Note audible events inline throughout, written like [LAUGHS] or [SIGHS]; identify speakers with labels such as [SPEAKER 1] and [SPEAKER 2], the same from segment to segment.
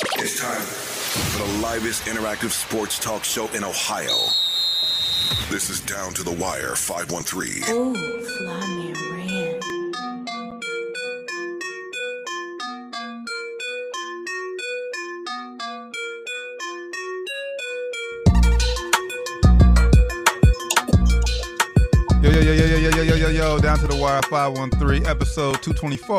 [SPEAKER 1] It's time for the livest interactive sports talk show in Ohio. This is Down to the Wire 513.
[SPEAKER 2] Oh, fly me ran.
[SPEAKER 3] Yo, yo, yo, yo, yo, yo, yo, yo, yo, yo, down to the wire 513, episode 224.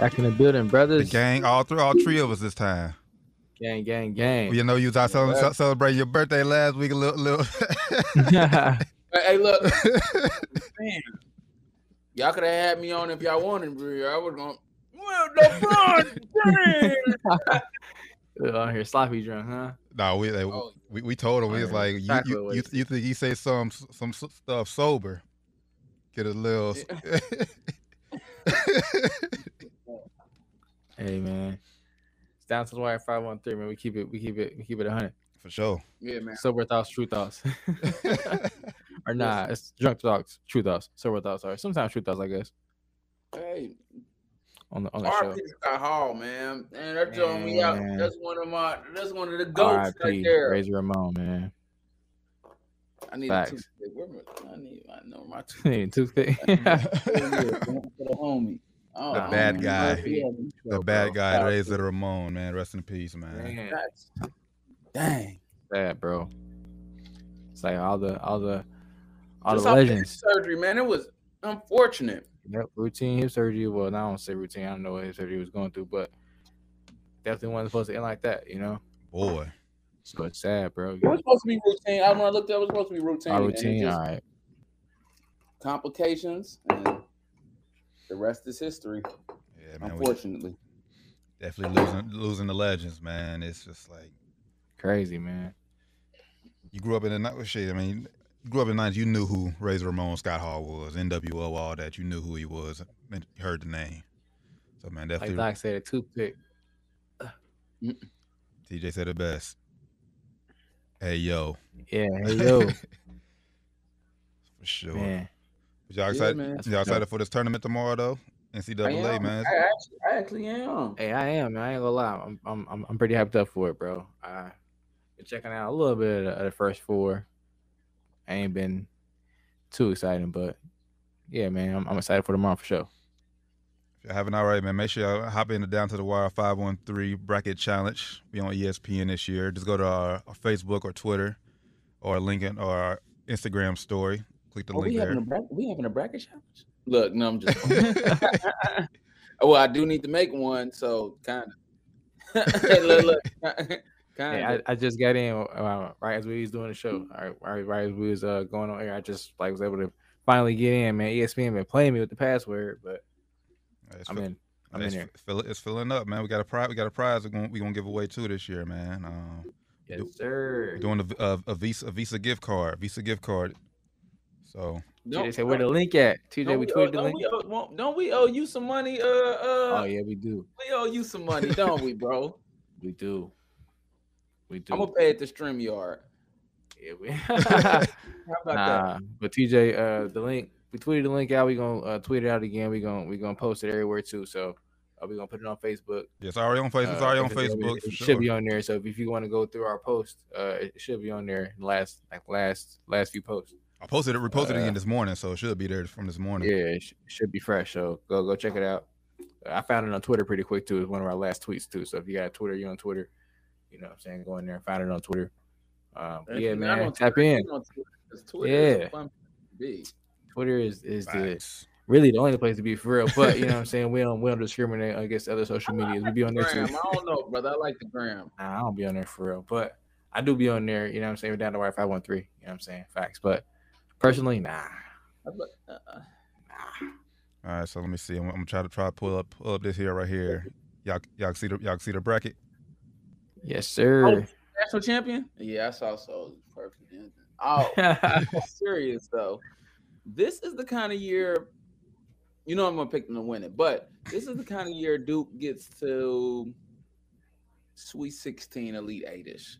[SPEAKER 4] Back in the building,
[SPEAKER 3] The
[SPEAKER 4] brothers.
[SPEAKER 3] gang, all three, all three of us this time.
[SPEAKER 4] gang, gang, gang.
[SPEAKER 3] You know, you was out cel- cel- celebrating your birthday last week, a little, little. [LAUGHS]
[SPEAKER 5] Oh,
[SPEAKER 4] [LAUGHS]
[SPEAKER 5] Hey, hey, look, man, y'all could have had me on if y'all wanted, bro. I was going. Well, LeBron James. [LAUGHS]
[SPEAKER 4] Look, on here, sloppy drunk, huh?
[SPEAKER 3] nah, we, like,
[SPEAKER 5] Oh,
[SPEAKER 3] we we told him we was
[SPEAKER 4] Yeah,
[SPEAKER 3] like, you,
[SPEAKER 4] exactly
[SPEAKER 3] you,
[SPEAKER 4] what
[SPEAKER 3] you,
[SPEAKER 4] it
[SPEAKER 3] you think he say some some s- stuff sober? Get a little.
[SPEAKER 4] Hey, man. It's down to the wire five one three, man. We keep it, we keep it, we keep it hundred.
[SPEAKER 3] [LAUGHS] For
[SPEAKER 4] [LAUGHS]
[SPEAKER 3] sure.
[SPEAKER 5] yeah, man.
[SPEAKER 4] Sober thoughts, true thoughts, [LAUGHS] or nah? It's drunk thoughts, true thoughts, sober thoughts. Sorry, sometimes true thoughts, I guess.
[SPEAKER 5] Hey,
[SPEAKER 4] On the on the show.
[SPEAKER 5] R.P. Scott Hall, man. Man, that's throwing me out.
[SPEAKER 4] Man.
[SPEAKER 5] That's one of my. That's one of the goats right
[SPEAKER 4] R.I.P.
[SPEAKER 5] there.
[SPEAKER 4] Razor Ramon, man. [LAUGHS]
[SPEAKER 5] I need
[SPEAKER 4] Facts.
[SPEAKER 5] a toothpick. Where my, I need. I know my toothpick.
[SPEAKER 4] Hey, [LAUGHS]
[SPEAKER 5] [LAUGHS]
[SPEAKER 4] toothpick.
[SPEAKER 5] is for the homie. Oh,
[SPEAKER 4] The
[SPEAKER 5] I
[SPEAKER 3] bad
[SPEAKER 5] don't
[SPEAKER 3] guy.
[SPEAKER 5] know if he has me.
[SPEAKER 3] [LAUGHS] the bad guy,
[SPEAKER 5] Nah,
[SPEAKER 3] Razor Ramon, man. Rest in peace, man.
[SPEAKER 4] Man,
[SPEAKER 5] That's- Dang.
[SPEAKER 4] sad, bro. It's like all the all the all
[SPEAKER 5] Just
[SPEAKER 4] the
[SPEAKER 5] off hip
[SPEAKER 4] legends.
[SPEAKER 5] Surgery, man. It was unfortunate.
[SPEAKER 4] Yep, routine hip surgery. Well, now I don't say routine. I don't know what hip surgery was going through, but definitely wasn't supposed to end like that, you know.
[SPEAKER 3] Boy.
[SPEAKER 4] So it's sad, bro.
[SPEAKER 5] It was supposed to be routine. I when I looked at it, it was supposed to be routine.
[SPEAKER 4] Our
[SPEAKER 5] and it
[SPEAKER 4] routine, uh.
[SPEAKER 5] just-
[SPEAKER 4] all right.
[SPEAKER 5] complications, and the rest is history.
[SPEAKER 3] Yeah, man. We
[SPEAKER 5] unfortunately,
[SPEAKER 3] definitely losing losing the legends, man. It's just like.
[SPEAKER 4] Crazy, man.
[SPEAKER 3] you grew up in the night. Shit, I mean, you grew up in the 90s. You knew who Razor Ramon Scott Hall was, NWO, all that. You knew who he was. And you heard the name. So man,
[SPEAKER 4] Like
[SPEAKER 3] definitely
[SPEAKER 4] Doc said, a toothpick.
[SPEAKER 3] TJ said the best. Hey yo,
[SPEAKER 4] Yeah, hey yo,
[SPEAKER 3] for sure.
[SPEAKER 4] man.
[SPEAKER 3] But y'all
[SPEAKER 5] Yeah,
[SPEAKER 3] excited?
[SPEAKER 5] man.
[SPEAKER 3] Y'all excited for this tournament tomorrow though?
[SPEAKER 5] I
[SPEAKER 3] NCAA
[SPEAKER 5] am.
[SPEAKER 3] man.
[SPEAKER 5] I actually, I actually am.
[SPEAKER 4] Hey, I am. Man. I ain't gonna lie. I'm, I'm, I'm, I'm pretty hyped up for it, bro. I been checking out a little bit of the, of the first four. I ain't been too exciting, but yeah, man, I'm, I'm excited for tomorrow for sure.
[SPEAKER 3] If y'all haven't already, man, make sure y'all hop in the Down to the Wire 513 Bracket Challenge. We on E ESPN this year. Just go to our, our Facebook or Twitter or LinkedIn or our Instagram story. Click the
[SPEAKER 5] Are
[SPEAKER 3] link
[SPEAKER 5] Oh, we
[SPEAKER 3] there.
[SPEAKER 5] having a bracket? We having a bracket challenge? Look, no, I'm just.
[SPEAKER 3] [LAUGHS]
[SPEAKER 5] [LAUGHS]
[SPEAKER 4] [LAUGHS]
[SPEAKER 5] well, I do need to make one, so [LAUGHS] kind of. look, look, kind
[SPEAKER 4] Yeah,
[SPEAKER 5] of.
[SPEAKER 4] I, I just got in uh, right as we was doing the show. Right, right, right as we was uh, going on air, I just like was able to finally get in. Man, E ESPN been playing me with the password, but
[SPEAKER 3] It's
[SPEAKER 4] I'm
[SPEAKER 3] fi-
[SPEAKER 4] in. I'm
[SPEAKER 3] it's,
[SPEAKER 4] in here.
[SPEAKER 3] fi- Fill, it's filling up, man. We got a prize. We got a prize. We're gonna, we gonna give away two this year, man. Um,
[SPEAKER 4] Yes, sir.
[SPEAKER 3] we're doing a, v- a- a Visa a Visa gift card, Visa gift card. So
[SPEAKER 4] TJ said, "Where the link at?" TJ, we
[SPEAKER 5] we owe,
[SPEAKER 4] tweeted the
[SPEAKER 5] don't,
[SPEAKER 4] link.
[SPEAKER 5] we uh, owe, won't- don't we owe you some money? Uh, uh,
[SPEAKER 4] Oh yeah, we do.
[SPEAKER 5] we owe you
[SPEAKER 4] [LAUGHS]
[SPEAKER 5] some money, don't we, bro?
[SPEAKER 4] We do. We do.
[SPEAKER 5] I'm gonna pay it to StreamYard.
[SPEAKER 4] Yeah,
[SPEAKER 5] [LAUGHS]
[SPEAKER 4] we- [LAUGHS]
[SPEAKER 5] How about that?
[SPEAKER 4] nah, but TJ, uh, the link we tweeted the link out. We gonna uh, tweet it out again. We gonna we gonna post it everywhere too. So uh, we gonna put it on Facebook.
[SPEAKER 3] yeah, it's already on Facebook. It's already
[SPEAKER 4] Uh,
[SPEAKER 3] on
[SPEAKER 4] if it's-
[SPEAKER 3] Facebook
[SPEAKER 4] It,
[SPEAKER 3] for
[SPEAKER 4] should
[SPEAKER 3] sure.
[SPEAKER 4] be on there. So if you want to go through our post, uh, it should be on there. Last like last last few posts.
[SPEAKER 3] I posted it, reposted it
[SPEAKER 4] uh,
[SPEAKER 3] again this morning, so it should be there from this morning.
[SPEAKER 4] Yeah, it sh- should be fresh. So go go check it out. I found it on Twitter pretty quick too. It's one of our last tweets too. So if you got Twitter, you're on Twitter. You know, what I'm saying go in there and find it on Twitter. Um,
[SPEAKER 5] If
[SPEAKER 4] yeah,
[SPEAKER 5] you're not
[SPEAKER 4] man,
[SPEAKER 5] on
[SPEAKER 4] tap
[SPEAKER 5] Twitter,
[SPEAKER 4] in.
[SPEAKER 5] you're on Twitter, 'cause Twitter is a
[SPEAKER 4] Yeah.
[SPEAKER 5] fun place to be.
[SPEAKER 4] Twitter is is the
[SPEAKER 3] Facts.
[SPEAKER 4] really the only place to be for real. But you know, what I'm saying we don't we don't discriminate against other social medias. We be on there too.
[SPEAKER 5] Gram, I don't know, brother. I like the gram.
[SPEAKER 4] Nah, I don't be on there for real, but I do be on there. You know what I'm saying? We're down to wire five one three. You know what I'm saying? Facts, but personally, nah.
[SPEAKER 5] I look-
[SPEAKER 4] [LAUGHS]
[SPEAKER 5] uh-uh.
[SPEAKER 3] All right, so let me see. I'm, I'm gonna try to try to pull up pull up this here right here. Y'all y'all can see the y'all can see the bracket.
[SPEAKER 4] Yes, sir.
[SPEAKER 5] oh, National champion? Yeah, I saw so perfect. ending. Oh,
[SPEAKER 4] [LAUGHS]
[SPEAKER 5] I'm serious though. This is the kind of year, you know, I'm gonna pick them to win it, but this is the kind of year Duke gets to Sweet 16, Elite Eight ish.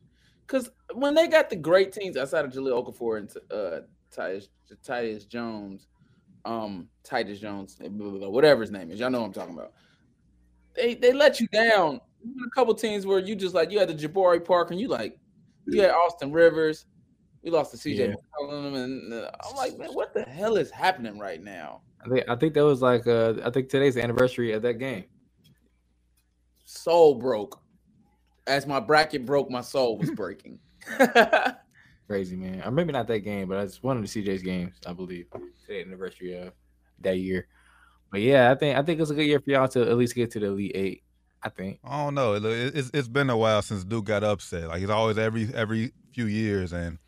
[SPEAKER 5] Because when they got the great teams outside of Jaleel Okafor and uh, Titus eh, Titus Jones, um, Titus Jones, whatever his name is, y'all know what I'm talking about. They they let you down. Even a couple teams where you just like you had the Jabari Park and you like you had Austin Rivers. We lost to CJ
[SPEAKER 4] Yeah.
[SPEAKER 5] McCollum, and uh, I'm like, man, what the hell is happening right now?
[SPEAKER 4] I think I think that was like uh I think today's the anniversary of that game.
[SPEAKER 5] Soul broke. As my bracket broke, my soul was breaking. [LAUGHS] yeah,
[SPEAKER 4] Crazy man. Or maybe not that game, but it's one of the CJ's games, I believe. Today anniversary of that year. But yeah, I think I think it's a good year for y'all to at least get to the Elite Eight. I think.
[SPEAKER 3] I don't know. It, it- it's, it's been a while since Duke got upset. Like it's always every every few years, and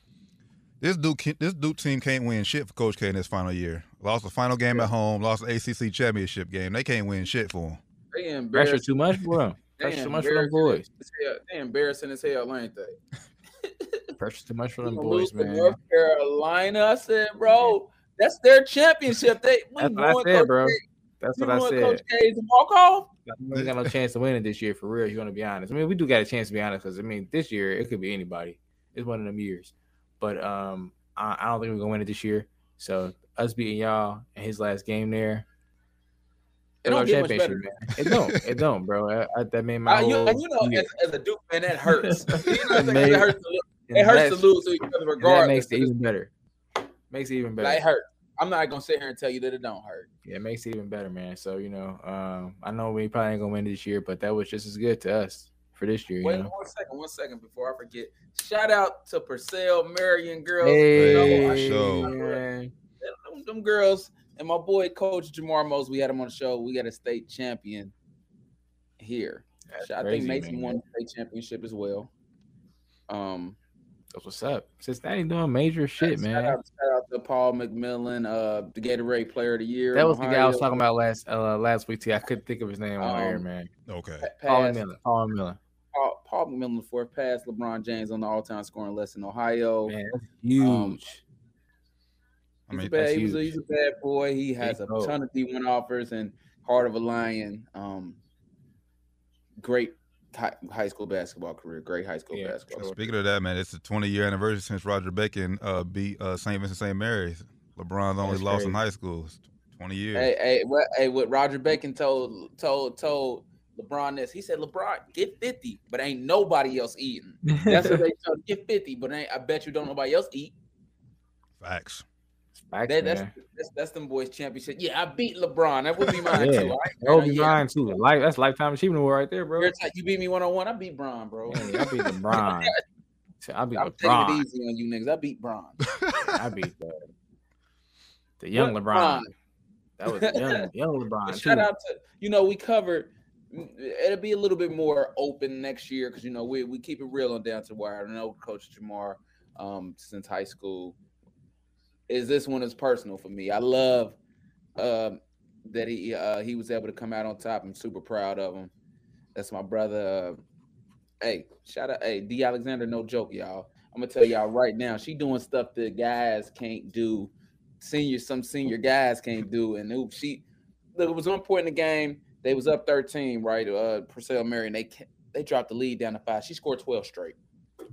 [SPEAKER 3] this Duke can- this Duke team can't win shit for Coach K in his final year. Lost the final game at home. Lost the ACC championship game. They can't win shit for him.
[SPEAKER 5] they
[SPEAKER 4] Pressure
[SPEAKER 5] embarrassing.
[SPEAKER 4] too much for
[SPEAKER 5] [LAUGHS]
[SPEAKER 4] them.
[SPEAKER 5] They
[SPEAKER 4] Pressure too much for them boys.
[SPEAKER 5] embarrassing as hell. They embarrassing as hell, ain't they?
[SPEAKER 4] Pressure too much for
[SPEAKER 5] We
[SPEAKER 4] them
[SPEAKER 5] gonna
[SPEAKER 4] boys,
[SPEAKER 5] lose to
[SPEAKER 4] man.
[SPEAKER 5] North Carolina. I said, bro, that's their championship. They we
[SPEAKER 4] That's what I
[SPEAKER 5] ruined
[SPEAKER 4] said,
[SPEAKER 5] Coach
[SPEAKER 4] bro.
[SPEAKER 5] K-
[SPEAKER 4] That's
[SPEAKER 5] we
[SPEAKER 4] what I
[SPEAKER 5] ruined
[SPEAKER 4] said.
[SPEAKER 5] Coach K's walk off.
[SPEAKER 4] We ain't got no chance to win it this year for real. if You want to be honest? I mean, we do got a chance to be honest because I mean, this year it could be anybody. It's one of them years, but um, I, I don't think we're gonna win it this year. So us beating y'all in his last game there, that's
[SPEAKER 5] It don't
[SPEAKER 4] our
[SPEAKER 5] get much better.
[SPEAKER 4] man. It don't. It don't, bro. I, I, that made my
[SPEAKER 5] I, you,
[SPEAKER 4] whole
[SPEAKER 5] and you know,
[SPEAKER 4] year.
[SPEAKER 5] as, as a Duke man,
[SPEAKER 4] [LAUGHS]
[SPEAKER 5] that hurts. You know what I'm saying?
[SPEAKER 4] Made-
[SPEAKER 5] It hurts to lose.
[SPEAKER 4] And
[SPEAKER 5] It hurts to
[SPEAKER 4] that's-
[SPEAKER 5] lose to each other
[SPEAKER 4] and That
[SPEAKER 5] regardless.
[SPEAKER 4] makes it even better. Makes it even better.
[SPEAKER 5] That hurt. I'm not gonna sit here and tell you that it don't hurt.
[SPEAKER 4] Yeah, it makes it even better, man. So you know, um, I know we probably ain't gonna win this year, but that was just as good to us for this year.
[SPEAKER 5] Wait
[SPEAKER 4] you know?
[SPEAKER 5] one second, one second before I forget. Shout out to Purcell, Marion girls.
[SPEAKER 3] Hey,
[SPEAKER 5] I-
[SPEAKER 3] show.
[SPEAKER 4] man.
[SPEAKER 5] them, them girls and my boy Coach Jamar Mose. We had him on the show. We got a state champion here.
[SPEAKER 4] That's
[SPEAKER 5] I
[SPEAKER 4] crazy,
[SPEAKER 5] think Mason
[SPEAKER 4] man.
[SPEAKER 5] won the state championship as well. Um,
[SPEAKER 4] That's what's up. Cincinnati doing major shit,
[SPEAKER 5] Shout
[SPEAKER 4] man.
[SPEAKER 5] out, shout out to Paul McMillan, uh, the Gatorade Player of the Year.
[SPEAKER 4] That was the guy I was
[SPEAKER 5] Ohio.
[SPEAKER 4] talking about last uh, last week too. I couldn't think of his name on air,
[SPEAKER 5] Um,
[SPEAKER 4] man.
[SPEAKER 3] Okay.
[SPEAKER 4] Paul
[SPEAKER 5] Passed.
[SPEAKER 4] Miller. Paul Miller.
[SPEAKER 5] Paul, Paul McMillan fourth pass LeBron James on the all-time scoring list in Ohio.
[SPEAKER 4] Man, that's huge.
[SPEAKER 3] I
[SPEAKER 5] he's, a
[SPEAKER 3] mean,
[SPEAKER 5] bad,
[SPEAKER 4] that's
[SPEAKER 5] he was a,
[SPEAKER 4] huge.
[SPEAKER 5] he's a bad boy. He has a
[SPEAKER 4] go.
[SPEAKER 5] ton of D1 offers and heart of a lion. Um, great high, high school basketball career. Great high school
[SPEAKER 4] Yeah,
[SPEAKER 5] basketball.
[SPEAKER 4] true.
[SPEAKER 3] speaking of that, man, it's the 20 year anniversary since Roger Bacon uh, beat uh, St. Vincent St. Mary's. LeBron's only
[SPEAKER 4] That's
[SPEAKER 3] lost
[SPEAKER 4] crazy.
[SPEAKER 3] in high school. It's 20 years.
[SPEAKER 5] Hey, hey, what, hey, what Roger Bacon told told told LeBron this. He said, LeBron, get 50, but ain't nobody else eating. That's
[SPEAKER 4] [LAUGHS]
[SPEAKER 5] what they told him. Get 50, but ain't I bet you don't nobody else eat.
[SPEAKER 3] Facts.
[SPEAKER 4] Facts,
[SPEAKER 5] That, that's,
[SPEAKER 4] man.
[SPEAKER 5] that's that's them boys championship. Yeah, I beat LeBron. That would be mine
[SPEAKER 4] Yeah.
[SPEAKER 5] too. I,
[SPEAKER 4] That would
[SPEAKER 5] yeah,
[SPEAKER 4] be
[SPEAKER 5] yeah.
[SPEAKER 4] mine too. Life, that's lifetime achievement award right there, bro.
[SPEAKER 5] You're tight. You beat me one on one. I beat Bron, bro.
[SPEAKER 4] Hey,
[SPEAKER 5] [LAUGHS]
[SPEAKER 4] I beat LeBron. I beat
[SPEAKER 5] I'm taking
[SPEAKER 4] LeBron.
[SPEAKER 5] it easy on you niggas. I beat Bron.
[SPEAKER 4] I beat the, the young
[SPEAKER 5] What
[SPEAKER 4] LeBron.
[SPEAKER 5] Bron?
[SPEAKER 4] That was the
[SPEAKER 5] [LAUGHS]
[SPEAKER 4] young young
[SPEAKER 5] But
[SPEAKER 4] LeBron.
[SPEAKER 5] shout
[SPEAKER 4] too.
[SPEAKER 5] out to you know we covered. It'll be a little bit more open next year because you know we we keep it real on down to the wire. I know Coach Jamar um, since high school. Is this one is personal for me? I love um that he uh, he was able to come out on top. I'm super proud of him. That's my brother. Uh, hey, shout out. Hey, D Alexander, no joke, y'all. I'm gonna tell y'all right now. She doing stuff that guys can't do. Senior, some senior guys can't do, and ooh, she look, it was one point in the game. They was up 13, right? Uh Priscilla Mary, and they ca- they dropped the lead down to five. She scored 12 straight.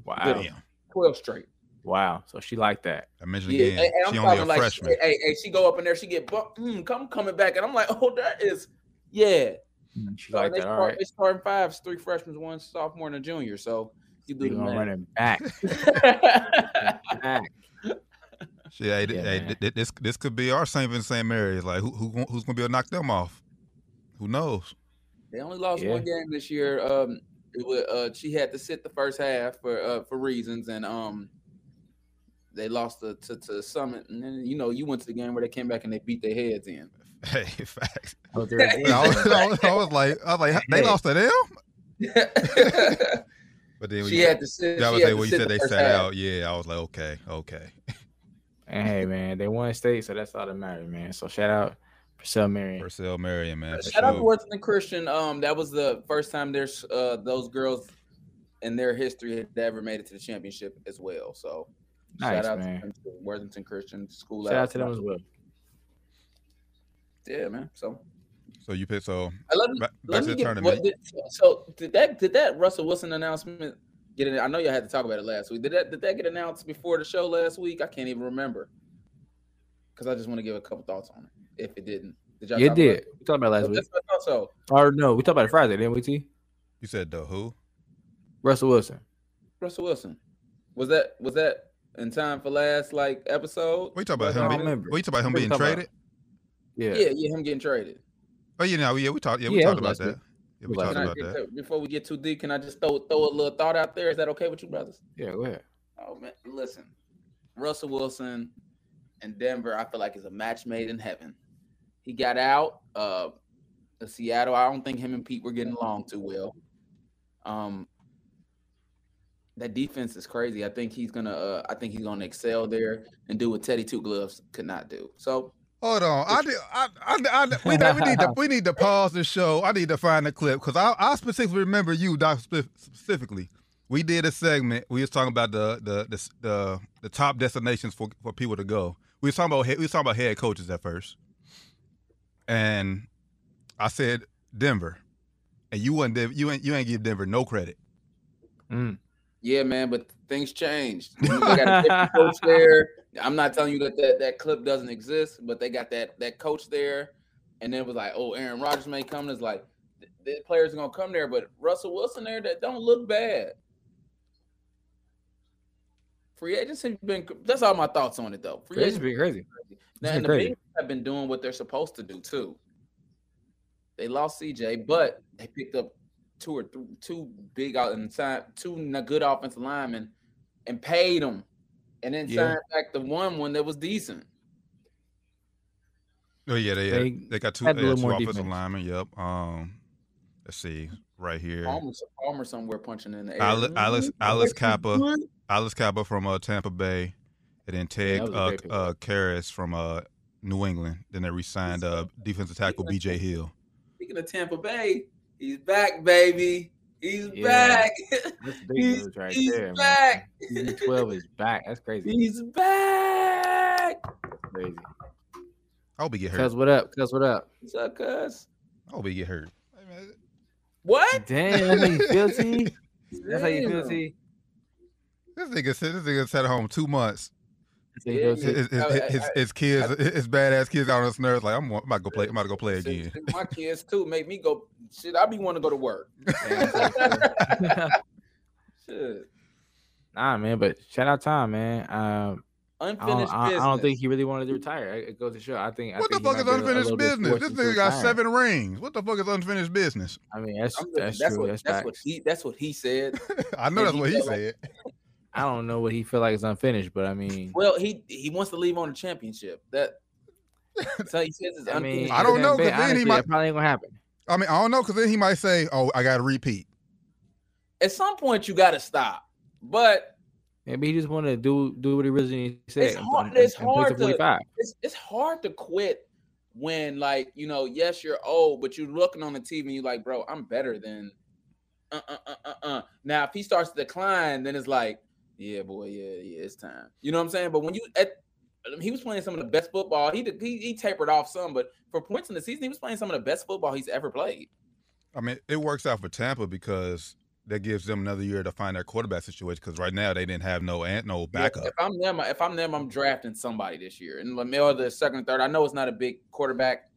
[SPEAKER 4] Wow.
[SPEAKER 3] Damn.
[SPEAKER 5] 12 straight.
[SPEAKER 4] Wow. So she liked that.
[SPEAKER 3] I mentioned
[SPEAKER 5] Yeah.
[SPEAKER 3] again.
[SPEAKER 5] and- and
[SPEAKER 3] she
[SPEAKER 5] I'm
[SPEAKER 3] only a
[SPEAKER 5] talking like
[SPEAKER 3] freshman.
[SPEAKER 5] hey, hey, she go up in there, she get bumped. Mm, come coming back. And I'm like, [LAUGHS] oh, that is yeah.
[SPEAKER 4] She
[SPEAKER 5] So
[SPEAKER 4] liked
[SPEAKER 5] they
[SPEAKER 4] that. All
[SPEAKER 5] start
[SPEAKER 4] right.
[SPEAKER 5] they starting fives, three freshmen, one sophomore and a junior. So you do
[SPEAKER 4] We're
[SPEAKER 5] the
[SPEAKER 4] gonna run
[SPEAKER 5] math.
[SPEAKER 4] him back.
[SPEAKER 5] [LAUGHS]
[SPEAKER 4] back.
[SPEAKER 3] Shit, hey, th-
[SPEAKER 4] Yeah,
[SPEAKER 3] hey,
[SPEAKER 4] man.
[SPEAKER 3] th- th- this this could be our St. Vincent St. Mary's. Like, who, who who's gonna be able to knock them off? Who knows? [LAUGHS]
[SPEAKER 5] They only lost
[SPEAKER 4] Yeah.
[SPEAKER 5] one game this year. Um, it wa- uh, she had to sit the first half for uh, for reasons, and um, they lost to, to to Summit, and then you know you went to the game where they came back and they beat their heads
[SPEAKER 3] [LAUGHS]
[SPEAKER 5] in.
[SPEAKER 3] Hey, facts. [LAUGHS]
[SPEAKER 4] Oh, there it
[SPEAKER 5] [LAUGHS]
[SPEAKER 3] I was,
[SPEAKER 4] is.
[SPEAKER 3] I was- I was like, I was like, they
[SPEAKER 4] Hey.
[SPEAKER 3] lost to them.
[SPEAKER 5] she
[SPEAKER 3] But then
[SPEAKER 5] had to sit.
[SPEAKER 3] Yeah, I
[SPEAKER 5] [LAUGHS]
[SPEAKER 3] was
[SPEAKER 5] she had
[SPEAKER 3] say
[SPEAKER 5] to
[SPEAKER 3] when you
[SPEAKER 5] sit
[SPEAKER 3] said
[SPEAKER 5] the
[SPEAKER 3] they
[SPEAKER 5] first
[SPEAKER 3] sat
[SPEAKER 5] half.
[SPEAKER 3] out. Yeah, I was like, okay, okay.
[SPEAKER 4] And hey man, they won state, so that's all that matters, man. So shout out Priscilla Marion.
[SPEAKER 3] Purcell Marion, man. for
[SPEAKER 5] Shout out to
[SPEAKER 3] sure.
[SPEAKER 5] Worthington Christian. Um, that was the first time there's uh those girls in their history had ever made it to the championship as well. So
[SPEAKER 4] Nice,
[SPEAKER 5] shout out
[SPEAKER 4] man.
[SPEAKER 5] to them, too. Worthington Christian School.
[SPEAKER 4] Shout out to them as well.
[SPEAKER 5] Yeah, man. So
[SPEAKER 3] So you picked so
[SPEAKER 5] I love
[SPEAKER 3] back, back
[SPEAKER 5] Let
[SPEAKER 3] to
[SPEAKER 5] me
[SPEAKER 3] the
[SPEAKER 5] get,
[SPEAKER 3] tournament.
[SPEAKER 5] What, did, so did that did that Russell Wilson announcement get? In, I know y'all had to talk about it last week. Did that did that get announced before the show last week? I can't even remember because I just want to give a couple thoughts on it if it didn't. Did
[SPEAKER 4] Yeah, it
[SPEAKER 5] talk about
[SPEAKER 4] did.
[SPEAKER 5] it?
[SPEAKER 4] We talked about it last week.
[SPEAKER 5] That's what I thought so.
[SPEAKER 4] Or no, we talked about it Friday, didn't we? T.
[SPEAKER 3] You said the who?
[SPEAKER 4] Russell Wilson.
[SPEAKER 5] Russell Wilson. Was that was that in time for last like episode?
[SPEAKER 3] What you talking about?
[SPEAKER 4] I
[SPEAKER 3] Him
[SPEAKER 4] don't
[SPEAKER 3] being,
[SPEAKER 4] remember.
[SPEAKER 3] what you talking about? Him
[SPEAKER 4] What we
[SPEAKER 3] being
[SPEAKER 4] talking about?
[SPEAKER 3] traded?
[SPEAKER 4] Yeah.
[SPEAKER 5] Yeah, yeah, him getting traded.
[SPEAKER 3] Oh yeah, no, yeah, we talked. Yeah, we
[SPEAKER 4] Yeah,
[SPEAKER 3] talked
[SPEAKER 4] it was
[SPEAKER 3] about
[SPEAKER 4] last
[SPEAKER 3] that. Yeah, we
[SPEAKER 4] It was
[SPEAKER 3] talked
[SPEAKER 5] Can I
[SPEAKER 3] about
[SPEAKER 5] get
[SPEAKER 3] that.
[SPEAKER 5] to- before we get too deep, can I just throw throw a little thought out there? Is that okay with you, brothers?
[SPEAKER 4] Yeah. Go ahead.
[SPEAKER 5] Oh man, listen, Russell Wilson and Denver, I feel like is a match made in heaven. He got out uh, of Seattle. I don't think him and Pete were getting along too well. Um, that defense is crazy. I think he's gonna. Uh, I think he's gonna excel there and do what Teddy Two Gloves could not do. So
[SPEAKER 3] Hold on, I, did, I, I, I we, need- we need to we need to pause the show. I need to find the clip because I, I specifically remember you, Doc, spe- specifically. We did a segment. We was talking about the the the s- the, the top destinations for, for people to go. We was talking about head- we was talking about head coaches at first, and I said Denver, and you wasn't Dev- you ain't you ain't give Denver no credit.
[SPEAKER 4] Mm.
[SPEAKER 5] Yeah, man, but things changed. They got a different coach there. I'm not telling you that, that that clip doesn't exist, but they got that that coach there, and then it was like, oh, Aaron Rodgers may come. It's like th- the players are gonna come there, but Russell Wilson there that don't look bad. Free agency been. That's all my thoughts on it though. Free
[SPEAKER 4] It's
[SPEAKER 5] agency,
[SPEAKER 4] been crazy.
[SPEAKER 5] now,
[SPEAKER 4] been
[SPEAKER 5] and the
[SPEAKER 4] crazy.
[SPEAKER 5] Bengals have been doing what they're supposed to do too. They lost CJ, but they picked up two or three, two big out and signed two n- good offensive linemen and paid them, and then
[SPEAKER 4] Yeah.
[SPEAKER 5] signed back the one one that was decent.
[SPEAKER 3] Oh yeah, they
[SPEAKER 4] They
[SPEAKER 3] they, got two,
[SPEAKER 4] had
[SPEAKER 3] they
[SPEAKER 4] a
[SPEAKER 3] had
[SPEAKER 4] little
[SPEAKER 3] two
[SPEAKER 4] more
[SPEAKER 3] offensive
[SPEAKER 4] defense.
[SPEAKER 3] linemen. Yep. Um, let's see right here.
[SPEAKER 5] Palmer, Palmer somewhere punching in the air.
[SPEAKER 3] Alice Alice, Alice Kappa.
[SPEAKER 5] What?
[SPEAKER 3] Alice Cabba from uh, Tampa Bay, and then Ted
[SPEAKER 4] that was a
[SPEAKER 3] uh,
[SPEAKER 4] great pick.
[SPEAKER 3] uh, Karras from uh, New England. Then they re-signed uh, defensive tackle B.J. Hill.
[SPEAKER 5] Speaking of Tampa Bay, he's back, baby. He's
[SPEAKER 4] Yeah.
[SPEAKER 5] back. [LAUGHS]
[SPEAKER 4] That's big
[SPEAKER 5] He's-
[SPEAKER 4] news right
[SPEAKER 5] he's
[SPEAKER 4] there,
[SPEAKER 5] back.
[SPEAKER 4] man. Season twelve is back. That's crazy.
[SPEAKER 5] he's back.
[SPEAKER 4] Crazy.
[SPEAKER 3] I hope he get hurt.
[SPEAKER 4] Cuz what up? Cuz what up?
[SPEAKER 5] What's up, cuz?
[SPEAKER 3] I hope he get hurt. Hey, man,
[SPEAKER 5] What?
[SPEAKER 4] Damn, that's how you feel, T. That's how you feel,
[SPEAKER 5] Damn.
[SPEAKER 4] T.
[SPEAKER 3] This nigga sit- this nigga sat at home two months.
[SPEAKER 4] That's how you feel,
[SPEAKER 5] Yeah,
[SPEAKER 4] T.
[SPEAKER 3] His, his,
[SPEAKER 5] I- I-
[SPEAKER 3] his, his kids, his badass kids, out on his nerves. Like I'm, I'm about to go play. I'm about to go play
[SPEAKER 5] See,
[SPEAKER 3] again.
[SPEAKER 5] see, My kids too make me go. Shit, I be want to go
[SPEAKER 4] [LAUGHS]
[SPEAKER 5] to work. [LAUGHS] Shit.
[SPEAKER 4] Nah, man, but shout out Tom, man. Um, I don't,
[SPEAKER 5] Unfinished
[SPEAKER 4] I, I
[SPEAKER 5] business.
[SPEAKER 4] don't think he really wanted to retire. It- It goes to show. I think. I
[SPEAKER 3] What the
[SPEAKER 4] think he
[SPEAKER 3] fuck is
[SPEAKER 4] might be a- a little
[SPEAKER 3] unfinished
[SPEAKER 4] bit
[SPEAKER 3] business?
[SPEAKER 4] forced
[SPEAKER 3] This
[SPEAKER 4] into
[SPEAKER 3] nigga got
[SPEAKER 4] retiring.
[SPEAKER 3] seven rings. What the fuck is unfinished business? [LAUGHS]
[SPEAKER 4] I mean, that's
[SPEAKER 5] I'm-
[SPEAKER 4] that's, true.
[SPEAKER 5] what
[SPEAKER 4] that's
[SPEAKER 5] that's what
[SPEAKER 4] facts.
[SPEAKER 5] he that's what he
[SPEAKER 4] [LAUGHS]
[SPEAKER 5] said.
[SPEAKER 3] I know
[SPEAKER 5] Yeah,
[SPEAKER 3] that's
[SPEAKER 5] he
[SPEAKER 3] what he
[SPEAKER 5] felt like-
[SPEAKER 3] said.
[SPEAKER 4] I don't know what he feel like is unfinished, but I mean,
[SPEAKER 5] Well, he he wants to leave on a championship. That
[SPEAKER 4] [LAUGHS]
[SPEAKER 5] so he says it's
[SPEAKER 4] I mean,
[SPEAKER 5] unfinished.
[SPEAKER 3] I don't know, 'cause
[SPEAKER 4] Ben,
[SPEAKER 3] then he
[SPEAKER 4] honestly,
[SPEAKER 3] might-
[SPEAKER 4] that probably ain't gonna happen.
[SPEAKER 3] I mean, I don't know because then he might say, "Oh, I got to repeat."
[SPEAKER 5] At some point, you got to stop. But
[SPEAKER 4] Maybe he just wanted to do do what he originally said.
[SPEAKER 5] It's
[SPEAKER 4] and-
[SPEAKER 5] hard-
[SPEAKER 4] and-
[SPEAKER 5] it's
[SPEAKER 4] and play to
[SPEAKER 5] hard to-
[SPEAKER 4] 45.
[SPEAKER 5] it's it's hard to quit when like you know yes you're old but you're looking on the TV and you're like bro I'm better than uh uh uh uh uh. Now if he starts to decline then it's like yeah boy yeah yeah it's time you know what I'm saying but when you at I mean, he was playing some of the best football he did- he, he tapered off some but for points in the season he was playing some of the best football he's ever played
[SPEAKER 3] I mean, it works out for Tampa because that gives them another year to find their quarterback situation. Because right now they didn't have no ant, no backup.
[SPEAKER 5] If I'm them, if I'm them, I'm drafting somebody this year. And Lamelo the second, third. I know it's not a big quarterback,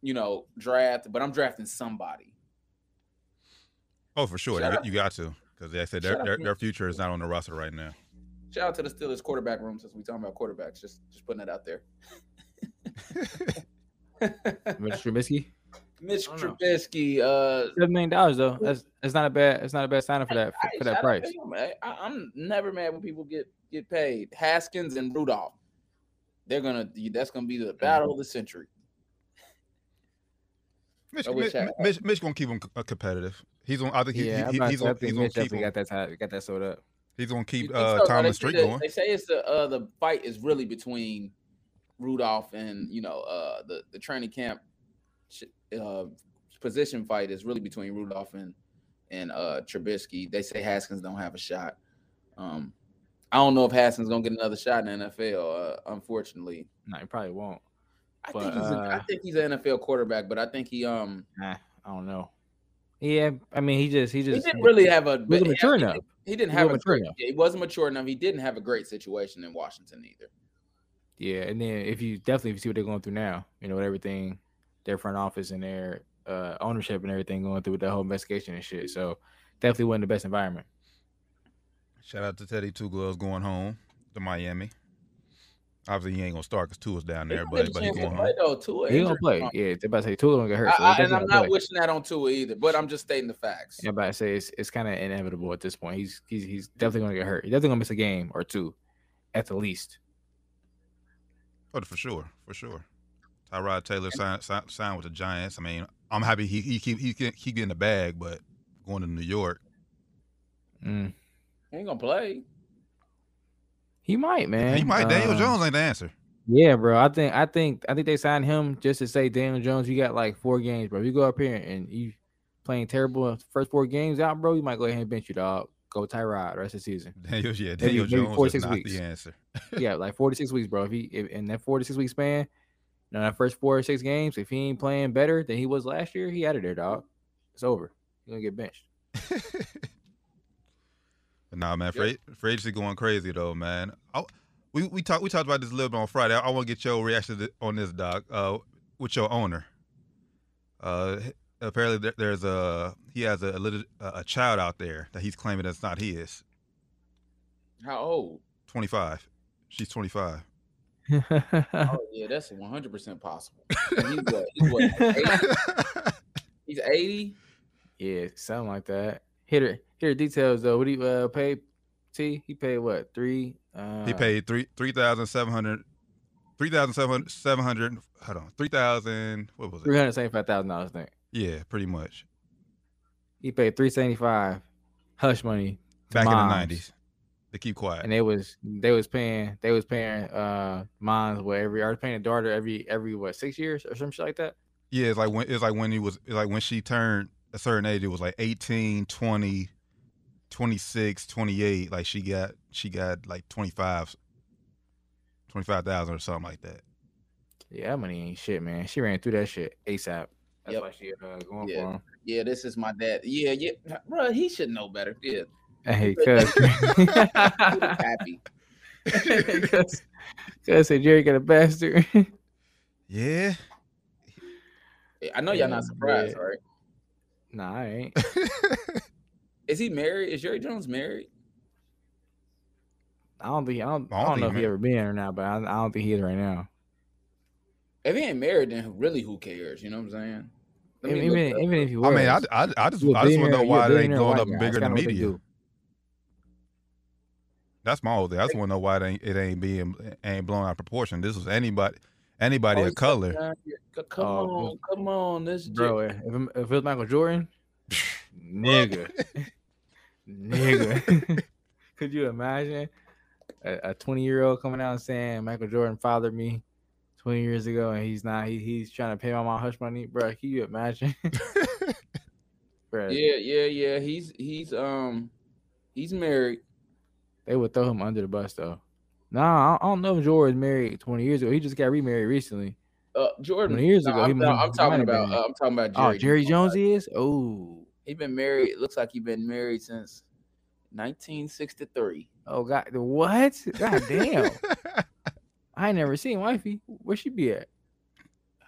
[SPEAKER 5] you know, draft, but I'm drafting somebody.
[SPEAKER 3] Oh, for sure,
[SPEAKER 5] Shout
[SPEAKER 3] You-
[SPEAKER 5] out-
[SPEAKER 3] you got to because they said their,
[SPEAKER 5] shout out
[SPEAKER 3] their
[SPEAKER 5] to-
[SPEAKER 3] their future is not on the roster right now.
[SPEAKER 5] Shout out to the Steelers quarterback room since we talking about quarterbacks. Just just putting that out there.
[SPEAKER 4] Mitch Trubisky,
[SPEAKER 5] Mitch
[SPEAKER 4] I don't know.
[SPEAKER 5] Trubisky, uh,
[SPEAKER 4] seven million dollars though. That's that's not a bad that's not a bad signing for that for,
[SPEAKER 5] hey,
[SPEAKER 4] for that
[SPEAKER 5] shout out to
[SPEAKER 4] price.
[SPEAKER 5] him, man. I, I'm never mad when people get get paid. Haskins and Rudolph, they're gonna. That's gonna be the
[SPEAKER 4] Mm.
[SPEAKER 5] battle of the century.
[SPEAKER 3] Mitch,
[SPEAKER 5] I
[SPEAKER 3] Mitch,
[SPEAKER 5] wish I-
[SPEAKER 3] Mitch, Mitch gonna keep him c- uh, competitive. He's on. I think he,
[SPEAKER 4] Yeah,
[SPEAKER 3] he,
[SPEAKER 4] I'm not.
[SPEAKER 3] he's
[SPEAKER 4] I
[SPEAKER 3] on. He's
[SPEAKER 4] think
[SPEAKER 3] gonna
[SPEAKER 4] Mitch
[SPEAKER 3] keep.
[SPEAKER 4] definitely
[SPEAKER 3] Him,
[SPEAKER 4] got that tied- got that sold up.
[SPEAKER 3] he's gonna
[SPEAKER 5] You
[SPEAKER 3] keep
[SPEAKER 5] think
[SPEAKER 3] uh,
[SPEAKER 5] so? Now, they
[SPEAKER 3] Thomas
[SPEAKER 5] say
[SPEAKER 3] Street
[SPEAKER 5] that-
[SPEAKER 3] going.
[SPEAKER 5] They say it's the uh, the fight is really between Rudolph and you know uh, the the training camp sh- uh, position fight is really between Rudolph and and uh, Trubisky. They say Haskins don't have a shot. Um, I don't know if Haskins gonna get another shot in the NFL. Uh, unfortunately,
[SPEAKER 4] No, he probably won't.
[SPEAKER 5] I
[SPEAKER 4] But,
[SPEAKER 5] think he's an, I
[SPEAKER 4] uh,
[SPEAKER 5] think he's an NFL quarterback, but I think he um
[SPEAKER 4] Nah, I don't know. Yeah, I mean, he just he
[SPEAKER 5] he
[SPEAKER 4] just
[SPEAKER 5] didn't really have a
[SPEAKER 4] wasn't mature enough.
[SPEAKER 5] He didn't
[SPEAKER 4] He
[SPEAKER 5] have a
[SPEAKER 4] wasn't mature
[SPEAKER 5] great,
[SPEAKER 4] enough.
[SPEAKER 5] yeah, he wasn't mature enough. He didn't have a great situation in Washington either.
[SPEAKER 4] Yeah, and then if you definitely if you see what they're going through now, you know, with everything, their front office and their uh, ownership and everything going through with that whole investigation and shit. So definitely wasn't the best environment.
[SPEAKER 3] Shout out to Teddy Two Gloves going home to Miami. Obviously, he ain't gonna start because Tua's down
[SPEAKER 5] They
[SPEAKER 3] there,
[SPEAKER 5] don't
[SPEAKER 3] but,
[SPEAKER 5] get a
[SPEAKER 3] but he
[SPEAKER 5] chance to
[SPEAKER 3] going
[SPEAKER 5] play,
[SPEAKER 3] home.
[SPEAKER 5] though. Tua
[SPEAKER 4] He gonna
[SPEAKER 5] injured.
[SPEAKER 4] play. Yeah, they about to say Tula gonna get hurt.
[SPEAKER 5] I,
[SPEAKER 4] so
[SPEAKER 5] I,
[SPEAKER 4] he
[SPEAKER 5] and I'm
[SPEAKER 4] definitely
[SPEAKER 5] not
[SPEAKER 4] gonna play.
[SPEAKER 5] wishing that on Tua either, but I'm just stating the facts.
[SPEAKER 4] Yeah, I'm about to say it's, it's kind of inevitable at this point. He's he's he's definitely gonna get hurt. He's definitely gonna miss a game or two, at the least.
[SPEAKER 3] Oh, for sure, for sure. Tyrod Taylor signed, signed, signed with the Giants. I mean, I'm happy he he keep he, keep- he getting the bag, but going to New York,
[SPEAKER 4] Mm.
[SPEAKER 5] He ain't gonna play.
[SPEAKER 4] He might, man.
[SPEAKER 3] he might. Daniel
[SPEAKER 4] Uh,
[SPEAKER 3] Jones ain't the answer. [LAUGHS]
[SPEAKER 4] Yeah, bro. I think I think I think they signed him just to say Daniel Jones. You got like four games, bro. If you go up here and you playing terrible in the first four games out, bro, you might go ahead and bench you, dog. Go Tyrod rest of the season.
[SPEAKER 3] [LAUGHS] Daniel, yeah, Daniel
[SPEAKER 4] maybe
[SPEAKER 3] Jones
[SPEAKER 4] four,
[SPEAKER 3] is
[SPEAKER 4] six
[SPEAKER 3] not
[SPEAKER 4] weeks.
[SPEAKER 3] the answer. [LAUGHS]
[SPEAKER 4] yeah, like forty six weeks, bro. If he if, in that forty six week span, you know, that first four or six games, if he ain't playing better than he was last year, he out of there, dog. It's over. He's gonna
[SPEAKER 3] [LAUGHS]
[SPEAKER 4] get benched.
[SPEAKER 3] But nah, man,
[SPEAKER 5] Yep.
[SPEAKER 3] free, free agency going crazy though, man. I, we we talked we talked about this a little bit on Friday. I, want to get your reaction to, on this, Doc. Uh, with your owner. Uh, h- apparently there, there's a he has a, lit- a a child out there that he's claiming that's not his.
[SPEAKER 4] [LAUGHS]
[SPEAKER 5] How old?
[SPEAKER 3] 25. She's 25.
[SPEAKER 5] Oh yeah, that's 100 percent possible. And He's what?
[SPEAKER 4] [LAUGHS]
[SPEAKER 5] He's, what, like 80? He's 80.
[SPEAKER 4] yeah, something like that. Hitter hitter details though. What do you uh, pay? T he paid what three? Uh,
[SPEAKER 3] he paid three three thousand seven hundred. Three thousand seven seven hundred. Hold on, three thousand. What was
[SPEAKER 4] three
[SPEAKER 3] it?
[SPEAKER 4] hundred seventy five thousand dollars. I think
[SPEAKER 3] Yeah, pretty much.
[SPEAKER 4] he paid three seventy five hush money to
[SPEAKER 3] Back in
[SPEAKER 4] moms,
[SPEAKER 3] the nineties, to keep quiet.
[SPEAKER 4] and they was they was paying they was paying uh moms what every or paying a daughter every every what six years or some shit like that.
[SPEAKER 3] Yeah, it's like when it's like when he was it's like when she turned a certain age, it was like 18, 20, 26, 28. Like she got she got like 25 25,000 or something like that.
[SPEAKER 4] Yeah, that money ain't shit, man. She ran through that shit asap. That's
[SPEAKER 5] Yep.
[SPEAKER 4] why she uh, going
[SPEAKER 5] Yeah.
[SPEAKER 4] for him.
[SPEAKER 5] Yeah, this is my dad. Yeah, yeah, bro. He should know better. Yeah, [LAUGHS]
[SPEAKER 4] Hey,
[SPEAKER 5] He was
[SPEAKER 4] cuz. [LAUGHS]
[SPEAKER 5] happy.
[SPEAKER 4] Cuz cuz said Jerry got a bastard. [LAUGHS]
[SPEAKER 3] Yeah.
[SPEAKER 5] I know y'all not
[SPEAKER 4] Yeah,
[SPEAKER 5] surprised,
[SPEAKER 4] yeah.
[SPEAKER 5] right?
[SPEAKER 4] nah, I ain't.
[SPEAKER 5] Is he married? Is Jerry Jones married?
[SPEAKER 4] I don't think I don't,
[SPEAKER 3] I
[SPEAKER 4] I
[SPEAKER 3] don't think
[SPEAKER 4] don't, know
[SPEAKER 3] he
[SPEAKER 4] if he
[SPEAKER 3] ma-
[SPEAKER 4] ever been or not, but I, I don't think he is right now.
[SPEAKER 5] If he ain't married, then really who cares? You know what I'm saying? Let
[SPEAKER 4] Even
[SPEAKER 5] me look
[SPEAKER 4] even,
[SPEAKER 5] up.
[SPEAKER 4] even if he
[SPEAKER 3] I
[SPEAKER 4] was,
[SPEAKER 3] mean, I, I, I just
[SPEAKER 4] you a
[SPEAKER 3] I just want to know
[SPEAKER 4] billionaire- you a
[SPEAKER 3] why they ain't
[SPEAKER 4] billionaire
[SPEAKER 3] going
[SPEAKER 4] white
[SPEAKER 3] up
[SPEAKER 4] guy. That's
[SPEAKER 3] bigger in the
[SPEAKER 4] kinda what they
[SPEAKER 3] media.
[SPEAKER 4] do.
[SPEAKER 3] That's my whole thing. I just want to know why it ain't it ain't being ain't blown out of proportion. This was anybody anybody
[SPEAKER 5] Oh,
[SPEAKER 3] of
[SPEAKER 5] he's
[SPEAKER 3] color.
[SPEAKER 5] 39. C- Come
[SPEAKER 4] Oh, it
[SPEAKER 5] on,
[SPEAKER 4] was-
[SPEAKER 5] come on, this
[SPEAKER 4] Bro,
[SPEAKER 5] bro.
[SPEAKER 4] if, I'm- if it was Michael Jordan, [LAUGHS] nigga, nigga, [LAUGHS] could you imagine a 20 year old coming out and saying Michael Jordan fathered me 20 years ago and he's not, he, he's trying to pay all my hush money, bro? Can you imagine? [LAUGHS] bro,
[SPEAKER 5] Yeah, yeah, yeah. He's he's um he's married.
[SPEAKER 4] they would throw him under the bus though. Nah, I I don't know if Jordan's married 20 years ago. He just got remarried recently.
[SPEAKER 5] Uh, Jordan.
[SPEAKER 4] years ago, he
[SPEAKER 5] I'm,
[SPEAKER 4] might-
[SPEAKER 5] I'm
[SPEAKER 4] he
[SPEAKER 5] talking
[SPEAKER 4] might have
[SPEAKER 5] about.
[SPEAKER 4] been.
[SPEAKER 5] Uh, I'm talking about
[SPEAKER 4] Oh,
[SPEAKER 5] Jerry.
[SPEAKER 4] Jerry Jones is? Oh,
[SPEAKER 5] He's been married. It looks like he's been married since 1963.
[SPEAKER 4] oh, God. What? God damn. I ain't never seen wifey. Where she be at?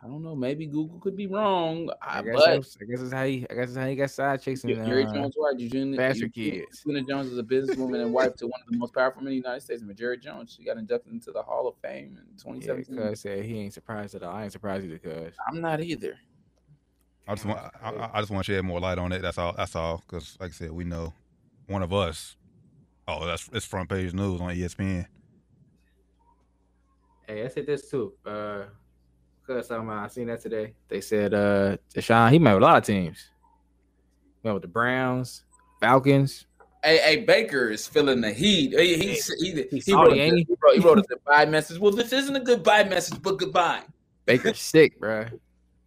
[SPEAKER 5] I don't know. Maybe Google could be wrong, I,
[SPEAKER 4] I guess,
[SPEAKER 5] but
[SPEAKER 4] that's, I guess that's how he. I guess that's how he got side chicks and
[SPEAKER 5] Jerry
[SPEAKER 4] uh,
[SPEAKER 5] Jones' wife, Eugenia,
[SPEAKER 4] bastard
[SPEAKER 5] Eugenia-
[SPEAKER 4] kids.
[SPEAKER 5] Eugenia Jones is a businesswoman and wife to one of the most powerful men in the United States. But Jerry Jones, she got inducted into the Hall of Fame in
[SPEAKER 4] Yeah,
[SPEAKER 5] 2017.
[SPEAKER 4] cuz said he ain't surprised at all. I ain't surprised either, cuz.
[SPEAKER 5] I'm not either.
[SPEAKER 3] [LAUGHS]
[SPEAKER 5] [LAUGHS]
[SPEAKER 3] I just want I- I, I just want to shed more light on it. That's all. That's all. Because like I said, we know one of us. Oh, that's it's front page news on E ESPN.
[SPEAKER 4] Hey, I said this too. Uh, cuz talking about, I seen that today. They said uh, Deshaun he met with a lot of teams. Met with the Browns, Falcons.
[SPEAKER 5] Hey, hey, Baker is feeling the heat. He, he, he, he,
[SPEAKER 4] He's
[SPEAKER 5] wrote, a,
[SPEAKER 4] salty, ain't
[SPEAKER 5] he?
[SPEAKER 4] he?
[SPEAKER 5] wrote, he wrote a goodbye message. Well, this isn't a goodbye message, but goodbye. [LAUGHS]
[SPEAKER 4] Baker's sick, bruh.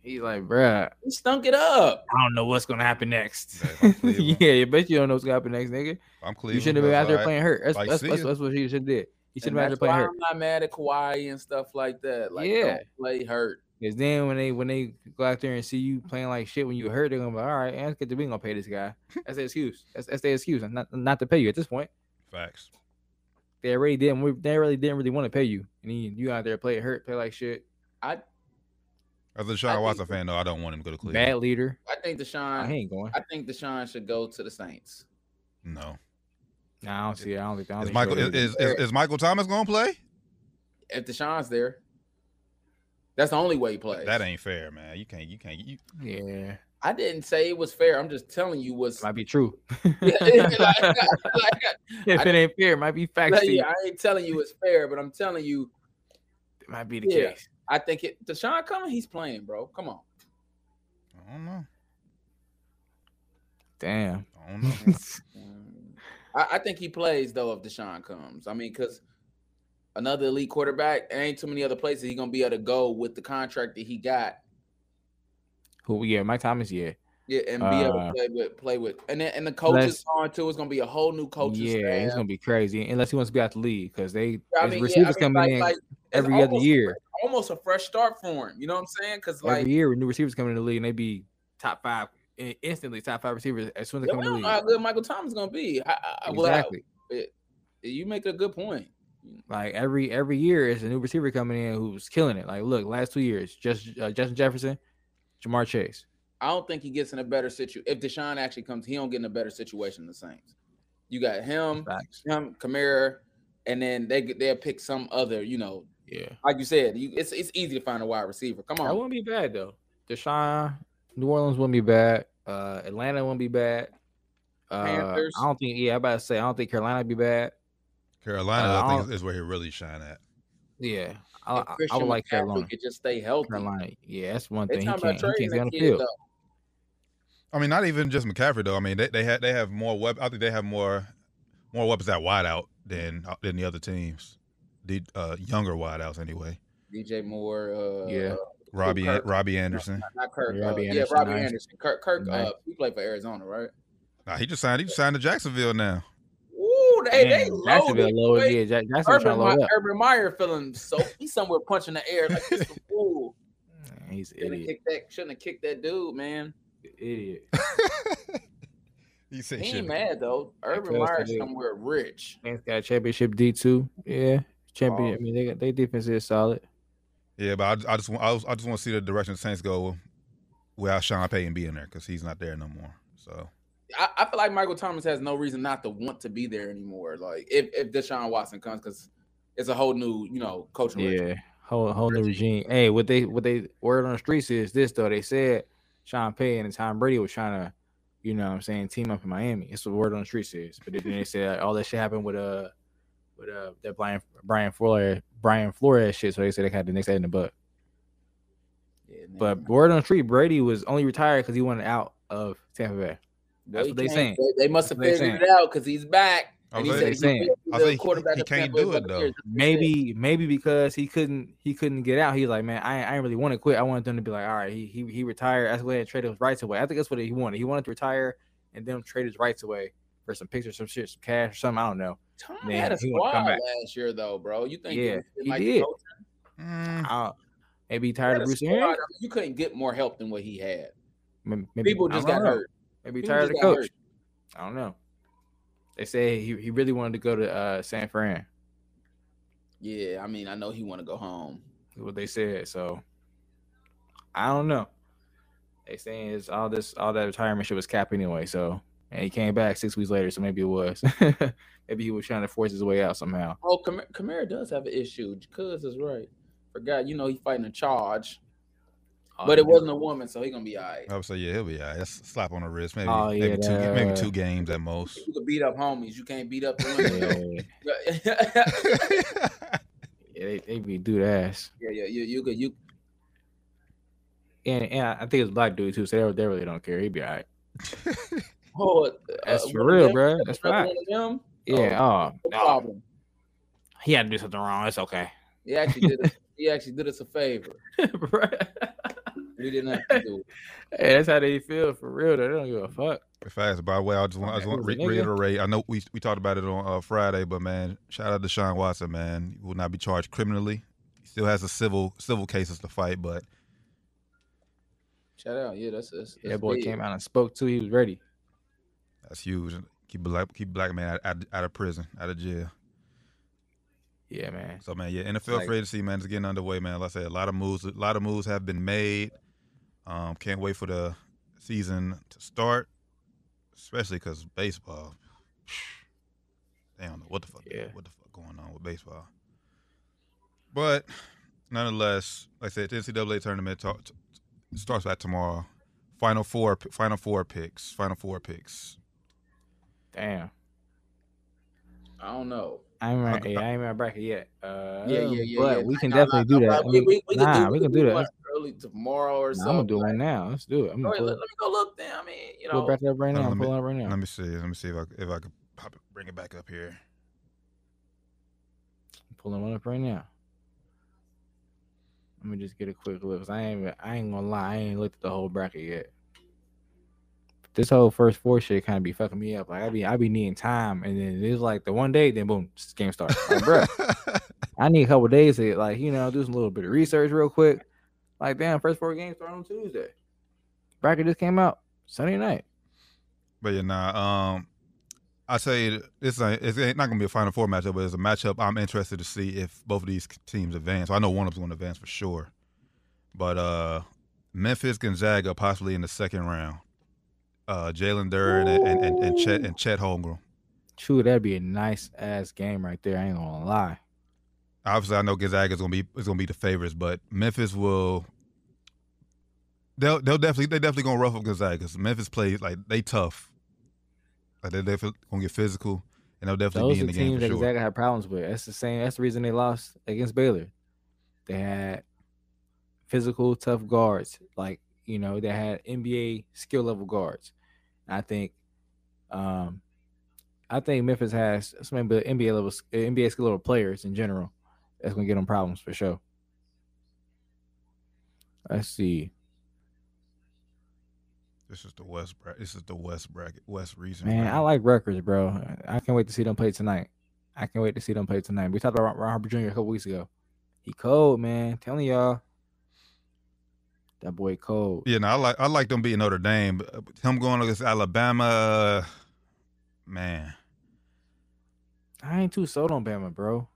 [SPEAKER 4] He's like, bruh,
[SPEAKER 5] He stunk it up.
[SPEAKER 4] I don't know what's gonna happen [LAUGHS] next.
[SPEAKER 3] [LAUGHS] Yeah, if I'm Cleveland.
[SPEAKER 4] yeah, you bet you don't know what's gonna happen next, nigga.
[SPEAKER 3] I'm Cleveland.
[SPEAKER 4] You shouldn't have been
[SPEAKER 3] that's
[SPEAKER 4] out
[SPEAKER 3] all
[SPEAKER 4] there
[SPEAKER 3] right.
[SPEAKER 4] playing hurt. That's,
[SPEAKER 3] Like,
[SPEAKER 4] that's,
[SPEAKER 3] see
[SPEAKER 4] that's,
[SPEAKER 3] ya.
[SPEAKER 4] that's what he should have did. He should have
[SPEAKER 5] And
[SPEAKER 4] been out there
[SPEAKER 5] that's
[SPEAKER 4] playing
[SPEAKER 5] why
[SPEAKER 4] hurt.
[SPEAKER 5] I'm not mad at Kawhi and stuff like that. Like,
[SPEAKER 4] Yeah.
[SPEAKER 5] don't play hurt.
[SPEAKER 4] Cause then when they when they go out there and see you playing like shit when you hurt, they're gonna be like, all right, and get the we gonna pay this guy. That's their excuse. That's, that's their excuse. Not not to pay you at this point.
[SPEAKER 3] Facts.
[SPEAKER 4] They already didn't. we- They really didn't really want to pay you, and then you out there play it hurt, play like shit.
[SPEAKER 3] As a
[SPEAKER 5] I
[SPEAKER 3] Deshaun
[SPEAKER 5] think-
[SPEAKER 3] Watson fan, though, I don't want him to go to Cleveland.
[SPEAKER 4] Bad leader.
[SPEAKER 5] I think
[SPEAKER 4] I
[SPEAKER 5] Deshaun.
[SPEAKER 4] ain't going.
[SPEAKER 5] I think Deshaun should go to the Saints.
[SPEAKER 3] No.
[SPEAKER 4] Nah, I don't see. It. I don't think. I don't
[SPEAKER 3] Is
[SPEAKER 4] think
[SPEAKER 3] Michael
[SPEAKER 4] Schroeder-
[SPEAKER 3] is, is, is Michael Thomas gonna play?
[SPEAKER 5] If Deshaun's there, that's the only way he plays.
[SPEAKER 3] That ain't fair, man. You can't. You can't. You,
[SPEAKER 4] yeah,
[SPEAKER 5] I didn't say it was fair. I'm just telling you what's.
[SPEAKER 4] might be true.
[SPEAKER 5] Yeah,
[SPEAKER 4] [LAUGHS]
[SPEAKER 5] like- [LAUGHS] like-
[SPEAKER 4] if it ain't fair, it might be
[SPEAKER 5] like,
[SPEAKER 4] [LAUGHS] facts.
[SPEAKER 5] yeah, I ain't telling you it's fair, but I'm telling you,
[SPEAKER 4] It might be the
[SPEAKER 5] Yeah.
[SPEAKER 4] case.
[SPEAKER 5] I think it. Deshaun coming, he's playing, bro. Come on.
[SPEAKER 3] I don't know.
[SPEAKER 4] Damn.
[SPEAKER 3] I don't know.
[SPEAKER 5] Um, I, I think he plays though if Deshaun comes. I mean, because another elite quarterback, there ain't too many other places he gonna be able to go with the contract that he got.
[SPEAKER 4] [LAUGHS] Who? Yeah, Mike Thomas. Yeah.
[SPEAKER 5] Yeah, and be able to
[SPEAKER 4] Uh,
[SPEAKER 5] play with play with, and then, and the coaches
[SPEAKER 4] let's-
[SPEAKER 5] on too. It's gonna be a whole new coaching
[SPEAKER 4] yeah,
[SPEAKER 5] staff.
[SPEAKER 4] he's gonna be crazy unless he wants to be out the league because they
[SPEAKER 5] I
[SPEAKER 4] his
[SPEAKER 5] mean, yeah, I
[SPEAKER 4] receivers
[SPEAKER 5] mean,
[SPEAKER 4] coming
[SPEAKER 5] like-
[SPEAKER 4] in
[SPEAKER 5] like, it's
[SPEAKER 4] every other
[SPEAKER 5] almost-
[SPEAKER 4] year.
[SPEAKER 5] almost a fresh start for him. You know what I'm saying? Because like
[SPEAKER 4] every year, with new receivers coming in the league, and they be top five in- instantly, top five receivers as soon as they
[SPEAKER 5] yeah,
[SPEAKER 4] come
[SPEAKER 5] we
[SPEAKER 4] in the
[SPEAKER 5] don't
[SPEAKER 4] league.
[SPEAKER 5] know how good Michael Thomas gonna be. I, I, I- well, I-
[SPEAKER 4] exactly.
[SPEAKER 5] you make a good point.
[SPEAKER 4] Like every every year, is a new receiver coming in who's killing it. Like, look, last two years, just uh, Justin Jefferson, Jamar Chase.
[SPEAKER 5] I don't think he gets in a better situation. If Deshaun actually comes, he don't get in a better situation than the Saints. You got him,
[SPEAKER 4] Facts.
[SPEAKER 5] him, Kamara, and then they get- they'll pick some other. You know,
[SPEAKER 4] Yeah,
[SPEAKER 5] like you said, you, it's it's easy to find a wide receiver. Come
[SPEAKER 4] that
[SPEAKER 5] on,
[SPEAKER 4] wouldn't be bad though. Deshaun, New Orleans wouldn't be bad. Uh, Atlanta wouldn't be bad. Uh,
[SPEAKER 5] Panthers.
[SPEAKER 4] I don't think. Yeah, I about to say I don't think Carolina would be bad.
[SPEAKER 3] Carolina,
[SPEAKER 4] Uh,
[SPEAKER 3] I think, is,
[SPEAKER 4] I'll-
[SPEAKER 3] is where he really shine at.
[SPEAKER 4] Yeah, I,
[SPEAKER 5] If
[SPEAKER 4] I, I
[SPEAKER 5] Christian
[SPEAKER 4] would like
[SPEAKER 5] McCaffrey
[SPEAKER 4] Carolina.
[SPEAKER 5] could just stay healthy.
[SPEAKER 4] Carolina. Yeah, that's one
[SPEAKER 5] They
[SPEAKER 4] thing. He
[SPEAKER 5] talking
[SPEAKER 4] can't,
[SPEAKER 5] about
[SPEAKER 4] he can't
[SPEAKER 5] trading
[SPEAKER 4] get on
[SPEAKER 5] that
[SPEAKER 4] the
[SPEAKER 5] kid
[SPEAKER 4] field.
[SPEAKER 5] though.
[SPEAKER 3] I mean, not even just McCaffrey though. I mean, they, they had they have more web. I think they have more more weapons at wideout than uh, than the other teams. The uh, younger wideouts anyway.
[SPEAKER 5] DJ Moore, uh,
[SPEAKER 4] Yeah.
[SPEAKER 3] Robbie
[SPEAKER 5] Kirk.
[SPEAKER 3] Robbie Anderson.
[SPEAKER 5] not Kirk,
[SPEAKER 4] Yeah,
[SPEAKER 5] uh,
[SPEAKER 4] Robbie
[SPEAKER 5] yeah,
[SPEAKER 4] Anderson,
[SPEAKER 5] Robbie
[SPEAKER 4] nice.
[SPEAKER 5] Anderson. Kirk, Kirk, uh,
[SPEAKER 4] Nice.
[SPEAKER 5] he played for Arizona, right?
[SPEAKER 3] Nah, he just signed. He just signed to Jacksonville now. [LAUGHS]
[SPEAKER 5] Ooh, they
[SPEAKER 4] Damn,
[SPEAKER 5] they
[SPEAKER 4] Jacksonville
[SPEAKER 5] loaded.
[SPEAKER 4] loaded.
[SPEAKER 5] boy.
[SPEAKER 4] Yeah, Jack, Jacksonville trying
[SPEAKER 5] Urban,
[SPEAKER 4] to load
[SPEAKER 5] Meyer,
[SPEAKER 4] up.
[SPEAKER 5] Urban Meyer feeling so he's somewhere punching the air like
[SPEAKER 4] [LAUGHS]
[SPEAKER 5] this is a fool.
[SPEAKER 4] Man, he's an
[SPEAKER 5] Shouldn't have
[SPEAKER 4] idiot.
[SPEAKER 5] kicked that. Shouldn't have kicked that dude, man.
[SPEAKER 4] Idiot.
[SPEAKER 3] He said,
[SPEAKER 5] He
[SPEAKER 3] "Shit."
[SPEAKER 5] ain't mad though. Urban
[SPEAKER 4] cussed
[SPEAKER 5] Meyer
[SPEAKER 4] the dude.
[SPEAKER 5] somewhere rich.
[SPEAKER 4] Saints got a championship D two. Yeah, champion.
[SPEAKER 5] Oh.
[SPEAKER 4] I mean, they got their defense is solid.
[SPEAKER 3] Yeah, but I, I just want I, was- I just want to see the direction the Saints go without Sean Payton being there because he's not there no more. So
[SPEAKER 5] I, I feel like Michael Thomas has no reason not to want to be there anymore. Like if if Deshaun Watson comes, because it's a whole new you know coaching. regime.
[SPEAKER 4] Yeah, whole whole new regime. Hey, what they what they word on the streets is this though. They said Sean Payton and Tom Brady was trying to, you know, what I'm saying team up in Miami. It's what word on the streets is. But then they said all that shit happened with uh with uh that Brian Brian Flores Brian Flores shit. So they said they had the next head in the butt.
[SPEAKER 5] Yeah, man.
[SPEAKER 4] But word on the street, Brady was only retired because he wanted out of Tampa Bay.
[SPEAKER 5] Well,
[SPEAKER 4] That's
[SPEAKER 5] he
[SPEAKER 4] what they
[SPEAKER 5] can't-
[SPEAKER 4] saying.
[SPEAKER 5] They, they must have
[SPEAKER 4] That's what they
[SPEAKER 5] figured it
[SPEAKER 4] saying.
[SPEAKER 5] out because he's back.
[SPEAKER 3] I
[SPEAKER 5] And
[SPEAKER 3] was
[SPEAKER 5] he
[SPEAKER 3] like-
[SPEAKER 5] said
[SPEAKER 4] They saying.
[SPEAKER 5] he's
[SPEAKER 3] I
[SPEAKER 5] the
[SPEAKER 3] think he-
[SPEAKER 5] quarterback
[SPEAKER 3] he
[SPEAKER 5] of Tampa
[SPEAKER 3] can't
[SPEAKER 5] Bay
[SPEAKER 3] do it, though.
[SPEAKER 5] Buccaneers. That's what he
[SPEAKER 4] Maybe,
[SPEAKER 5] said.
[SPEAKER 4] maybe because he couldn't, he couldn't get out. He's like, man, I, I ain't really want to quit. I wanted them to be like, all right, he he, he retired. That's why they traded his rights away. I think that's what he wanted. He wanted to retire and then trade his rights away for some pictures, some shit, some cash, or something. I don't know.
[SPEAKER 5] Tom
[SPEAKER 4] Man,
[SPEAKER 5] had a
[SPEAKER 4] he wanna
[SPEAKER 5] squad
[SPEAKER 4] come back.
[SPEAKER 5] last year though, bro. You think
[SPEAKER 4] Yeah,
[SPEAKER 5] was
[SPEAKER 4] he
[SPEAKER 5] like
[SPEAKER 4] did.
[SPEAKER 5] coach?
[SPEAKER 3] mm,
[SPEAKER 4] I, maybe he
[SPEAKER 5] He
[SPEAKER 4] tired
[SPEAKER 5] had
[SPEAKER 4] of
[SPEAKER 5] a
[SPEAKER 4] Bruce
[SPEAKER 5] squad. I mean,
[SPEAKER 4] Arians.
[SPEAKER 5] You couldn't get more help than what he had.
[SPEAKER 4] May- Maybe,
[SPEAKER 5] People
[SPEAKER 4] I
[SPEAKER 5] just
[SPEAKER 4] don't
[SPEAKER 5] got
[SPEAKER 4] know.
[SPEAKER 5] hurt.
[SPEAKER 4] Maybe he
[SPEAKER 5] People
[SPEAKER 4] tired of
[SPEAKER 5] just
[SPEAKER 4] the
[SPEAKER 5] got
[SPEAKER 4] coach.
[SPEAKER 5] hurt.
[SPEAKER 4] I don't know. They say he, he really wanted to go to uh, San Fran.
[SPEAKER 5] Yeah, I mean, I know he want to go home.
[SPEAKER 4] is what they said. So I don't know. They saying it's all this all that retirement shit was cap anyway. So and he came back six weeks later. So maybe it was. [LAUGHS] maybe he was trying to force his way out somehow.
[SPEAKER 5] Oh, Kam- Kamara does have an issue. Cuz is right. Forgot, you know, he fighting a charge,
[SPEAKER 4] All
[SPEAKER 5] but
[SPEAKER 4] he
[SPEAKER 5] it
[SPEAKER 4] did-
[SPEAKER 5] wasn't a woman, so he gonna be all right.
[SPEAKER 3] I would say, yeah, he'll be all right. That's a slap on the wrist, maybe
[SPEAKER 4] Oh, yeah,
[SPEAKER 3] maybe two
[SPEAKER 4] that,
[SPEAKER 3] maybe
[SPEAKER 4] uh,
[SPEAKER 3] two games at
[SPEAKER 5] [LAUGHS]
[SPEAKER 3] most.
[SPEAKER 5] You can beat up homies. You can't beat up the women.
[SPEAKER 4] Yeah,
[SPEAKER 5] yeah,
[SPEAKER 4] yeah, they, they be dude ass.
[SPEAKER 5] [LAUGHS] yeah, you, you could, you
[SPEAKER 4] And and I think it's black dude too. So they, they really don't care. He'd be all right.
[SPEAKER 5] Oh, uh,
[SPEAKER 4] That's
[SPEAKER 5] one
[SPEAKER 4] for
[SPEAKER 5] of
[SPEAKER 4] real,
[SPEAKER 5] them-
[SPEAKER 4] bro. That's
[SPEAKER 5] another
[SPEAKER 4] right.
[SPEAKER 5] one of them?
[SPEAKER 4] Yeah. Oh,
[SPEAKER 5] No
[SPEAKER 4] no,
[SPEAKER 5] problem.
[SPEAKER 4] he had to do something wrong. It's
[SPEAKER 5] [LAUGHS]
[SPEAKER 4] okay.
[SPEAKER 5] He actually did. Us, he actually did us a favor.
[SPEAKER 4] Bruh.
[SPEAKER 5] We didn't have to
[SPEAKER 4] [LAUGHS]
[SPEAKER 5] do it.
[SPEAKER 4] hey, that's how they feel for real. Though. They don't give a fuck.
[SPEAKER 3] Fast, by the way, I just want, I just
[SPEAKER 4] Okay,
[SPEAKER 3] want to
[SPEAKER 4] who's
[SPEAKER 3] re-
[SPEAKER 4] the nigga?
[SPEAKER 3] reiterate. I know we we talked about it on uh, Friday, but man, shout out to Sean Watson, man. He will not be charged criminally. He still has a civil civil cases to fight, but
[SPEAKER 5] Shout out. Yeah, that's us.
[SPEAKER 4] That boy came out and spoke too. He was ready.
[SPEAKER 3] that's huge. Keep black keep black man out, out, out of prison, out of jail.
[SPEAKER 4] Yeah, man.
[SPEAKER 3] So man, yeah, NFL
[SPEAKER 4] Like-
[SPEAKER 3] free agency man is getting underway, man. Like I said, a lot of moves, a lot of moves have been made. Um, can't wait for the season to start, especially because baseball. They don't know what the fuck,
[SPEAKER 4] Yeah.
[SPEAKER 3] what the fuck going on with baseball. But nonetheless, like I said, the NCAA tournament ta- t- starts back tomorrow. Final four, final four picks, final four picks.
[SPEAKER 4] Damn.
[SPEAKER 5] I don't know.
[SPEAKER 4] I ain't my,
[SPEAKER 3] Okay.
[SPEAKER 4] yeah, I ain't my bracket yet. Uh,
[SPEAKER 5] Yeah, yeah, yeah.
[SPEAKER 4] But
[SPEAKER 5] yeah.
[SPEAKER 4] we can
[SPEAKER 5] Nah, nah,
[SPEAKER 4] definitely do
[SPEAKER 5] nah,
[SPEAKER 4] that.
[SPEAKER 5] We, we, we
[SPEAKER 4] nah,
[SPEAKER 5] can do,
[SPEAKER 4] we can do
[SPEAKER 5] one
[SPEAKER 4] that.
[SPEAKER 5] early tomorrow or
[SPEAKER 4] Nah,
[SPEAKER 5] something.
[SPEAKER 4] I'm gonna do one now. Let's do it. I'm gonna
[SPEAKER 5] All right,
[SPEAKER 4] pull
[SPEAKER 5] let,
[SPEAKER 4] it,
[SPEAKER 5] let me go look then. I mean, you
[SPEAKER 4] pull
[SPEAKER 5] know,
[SPEAKER 4] it back up right
[SPEAKER 3] Hold on,
[SPEAKER 4] now. I'm
[SPEAKER 3] let me-
[SPEAKER 4] pulling up right now.
[SPEAKER 3] Let me see. Let me see if I if I could pop it, bring it back up here.
[SPEAKER 4] pulling one up right now. Let me just get a quick look. 'cause I ain't, even- I ain't gonna lie, I ain't looked at the whole bracket yet. This whole first four shit kind of be fucking me up. Like I be, I be needing time, and then it's like the one day, then boom, s- game starts. Like, bruh,
[SPEAKER 3] [LAUGHS]
[SPEAKER 4] I need a couple days to like you know do some little bit of research real quick. Like damn, first four games start on Tuesday. Bracket just came out Sunday night.
[SPEAKER 3] But yeah, nah. Um, I tell you, this ain't, it's ain't not gonna be a Final Four matchup, but it's a matchup I'm interested to see if both of these teams advance. I know one of them's gonna advance for sure, but uh, Memphis Gonzaga possibly in the second round. Uh, Jalen Duren and, and, and, and Chet and Chet Holmgren.
[SPEAKER 4] True, that'd be a nice ass game right there. I ain't gonna lie.
[SPEAKER 3] obviously I know Gonzaga's gonna be is gonna be the favorites, but Memphis will they'll they'll definitely they definitely gonna rough up Gonzaga 'cause Memphis plays like they tough. Like they're definitely gonna get physical and they'll definitely
[SPEAKER 4] Those
[SPEAKER 3] be
[SPEAKER 4] are
[SPEAKER 3] in the game
[SPEAKER 4] teams
[SPEAKER 3] for
[SPEAKER 4] that
[SPEAKER 3] sure.
[SPEAKER 4] Gonzaga had problems with. That's the same. That's the reason they lost against Baylor. They had physical, tough guards. Like you know, they had NBA skill level guards. I think, um, I think Memphis has some NBA NBA level NBA skill level players in general. That's gonna get them problems for sure. Let's see,
[SPEAKER 3] This is the West bra- this is the West bracket West region.
[SPEAKER 4] man.
[SPEAKER 3] bracket.
[SPEAKER 4] I like records, bro. I can't wait to see them play tonight. I can't wait to see them play tonight. We talked about Ron Harper Jr. a couple weeks ago. He cold, man. Telling y'all. That boy cold.
[SPEAKER 3] yeah, no, I like I like them beating Notre Dame. But uh, him going against Alabama, uh, man. [LAUGHS]
[SPEAKER 4] I ain't too sold on Bama, bro.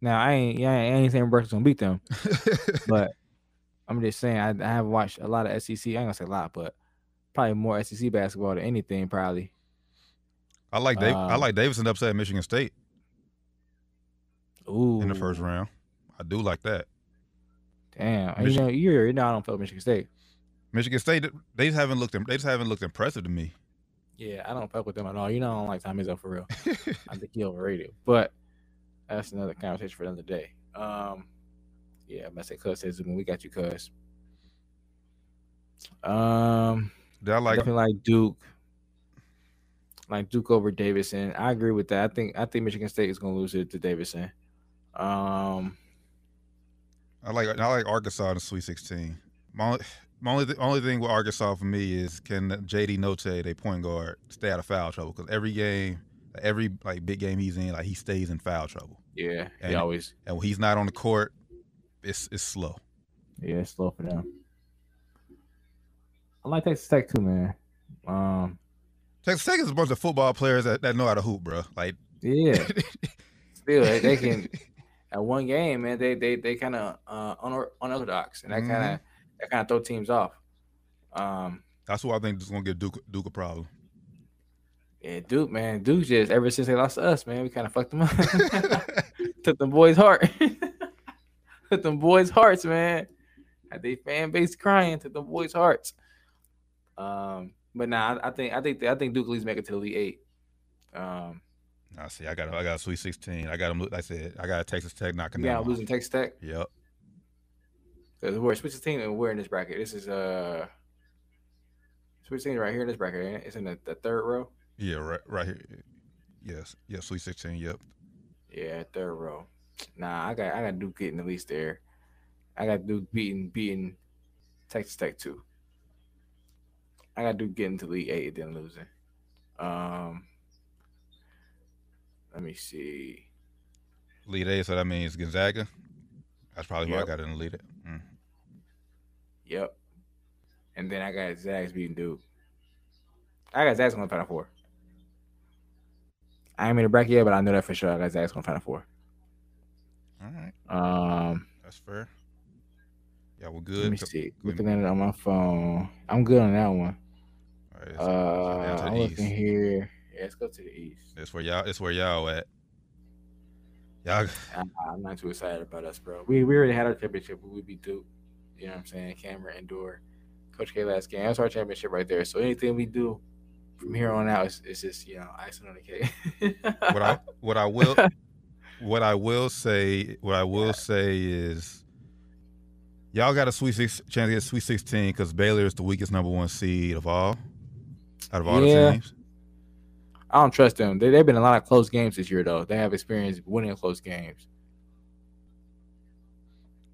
[SPEAKER 4] Now I ain't yeah, I ain't saying Rutgers gonna beat them,
[SPEAKER 3] [LAUGHS]
[SPEAKER 4] but I'm just saying I, I have watched a lot of SEC. I ain't gonna say a lot, but probably more SEC basketball than anything, probably.
[SPEAKER 3] I like Dave, I
[SPEAKER 4] Um,
[SPEAKER 3] like Davidson upset Michigan State
[SPEAKER 4] Ooh.
[SPEAKER 3] in the first round. I do like that.
[SPEAKER 4] Damn. And
[SPEAKER 3] Michi-
[SPEAKER 4] You know, you already know I don't feel Michigan State.
[SPEAKER 3] Michigan State they just haven't looked they just haven't looked impressive to me.
[SPEAKER 4] Yeah, I don't fuck with them at all. You know, I don't like Tommy Izzo for real. I think he overrated, but that's another conversation for another day. Um, yeah, I'm gonna say cuz says when we got you, cuz. Um,
[SPEAKER 3] I like
[SPEAKER 4] definitely like Duke, like Duke over Davidson. I agree with that. I think I think Michigan State is gonna lose it to Davidson. Um,
[SPEAKER 3] I like I like Arkansas in the Sweet Sixteen. My only my only, th- only thing with Arkansas for me is can JD Note, their point guard, stay out of foul trouble? Because every game, every like big game he's in, like he stays in foul trouble,
[SPEAKER 4] yeah, he
[SPEAKER 3] And-
[SPEAKER 4] always
[SPEAKER 3] and when he's not on the court, it's it's slow.
[SPEAKER 4] Yeah, it's slow for them. I like Texas Tech too, man. Um,
[SPEAKER 3] Texas Tech is a bunch of football players that, that know how to hoop, bro. Like
[SPEAKER 4] yeah. Still, they, they can at one game, man. They they they kind of uh, unor- unorthodox, and that kind of that kind of throw teams off. Um,
[SPEAKER 3] that's who I think is gonna give Duke Duke a problem.
[SPEAKER 4] yeah, Duke, man, Duke just ever since they lost to us, man, we kind of fucked them up. [LAUGHS] Took them boys' heart. [LAUGHS] Took them boys' hearts, man. Had they fan base crying. Took them boys' hearts. Um, but nah, I, I think I think I think Duke at least make it to the Elite Eight. Um,
[SPEAKER 3] I see. I got I got a Sweet Sixteen. I got them. I said I got Texas Tech knocking
[SPEAKER 4] yeah,
[SPEAKER 3] down.
[SPEAKER 4] losing Texas Tech.
[SPEAKER 3] Yep.
[SPEAKER 4] Because we're switch the team and we're in this bracket. This is uh switch team right here in this bracket. ain't it? It's in the, the third row.
[SPEAKER 3] Yeah. Right. Right here. Yes. Yeah. Sweet Sixteen. Yep.
[SPEAKER 4] Yeah, third row. Nah, I got I got Duke getting at least there. I got Duke beating beating Texas Tech too. I got Duke getting to League Eight and then losing. Um, let me see.
[SPEAKER 3] Lead A, so that means Gonzaga. That's probably who
[SPEAKER 4] Yep.
[SPEAKER 3] I got in the lead. Mm.
[SPEAKER 4] Yep. And then I got Zags beating Duke. I got Zags going to Final Four. I ain't made a bracket yet, but I know that for sure. I got Zach's gonna find a four.
[SPEAKER 3] All right,
[SPEAKER 4] Um,
[SPEAKER 3] that's fair. Yeah, we're
[SPEAKER 4] let me
[SPEAKER 3] good.
[SPEAKER 4] see.
[SPEAKER 3] go
[SPEAKER 4] Looking at it on my phone, I'm good on that one.
[SPEAKER 3] All right, it's-
[SPEAKER 4] Uh,
[SPEAKER 3] to the
[SPEAKER 4] I'm looking
[SPEAKER 3] east.
[SPEAKER 4] here. Yeah, let's go to the east.
[SPEAKER 3] That's where y'all. That's where y'all at.
[SPEAKER 4] [LAUGHS]
[SPEAKER 3] Y'all.
[SPEAKER 4] I'm not too excited about us, bro. We we already had our championship. We would be Duke. You know what I'm saying? Cameron Indoor, Coach K last game. That's our championship right there. So anything we do from here on out, it's, it's just you know icing on the cake. [LAUGHS]
[SPEAKER 3] What I what I will what I will say what I will say is y'all got a sweet six chance to get a sweet sixteen because Baylor is the weakest number one seed of all out of all
[SPEAKER 4] Yeah.
[SPEAKER 3] the teams.
[SPEAKER 4] I don't trust them. They, they've been a lot of close games this year, though. They have experience winning close games.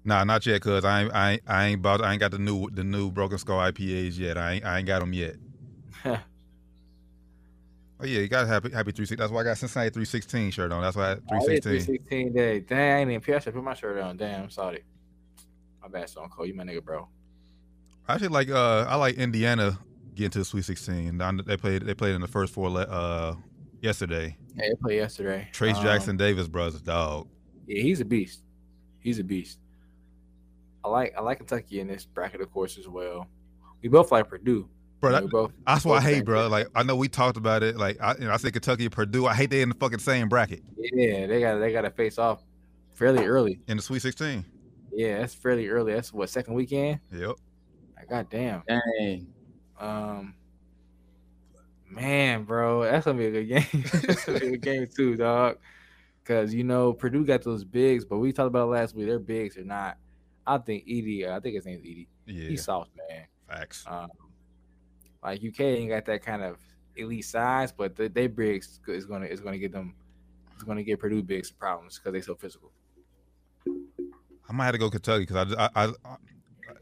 [SPEAKER 3] Nah, not yet, cause I ain't, I ain't, I ain't about I ain't got the new the new Broken Skull IPAs yet. I ain't, I ain't got them
[SPEAKER 4] [LAUGHS]
[SPEAKER 3] yet. Oh yeah, you got happy happy three six. That's why I got Cincinnati three sixteen shirt on. That's why three
[SPEAKER 4] Oh, Three
[SPEAKER 3] sixteen.
[SPEAKER 4] sixteen day. Dang, I ain't even I should put my shirt on. Damn, sorry. My bad, Stone Cold. You my nigga, bro.
[SPEAKER 3] I actually like uh I like Indiana getting to the Sweet Sixteen. Now, They played they played in the first four le- uh yesterday.
[SPEAKER 4] Yeah, they played yesterday.
[SPEAKER 3] Trace
[SPEAKER 4] Um,
[SPEAKER 3] Jackson Davis brothers, dog.
[SPEAKER 4] Yeah, he's a beast. He's a beast. I like I like Kentucky in this bracket, of course, as well. We both like Purdue.
[SPEAKER 3] Bro,
[SPEAKER 4] we
[SPEAKER 3] that,
[SPEAKER 4] both.
[SPEAKER 3] that's why I
[SPEAKER 4] both
[SPEAKER 3] hate,
[SPEAKER 4] think
[SPEAKER 3] bro.
[SPEAKER 4] that-
[SPEAKER 3] Like I know we talked about it. Like I, you know, I said Kentucky, Purdue. I hate they in the fucking same bracket
[SPEAKER 4] Yeah, they got they got to face off fairly early.
[SPEAKER 3] in the Sweet Sixteen.
[SPEAKER 4] Yeah, that's fairly early. That's what second weekend.
[SPEAKER 3] Yep.
[SPEAKER 4] Like, God damn.
[SPEAKER 5] Dang.
[SPEAKER 4] Um, man, bro, that's gonna be a good game. [LAUGHS] that's gonna be a good game too, dog. Because you know Purdue got those bigs, but we talked about it last week. Their bigs are not. I think Edie. uh, I think his name's Edie.
[SPEAKER 3] Yeah.
[SPEAKER 4] He's soft, man.
[SPEAKER 3] Facts.
[SPEAKER 4] Um, like UK ain't got that kind of elite size, but the, they bigs is gonna is gonna get them. It's gonna get Purdue bigs some problems because they so physical.
[SPEAKER 3] I might have to go Kentucky because I, I, I, I,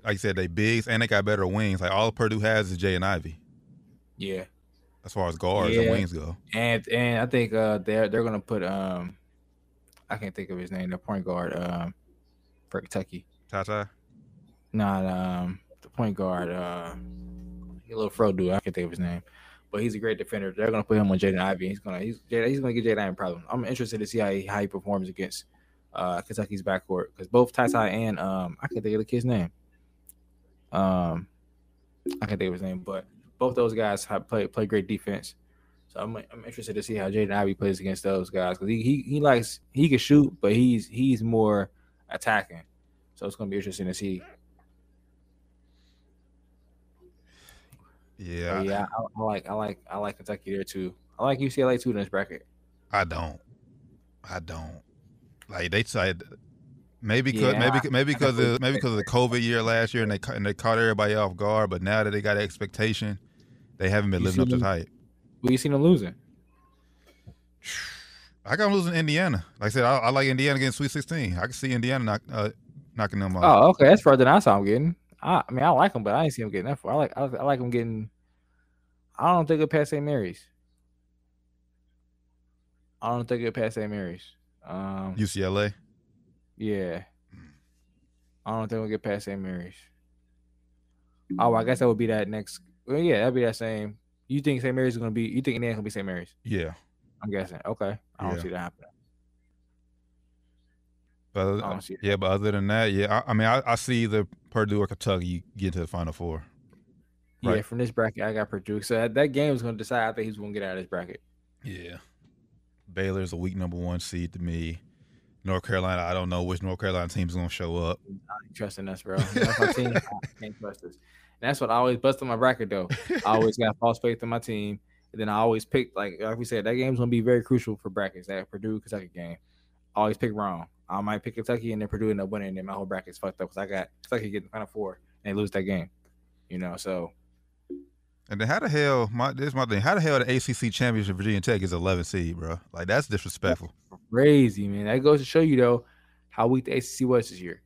[SPEAKER 3] like you said, they bigs and they got better wings. Like all Purdue has is Jay and Ivy
[SPEAKER 4] Yeah,
[SPEAKER 3] as far as guards and
[SPEAKER 4] Yeah.
[SPEAKER 3] wings go.
[SPEAKER 4] and and I think uh they're they're gonna put um, I can't think of his name. The point guard um for Kentucky.
[SPEAKER 3] Ty Ty.
[SPEAKER 4] not um the point guard, uh he a little fro dude, I can't think of his name. But he's a great defender. They're gonna put him on Jaden Ivey. He's gonna he's Jaden, he's gonna get Jaden Ivey problem. I'm interested to see how he how he performs against uh Kentucky's backcourt because both Ty Ty and um I can't think of the kid's name. Um I can't think of his name, but both those guys have play play great defense. So I'm, I'm interested to see how Jaden Ivey plays against those guys because he, he he likes he can shoot, but he's he's more attacking. So it's gonna be interesting to see
[SPEAKER 3] Yeah.
[SPEAKER 4] Yeah,
[SPEAKER 3] I-
[SPEAKER 4] Oh, yeah I, I like I like I like Kentucky there too. I like UCLA too in this bracket.
[SPEAKER 3] I don't. I don't. Like they said, maybe
[SPEAKER 4] Yeah,
[SPEAKER 3] cause, maybe maybe
[SPEAKER 4] I
[SPEAKER 3] because
[SPEAKER 4] agree.
[SPEAKER 3] maybe because of the COVID year last year, and they ca- and they caught everybody off guard. But now that they got an expectation, they haven't been
[SPEAKER 4] You
[SPEAKER 3] living up
[SPEAKER 4] see
[SPEAKER 3] to
[SPEAKER 4] them-
[SPEAKER 3] hype. [SIGHS]
[SPEAKER 4] Well, you seen them losing.
[SPEAKER 3] I got them losing to Indiana. Like I said, I, I like Indiana getting Sweet Sixteen. I can see Indiana knock, uh, knocking them off.
[SPEAKER 4] Oh, okay, that's further than I saw them getting. I, I mean, I like them, but I didn't see them getting that far. I like I, I like them getting. I don't think it past St. Mary's. I don't think it past St. Mary's. Um,
[SPEAKER 3] UCLA.
[SPEAKER 4] yeah, I don't think we'll get past St. Mary's. Oh, I guess that would be that next. Well, yeah, that'd be that same. You think St. Mary's is gonna be? You think Indiana's gonna be St. Mary's?
[SPEAKER 3] Yeah.
[SPEAKER 4] I'm guessing. Okay, I don't
[SPEAKER 3] Yeah.
[SPEAKER 4] see that happening.
[SPEAKER 3] But other-
[SPEAKER 4] I don't see it.
[SPEAKER 3] yeah, but other than that, yeah, I, I mean, I, I see either Purdue or Kentucky get to the Final Four.
[SPEAKER 4] Yeah,
[SPEAKER 3] Right.
[SPEAKER 4] from this bracket, I got Purdue. So that, that game is going to decide. I think he's going to get out of this bracket.
[SPEAKER 3] Yeah. Baylor's a weak number one seed to me. North Carolina, I don't know which North Carolina team's gonna show up.
[SPEAKER 4] I ain't trusting us, bro. That's my team. I can't trust us. And that's what I always bust on my bracket, though. I always got false faith in my team. And then I always pick, like like we said, that game's going to be very crucial for brackets. That Purdue Kentucky game. I always pick wrong. I might pick Kentucky and then Purdue end up winning. And then my whole bracket's fucked up because I got Kentucky getting kind of four and they lose that game. You know, so
[SPEAKER 3] [LAUGHS] And then how the hell my this is my thing. How the hell the ACC championship Virginia Tech is 11 seed, bro? Like that's disrespectful.
[SPEAKER 4] crazy, man. That goes to show you though how weak the ACC was this year.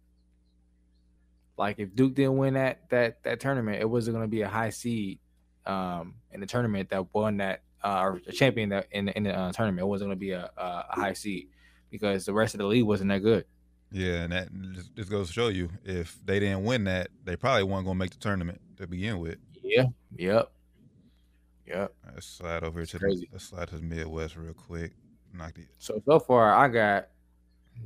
[SPEAKER 4] Like if Duke didn't win that that that tournament, it wasn't going to be a high seed um, in the tournament that won that uh, or a champion that in the, in the uh, tournament. It wasn't going to be a, a a high seed because the rest of the league wasn't that good.
[SPEAKER 3] Yeah, and that just- just goes to show you if they didn't win that, they probably weren't gonna make the tournament to begin with.
[SPEAKER 4] Yeah. Yep. Yep.
[SPEAKER 3] Let's slide over here
[SPEAKER 4] It's
[SPEAKER 3] to
[SPEAKER 4] crazy.
[SPEAKER 3] the let's slide to the Midwest real quick. knocked it.
[SPEAKER 4] So so far, I got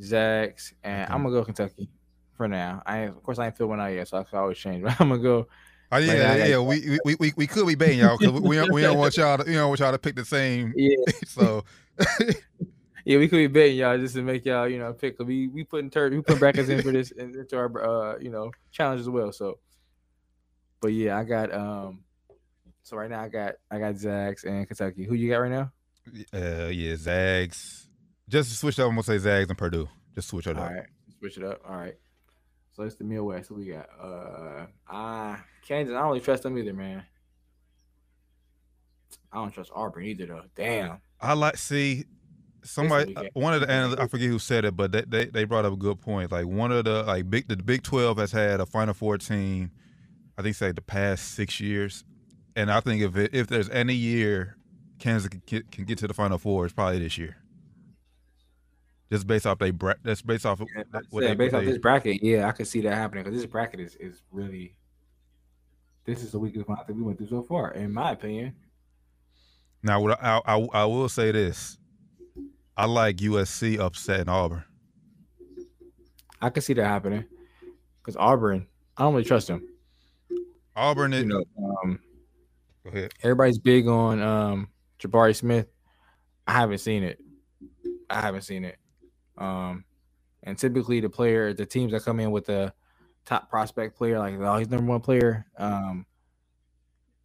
[SPEAKER 4] Zags, and
[SPEAKER 3] Okay.
[SPEAKER 4] I'm gonna go Kentucky for now. I of course I ain't filled one out yet, so I can always change. But [LAUGHS] I'm gonna go.
[SPEAKER 3] Oh yeah,
[SPEAKER 4] now,
[SPEAKER 3] yeah,
[SPEAKER 4] like-
[SPEAKER 3] yeah. We, we we we could be baiting y'all because we don't, we don't want y'all to, we don't want y'all to pick the [LAUGHS] same.
[SPEAKER 4] Yeah,
[SPEAKER 3] So
[SPEAKER 4] yeah, we could be betting y'all just to make y'all you know pick. We we putting tur- we putting brackets in for this and into our uh you know challenge as well. So, but yeah, I got um. So right now I got I got Zags and Kentucky. Who you got right now?
[SPEAKER 3] uh, yeah, Zags. Just switch up. I'm gonna say Zags and Purdue. Just switch it
[SPEAKER 4] All
[SPEAKER 3] up.
[SPEAKER 4] right, switch it up. All right. So it's the Midwest. Who we got? Uh, I Kansas. I don't really trust them either, man. I don't trust Auburn either, though. Damn.
[SPEAKER 3] I like see somebody
[SPEAKER 4] weekend.
[SPEAKER 3] one of the analysts I forget who said it, but they, they they brought up a good point. Like one of the like big the Big Twelve has had a Final Four team, I think say the past six years, and I think if it, if there's any year Kansas can, get- can get to the Final Four, it's probably this year. Just based off they bra- that's based off of
[SPEAKER 4] Yeah,
[SPEAKER 3] what
[SPEAKER 4] yeah,
[SPEAKER 3] they,
[SPEAKER 4] based
[SPEAKER 3] what
[SPEAKER 4] off
[SPEAKER 3] they-
[SPEAKER 4] this bracket, yeah, I could see that happening because this bracket is is really. This is the weakest one I think we went through so far, in my opinion.
[SPEAKER 3] Now, what I, I I will say this, I like USC upsetting Auburn.
[SPEAKER 4] I could see that happening because Auburn. I don't really trust them.
[SPEAKER 3] Auburn,
[SPEAKER 4] You
[SPEAKER 3] it,
[SPEAKER 4] know, um,
[SPEAKER 3] go ahead.
[SPEAKER 4] everybody's big on um Jabari Smith. I haven't seen it. I haven't seen it. Um and typically the player the teams that come in with a top prospect player, like oh he's number one player. Um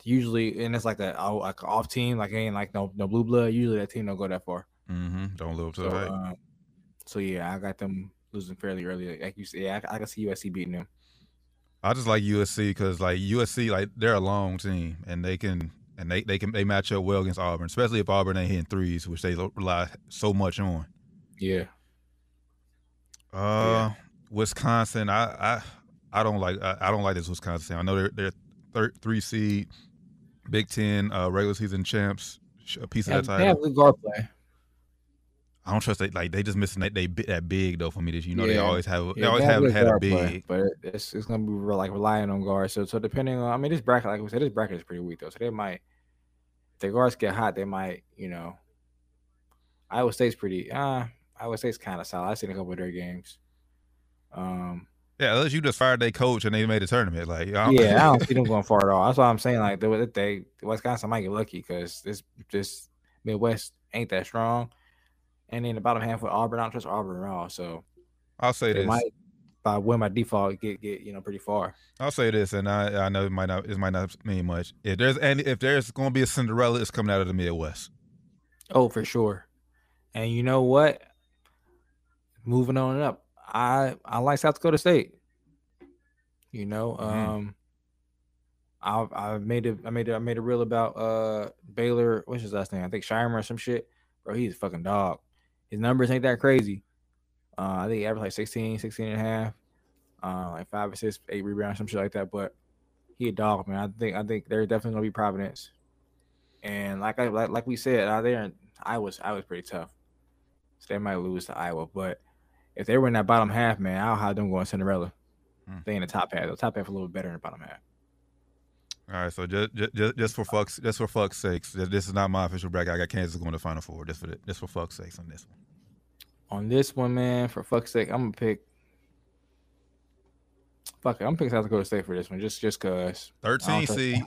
[SPEAKER 4] usually and it's like a oh, like a off team, like ain't like no no blue blood. Usually that team don't go that far.
[SPEAKER 3] hmm Don't live to
[SPEAKER 4] So
[SPEAKER 3] the hype.
[SPEAKER 4] um, so yeah, I got them losing fairly early. Like you said, yeah, I, I can see USC beating them.
[SPEAKER 3] I just like USC because like USC like they're a long team and they can and they, they can they match up well against Auburn, especially if Auburn ain't hitting threes, which they lo- rely so much on.
[SPEAKER 4] Yeah.
[SPEAKER 3] Uh, Wisconsin, I, I I don't like I, I don't like this Wisconsin. team. I know they're they're thir- three seed, Big Ten uh, regular season champs, sh- a piece
[SPEAKER 4] They have,
[SPEAKER 3] of that
[SPEAKER 4] they
[SPEAKER 3] title.
[SPEAKER 4] have good guard play.
[SPEAKER 3] I don't trust they like they just missing that they bit that big though for me. That you know they
[SPEAKER 4] Yeah.
[SPEAKER 3] always have they
[SPEAKER 4] Yeah,
[SPEAKER 3] always
[SPEAKER 4] they
[SPEAKER 3] have
[SPEAKER 4] good
[SPEAKER 3] had a
[SPEAKER 4] guard
[SPEAKER 3] big.
[SPEAKER 4] play, but it- it's, it's gonna be re- like relying on guards. So so depending on, I mean, this bracket, like we said, this bracket is pretty weak though. So they might, if the guards get hot, they might, you know. Iowa State's pretty. Uh, Iowa State's kind of solid. I've seen a couple of their games. Um,
[SPEAKER 3] Yeah, unless you just fired their coach and they made a tournament. Like I don't-
[SPEAKER 4] yeah, I don't see them going far at all. That's why I'm saying like the they Wisconsin might get lucky because this this Midwest ain't that strong, and then the bottom half with Auburn, I don't trust Auburn at all. So
[SPEAKER 3] [LAUGHS] I'll say
[SPEAKER 4] they
[SPEAKER 3] this.
[SPEAKER 4] might by win by default get get you know pretty far.
[SPEAKER 3] I'll say this, and I, I know it might not it might not mean much. If there's any, if there's going to be a Cinderella, it's coming out of the Midwest.
[SPEAKER 4] Oh, for sure. And you know what? Moving on up, I I like South Dakota State. You know,
[SPEAKER 3] Mhm.
[SPEAKER 4] um, I I made a I made a, I made a reel about uh Baylor. What's his last name? I think Shimer or some shit. Bro, he's a fucking dog. His numbers ain't that crazy. Uh, I think he averaged like 16, 16 and a half, uh, like five or six, eight rebounds, some shit like that. But he a dog, man. I think I think they're definitely gonna be Providence. And like I like, like we said, out there in Iowa's Iowa's pretty tough. So they might lose to Iowa. But if they were in that bottom half, man, I'll have them going Cinderella.
[SPEAKER 3] Hmm.
[SPEAKER 4] They in the top half. The top half a little better than the bottom half.
[SPEAKER 3] All right, so just just, just for fucks just for fuck's sakes, th- this is not my official bracket. I got Kansas going to Final Four. Just for the, just for fuck's sakes on this one.
[SPEAKER 4] On this one, man, for fuck's sake, I'm gonna pick Fuck it, I'm picking South Dakota State for this one, just just cause. [LAUGHS]
[SPEAKER 3] Thirteen
[SPEAKER 4] trust
[SPEAKER 3] seed,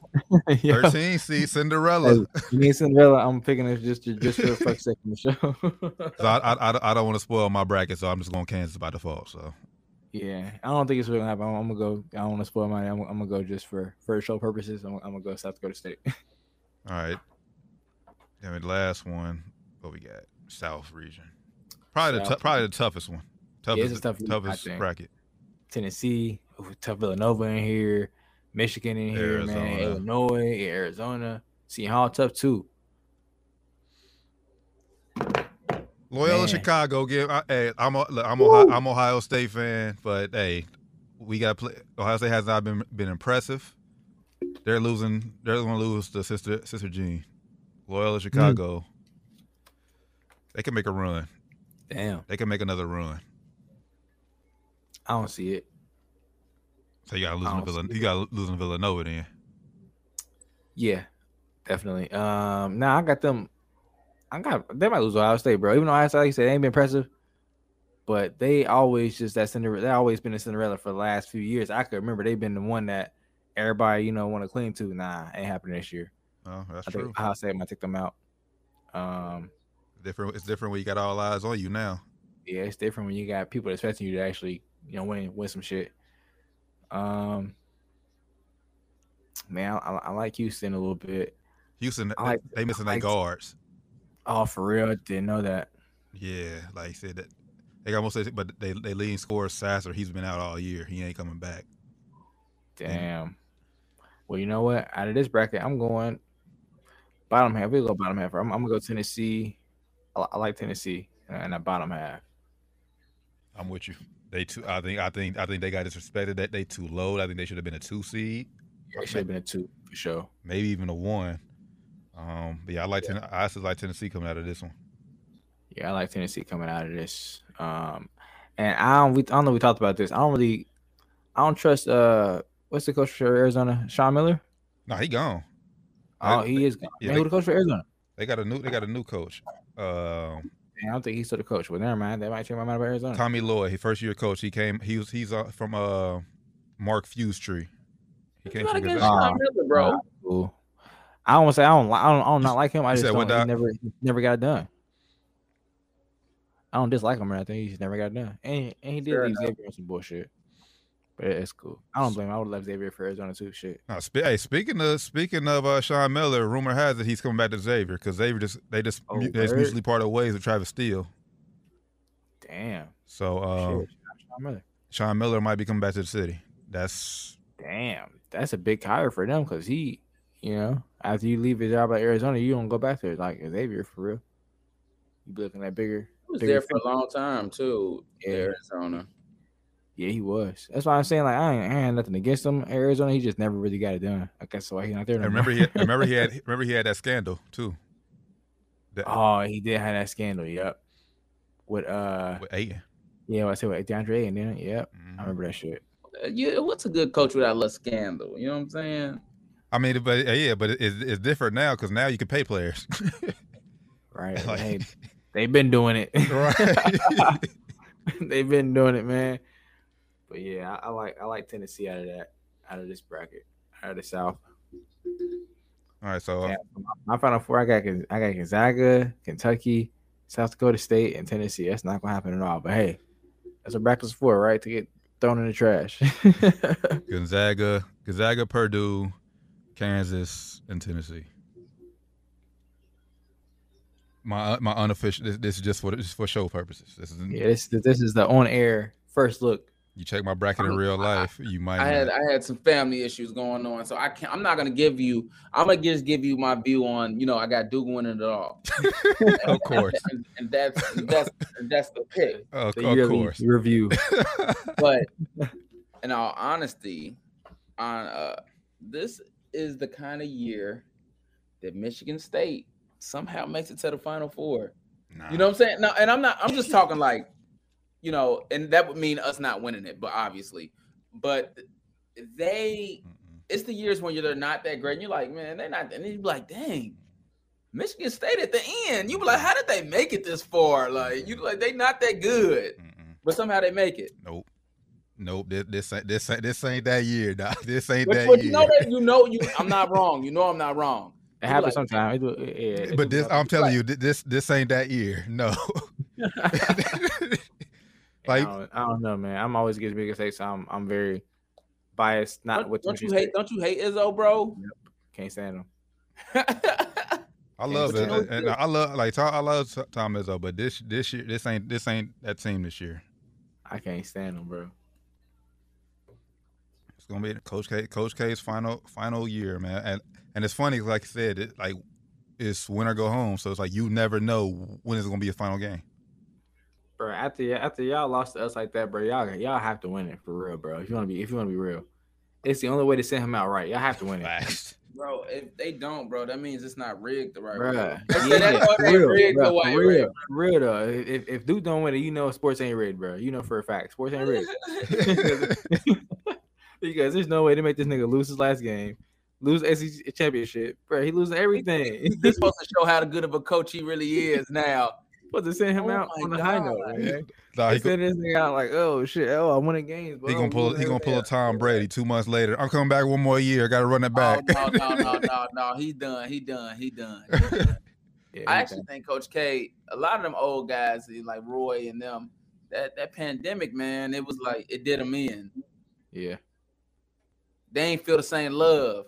[SPEAKER 4] Yo,
[SPEAKER 3] thirteen seed Cinderella.
[SPEAKER 4] Hey. you need Cinderella, I'm picking this just just for fuck's sake on the show.
[SPEAKER 3] 'Cause I, I, I, I don't want to spoil my bracket, so I'm just going Kansas by default. So
[SPEAKER 4] [LAUGHS] Yeah, I don't think it's really gonna happen. I'm, I'm gonna go. I don't want to spoil my. I'm, I'm gonna go just for for show purposes. I'm, I'm gonna go South Dakota State.
[SPEAKER 3] all right, then the last one. What we got? South region. Probably the
[SPEAKER 4] South.
[SPEAKER 3] t- probably the toughest one.
[SPEAKER 4] it's
[SPEAKER 3] Toughest
[SPEAKER 4] a tough league, I
[SPEAKER 3] toughest
[SPEAKER 4] think.
[SPEAKER 3] bracket.
[SPEAKER 4] Tennessee, ooh, tough Villanova in here, Michigan in here, man,
[SPEAKER 3] Arizona.
[SPEAKER 4] Illinois, yeah, Arizona. See how tough too.
[SPEAKER 3] Loyola
[SPEAKER 4] Man.
[SPEAKER 3] Chicago. Give I, hey, I'm a, look, I'm Ohio, I'm Ohio State fan, but hey, we got to play. Ohio State has not been been impressive. They're losing. They're going to lose to sister sister Jean. Loyola Chicago.
[SPEAKER 4] Mm.
[SPEAKER 3] They can make a run.
[SPEAKER 4] Damn,
[SPEAKER 3] They can make another run.
[SPEAKER 4] I don't see it.
[SPEAKER 3] So you got to
[SPEAKER 4] I
[SPEAKER 3] lose to
[SPEAKER 4] don't
[SPEAKER 3] Villan-
[SPEAKER 4] see
[SPEAKER 3] You got to lose to Villanova then.
[SPEAKER 4] Yeah, definitely. Um, now I got them. I got they might lose Ohio State, bro. Even though Ohio State, like you said, they ain't been impressive, but they always just that Cinderella. They always been a Cinderella for the last few years. I could remember they've been the one that everybody you know want to cling to. Nah, ain't happening this year.
[SPEAKER 3] Oh, that's
[SPEAKER 4] I
[SPEAKER 3] true.
[SPEAKER 4] think Ohio State might take them out. Um,
[SPEAKER 3] different. It's different when you got all eyes on you now.
[SPEAKER 4] yeah, it's different when you got people expecting you to actually, you know, win win some shit. Um, man, I, I, I like Houston a little bit.
[SPEAKER 3] Houston,
[SPEAKER 4] I like-
[SPEAKER 3] they missing their
[SPEAKER 4] like-
[SPEAKER 3] guards.
[SPEAKER 4] Oh, for real, I didn't know that.
[SPEAKER 3] Yeah, like you said that. They got most, of it, but they they leading scorer Sasser. He's been out all year. He ain't coming back. Yeah.
[SPEAKER 4] Damn. Well, you know what? Out of this bracket, I'm going bottom half. We go bottom half. I'm, I'm gonna go Tennessee. I, li- I like Tennessee and a bottom half.
[SPEAKER 3] I'm with you. They too. I think. I think. I think they got disrespected. That they too low. I think they should have been a two seed,
[SPEAKER 4] It should have been a two for sure.
[SPEAKER 3] maybe even a one. Um. But yeah, I like. Ten- I still like Tennessee coming out of this one.
[SPEAKER 4] Yeah, I like Tennessee coming out of this. Um, and I don't, we, I don't know. We talked about this. I don't really, I don't trust. Uh, what's the coach for Arizona? Sean Miller.
[SPEAKER 3] No, he gone. I-
[SPEAKER 4] Oh, he is. gone.
[SPEAKER 3] yeah,
[SPEAKER 4] Man,
[SPEAKER 3] they-
[SPEAKER 4] who the coach for Arizona?
[SPEAKER 3] They got a new. They got a new coach. Um.
[SPEAKER 4] Man, I don't think he's still the coach. Well, never mind. That might change my mind about Arizona.
[SPEAKER 3] Tommy Lloyd, his first year coach, he came. He was he's uh, from uh Mark Fuse Tree. He
[SPEAKER 5] It's
[SPEAKER 3] came
[SPEAKER 5] not
[SPEAKER 3] from
[SPEAKER 5] against
[SPEAKER 3] Gonzaga.
[SPEAKER 4] Gonzaga.
[SPEAKER 5] Sean Miller, bro.
[SPEAKER 4] Nah, cool. I don't want to say I don't. li- I don't. I don't
[SPEAKER 3] You
[SPEAKER 4] not like him. I
[SPEAKER 3] you
[SPEAKER 4] just
[SPEAKER 3] said
[SPEAKER 4] don't.
[SPEAKER 3] what,
[SPEAKER 4] He
[SPEAKER 3] Doc?
[SPEAKER 4] never. He never got it done. I don't dislike him or anything. He just never got it done. And and he did
[SPEAKER 5] Fair
[SPEAKER 4] leave Xavier on some bullshit. But it's cool. I don't blame. him. I would left Xavier for Arizona too. Shit.
[SPEAKER 3] Now, spe- hey, speaking of speaking of uh, Sean Miller, rumor has it he's coming back to Xavier because Xavier just they just
[SPEAKER 4] Oh,
[SPEAKER 3] mu- they just
[SPEAKER 4] word.
[SPEAKER 3] mutually parted ways with Travis Steele.
[SPEAKER 4] Damn.
[SPEAKER 3] So uh,
[SPEAKER 4] shit. Sean Miller.
[SPEAKER 3] Sean Miller might be coming back to the city. That's
[SPEAKER 4] Damn, that's a big hire for them because he, you know, after you leave your job at Arizona, you don't go back there like Xavier for real. You be looking at bigger.
[SPEAKER 5] He was
[SPEAKER 4] bigger
[SPEAKER 5] there for a long time too.
[SPEAKER 4] Yeah.
[SPEAKER 5] Arizona.
[SPEAKER 4] Yeah, he was. That's why I'm saying like I ain't, I ain't nothing against him. Arizona, he just never really got it done. I guess that's why he's not there.
[SPEAKER 3] I
[SPEAKER 4] No
[SPEAKER 3] remember
[SPEAKER 4] more.
[SPEAKER 3] he had, I remember he had remember he had that scandal too. That,
[SPEAKER 4] [LAUGHS] oh, he did have that scandal. Yep. With uh,
[SPEAKER 3] with Aiden.
[SPEAKER 4] yeah, what I said with DeAndre and then yep, I
[SPEAKER 3] Mhm.
[SPEAKER 4] remember that shit.
[SPEAKER 5] Uh, Yeah, what's a good coach without less scandal? You know what I'm saying?
[SPEAKER 3] I mean, but yeah, but it, it's, it's different now because now you can pay players, [LAUGHS]
[SPEAKER 4] Right.
[SPEAKER 3] Like-
[SPEAKER 4] hey, they've been doing it.
[SPEAKER 3] right?
[SPEAKER 4] [LAUGHS] They've been doing it, man. But yeah, I, I like I like Tennessee out of that, out of this bracket, out of the South.
[SPEAKER 3] [LAUGHS] All right, so uh,
[SPEAKER 4] Yeah. My final four, I got Gon- I got Gonzaga, Kentucky, South Dakota State, and Tennessee. That's not gonna happen at all. But hey, that's what brackets are for, right? To get thrown in the trash. [LAUGHS]
[SPEAKER 3] Gonzaga, Gonzaga, Purdue, Kansas, and Tennessee. My my unofficial. This, this is just for this is for show purposes. This is
[SPEAKER 4] yeah, this this is the on air first look.
[SPEAKER 3] you check my bracket in real life. You might.
[SPEAKER 5] Oh, I had
[SPEAKER 3] not.
[SPEAKER 5] I had some family issues going on, so I can't. I'm not gonna give you. I'm gonna just give you my view on. You know, I got Duke winning it all.
[SPEAKER 3] [LAUGHS] of
[SPEAKER 5] [LAUGHS]
[SPEAKER 3] course,
[SPEAKER 5] and, and that's that's that's the pick.
[SPEAKER 3] of,
[SPEAKER 4] The
[SPEAKER 3] of
[SPEAKER 4] yearly
[SPEAKER 3] course.
[SPEAKER 4] review.
[SPEAKER 5] But in all honesty, on uh, this is the kind of year that Michigan State somehow makes it to the Final Four.
[SPEAKER 3] Nah.
[SPEAKER 5] You know what I'm saying? No, and I'm not. I'm just talking like, you know, and that would mean us not winning it, but obviously, but they
[SPEAKER 3] [LAUGHS] Mm-mm.
[SPEAKER 5] it's the years when you're they're not that great. And you're like, man, they're not. And then you're like, dang, Michigan State at the end. You be like, how did they make it this far? Like, you like they not that good,
[SPEAKER 3] Mm-mm.
[SPEAKER 5] but somehow they make it.
[SPEAKER 3] Nope. Nope. This this ain't this ain't this ain't that year. [LAUGHS] Nah. This ain't
[SPEAKER 5] But,
[SPEAKER 3] that
[SPEAKER 5] but
[SPEAKER 3] year.
[SPEAKER 5] you know that you know you. I'm not wrong. You know I'm not wrong.
[SPEAKER 4] It happens
[SPEAKER 5] like-
[SPEAKER 4] sometimes. It do- it- yeah, [LAUGHS] it
[SPEAKER 3] but
[SPEAKER 4] do
[SPEAKER 3] this,
[SPEAKER 4] happen.
[SPEAKER 3] I'm telling you, thi- this this ain't that year.
[SPEAKER 5] [LAUGHS]
[SPEAKER 3] No. [LAUGHS] like
[SPEAKER 4] I, don't, I don't know, man. I'm always against Michigan State, so I'm I'm very biased. Not
[SPEAKER 5] Don't,
[SPEAKER 4] what
[SPEAKER 5] don't you hate? Don't you hate Izzo, bro? [LAUGHS]
[SPEAKER 4] Can't stand him.
[SPEAKER 3] I
[SPEAKER 4] And
[SPEAKER 3] love
[SPEAKER 4] what you
[SPEAKER 3] it,
[SPEAKER 4] know is
[SPEAKER 3] and I love like Tom, I love T- Tom Izzo, but this this year this ain't this ain't that team this year.
[SPEAKER 4] I can't stand him, bro.
[SPEAKER 3] It's gonna be Coach K Coach K's final final year, man. And and it's funny, like I said, it, like it's win or go home, so it's like you never know when it's gonna be a final game.
[SPEAKER 4] Bro, after y- after y'all lost to us like that, bro, y'all y'all have to win it for real, bro. If you want to be if you want to be real, it's the only way to send him out right. Y'all have to win
[SPEAKER 3] [LAUGHS]
[SPEAKER 4] it,
[SPEAKER 3] Facts.
[SPEAKER 5] bro, if they don't, bro, that means it's not rigged the right
[SPEAKER 4] bro.
[SPEAKER 5] way. [LAUGHS]
[SPEAKER 4] Yeah,
[SPEAKER 5] They said that's why
[SPEAKER 4] for
[SPEAKER 5] they
[SPEAKER 4] real,
[SPEAKER 5] rigged
[SPEAKER 4] bro,
[SPEAKER 5] the white
[SPEAKER 4] for real, for real though. If if dude don't win it, you know sports ain't rigged, bro. You know for a fact sports ain't [LAUGHS]
[SPEAKER 5] [LAUGHS]
[SPEAKER 4] rigged
[SPEAKER 5] red.
[SPEAKER 4] because there's no way to make this nigga lose his last game, lose SEC championship, bro. He losing everything. [LAUGHS]
[SPEAKER 5] This is supposed to show how good of a coach he really is now.
[SPEAKER 4] supposed to send him
[SPEAKER 5] Oh
[SPEAKER 4] out
[SPEAKER 5] my
[SPEAKER 4] on a high
[SPEAKER 5] God.
[SPEAKER 4] note. Man.
[SPEAKER 3] Nah,
[SPEAKER 4] They
[SPEAKER 3] he, go-
[SPEAKER 4] send this nigga out like, oh shit, oh I'm winning games. But
[SPEAKER 3] he
[SPEAKER 4] I'm
[SPEAKER 3] gonna pull. He
[SPEAKER 4] losing
[SPEAKER 3] gonna pull a
[SPEAKER 4] everything."
[SPEAKER 3] Tom Brady two months later. I'm coming back one more year. Got to run it back.
[SPEAKER 5] Oh, no, no, no, no, no. He done. He done. He
[SPEAKER 4] [LAUGHS]
[SPEAKER 5] done.
[SPEAKER 4] Yeah,
[SPEAKER 5] I
[SPEAKER 4] everything.
[SPEAKER 5] actually think Coach K, a lot of them old guys like Roy and them, that that pandemic, man, it was like it did them in.
[SPEAKER 4] yeah,
[SPEAKER 5] They ain't feel the same love.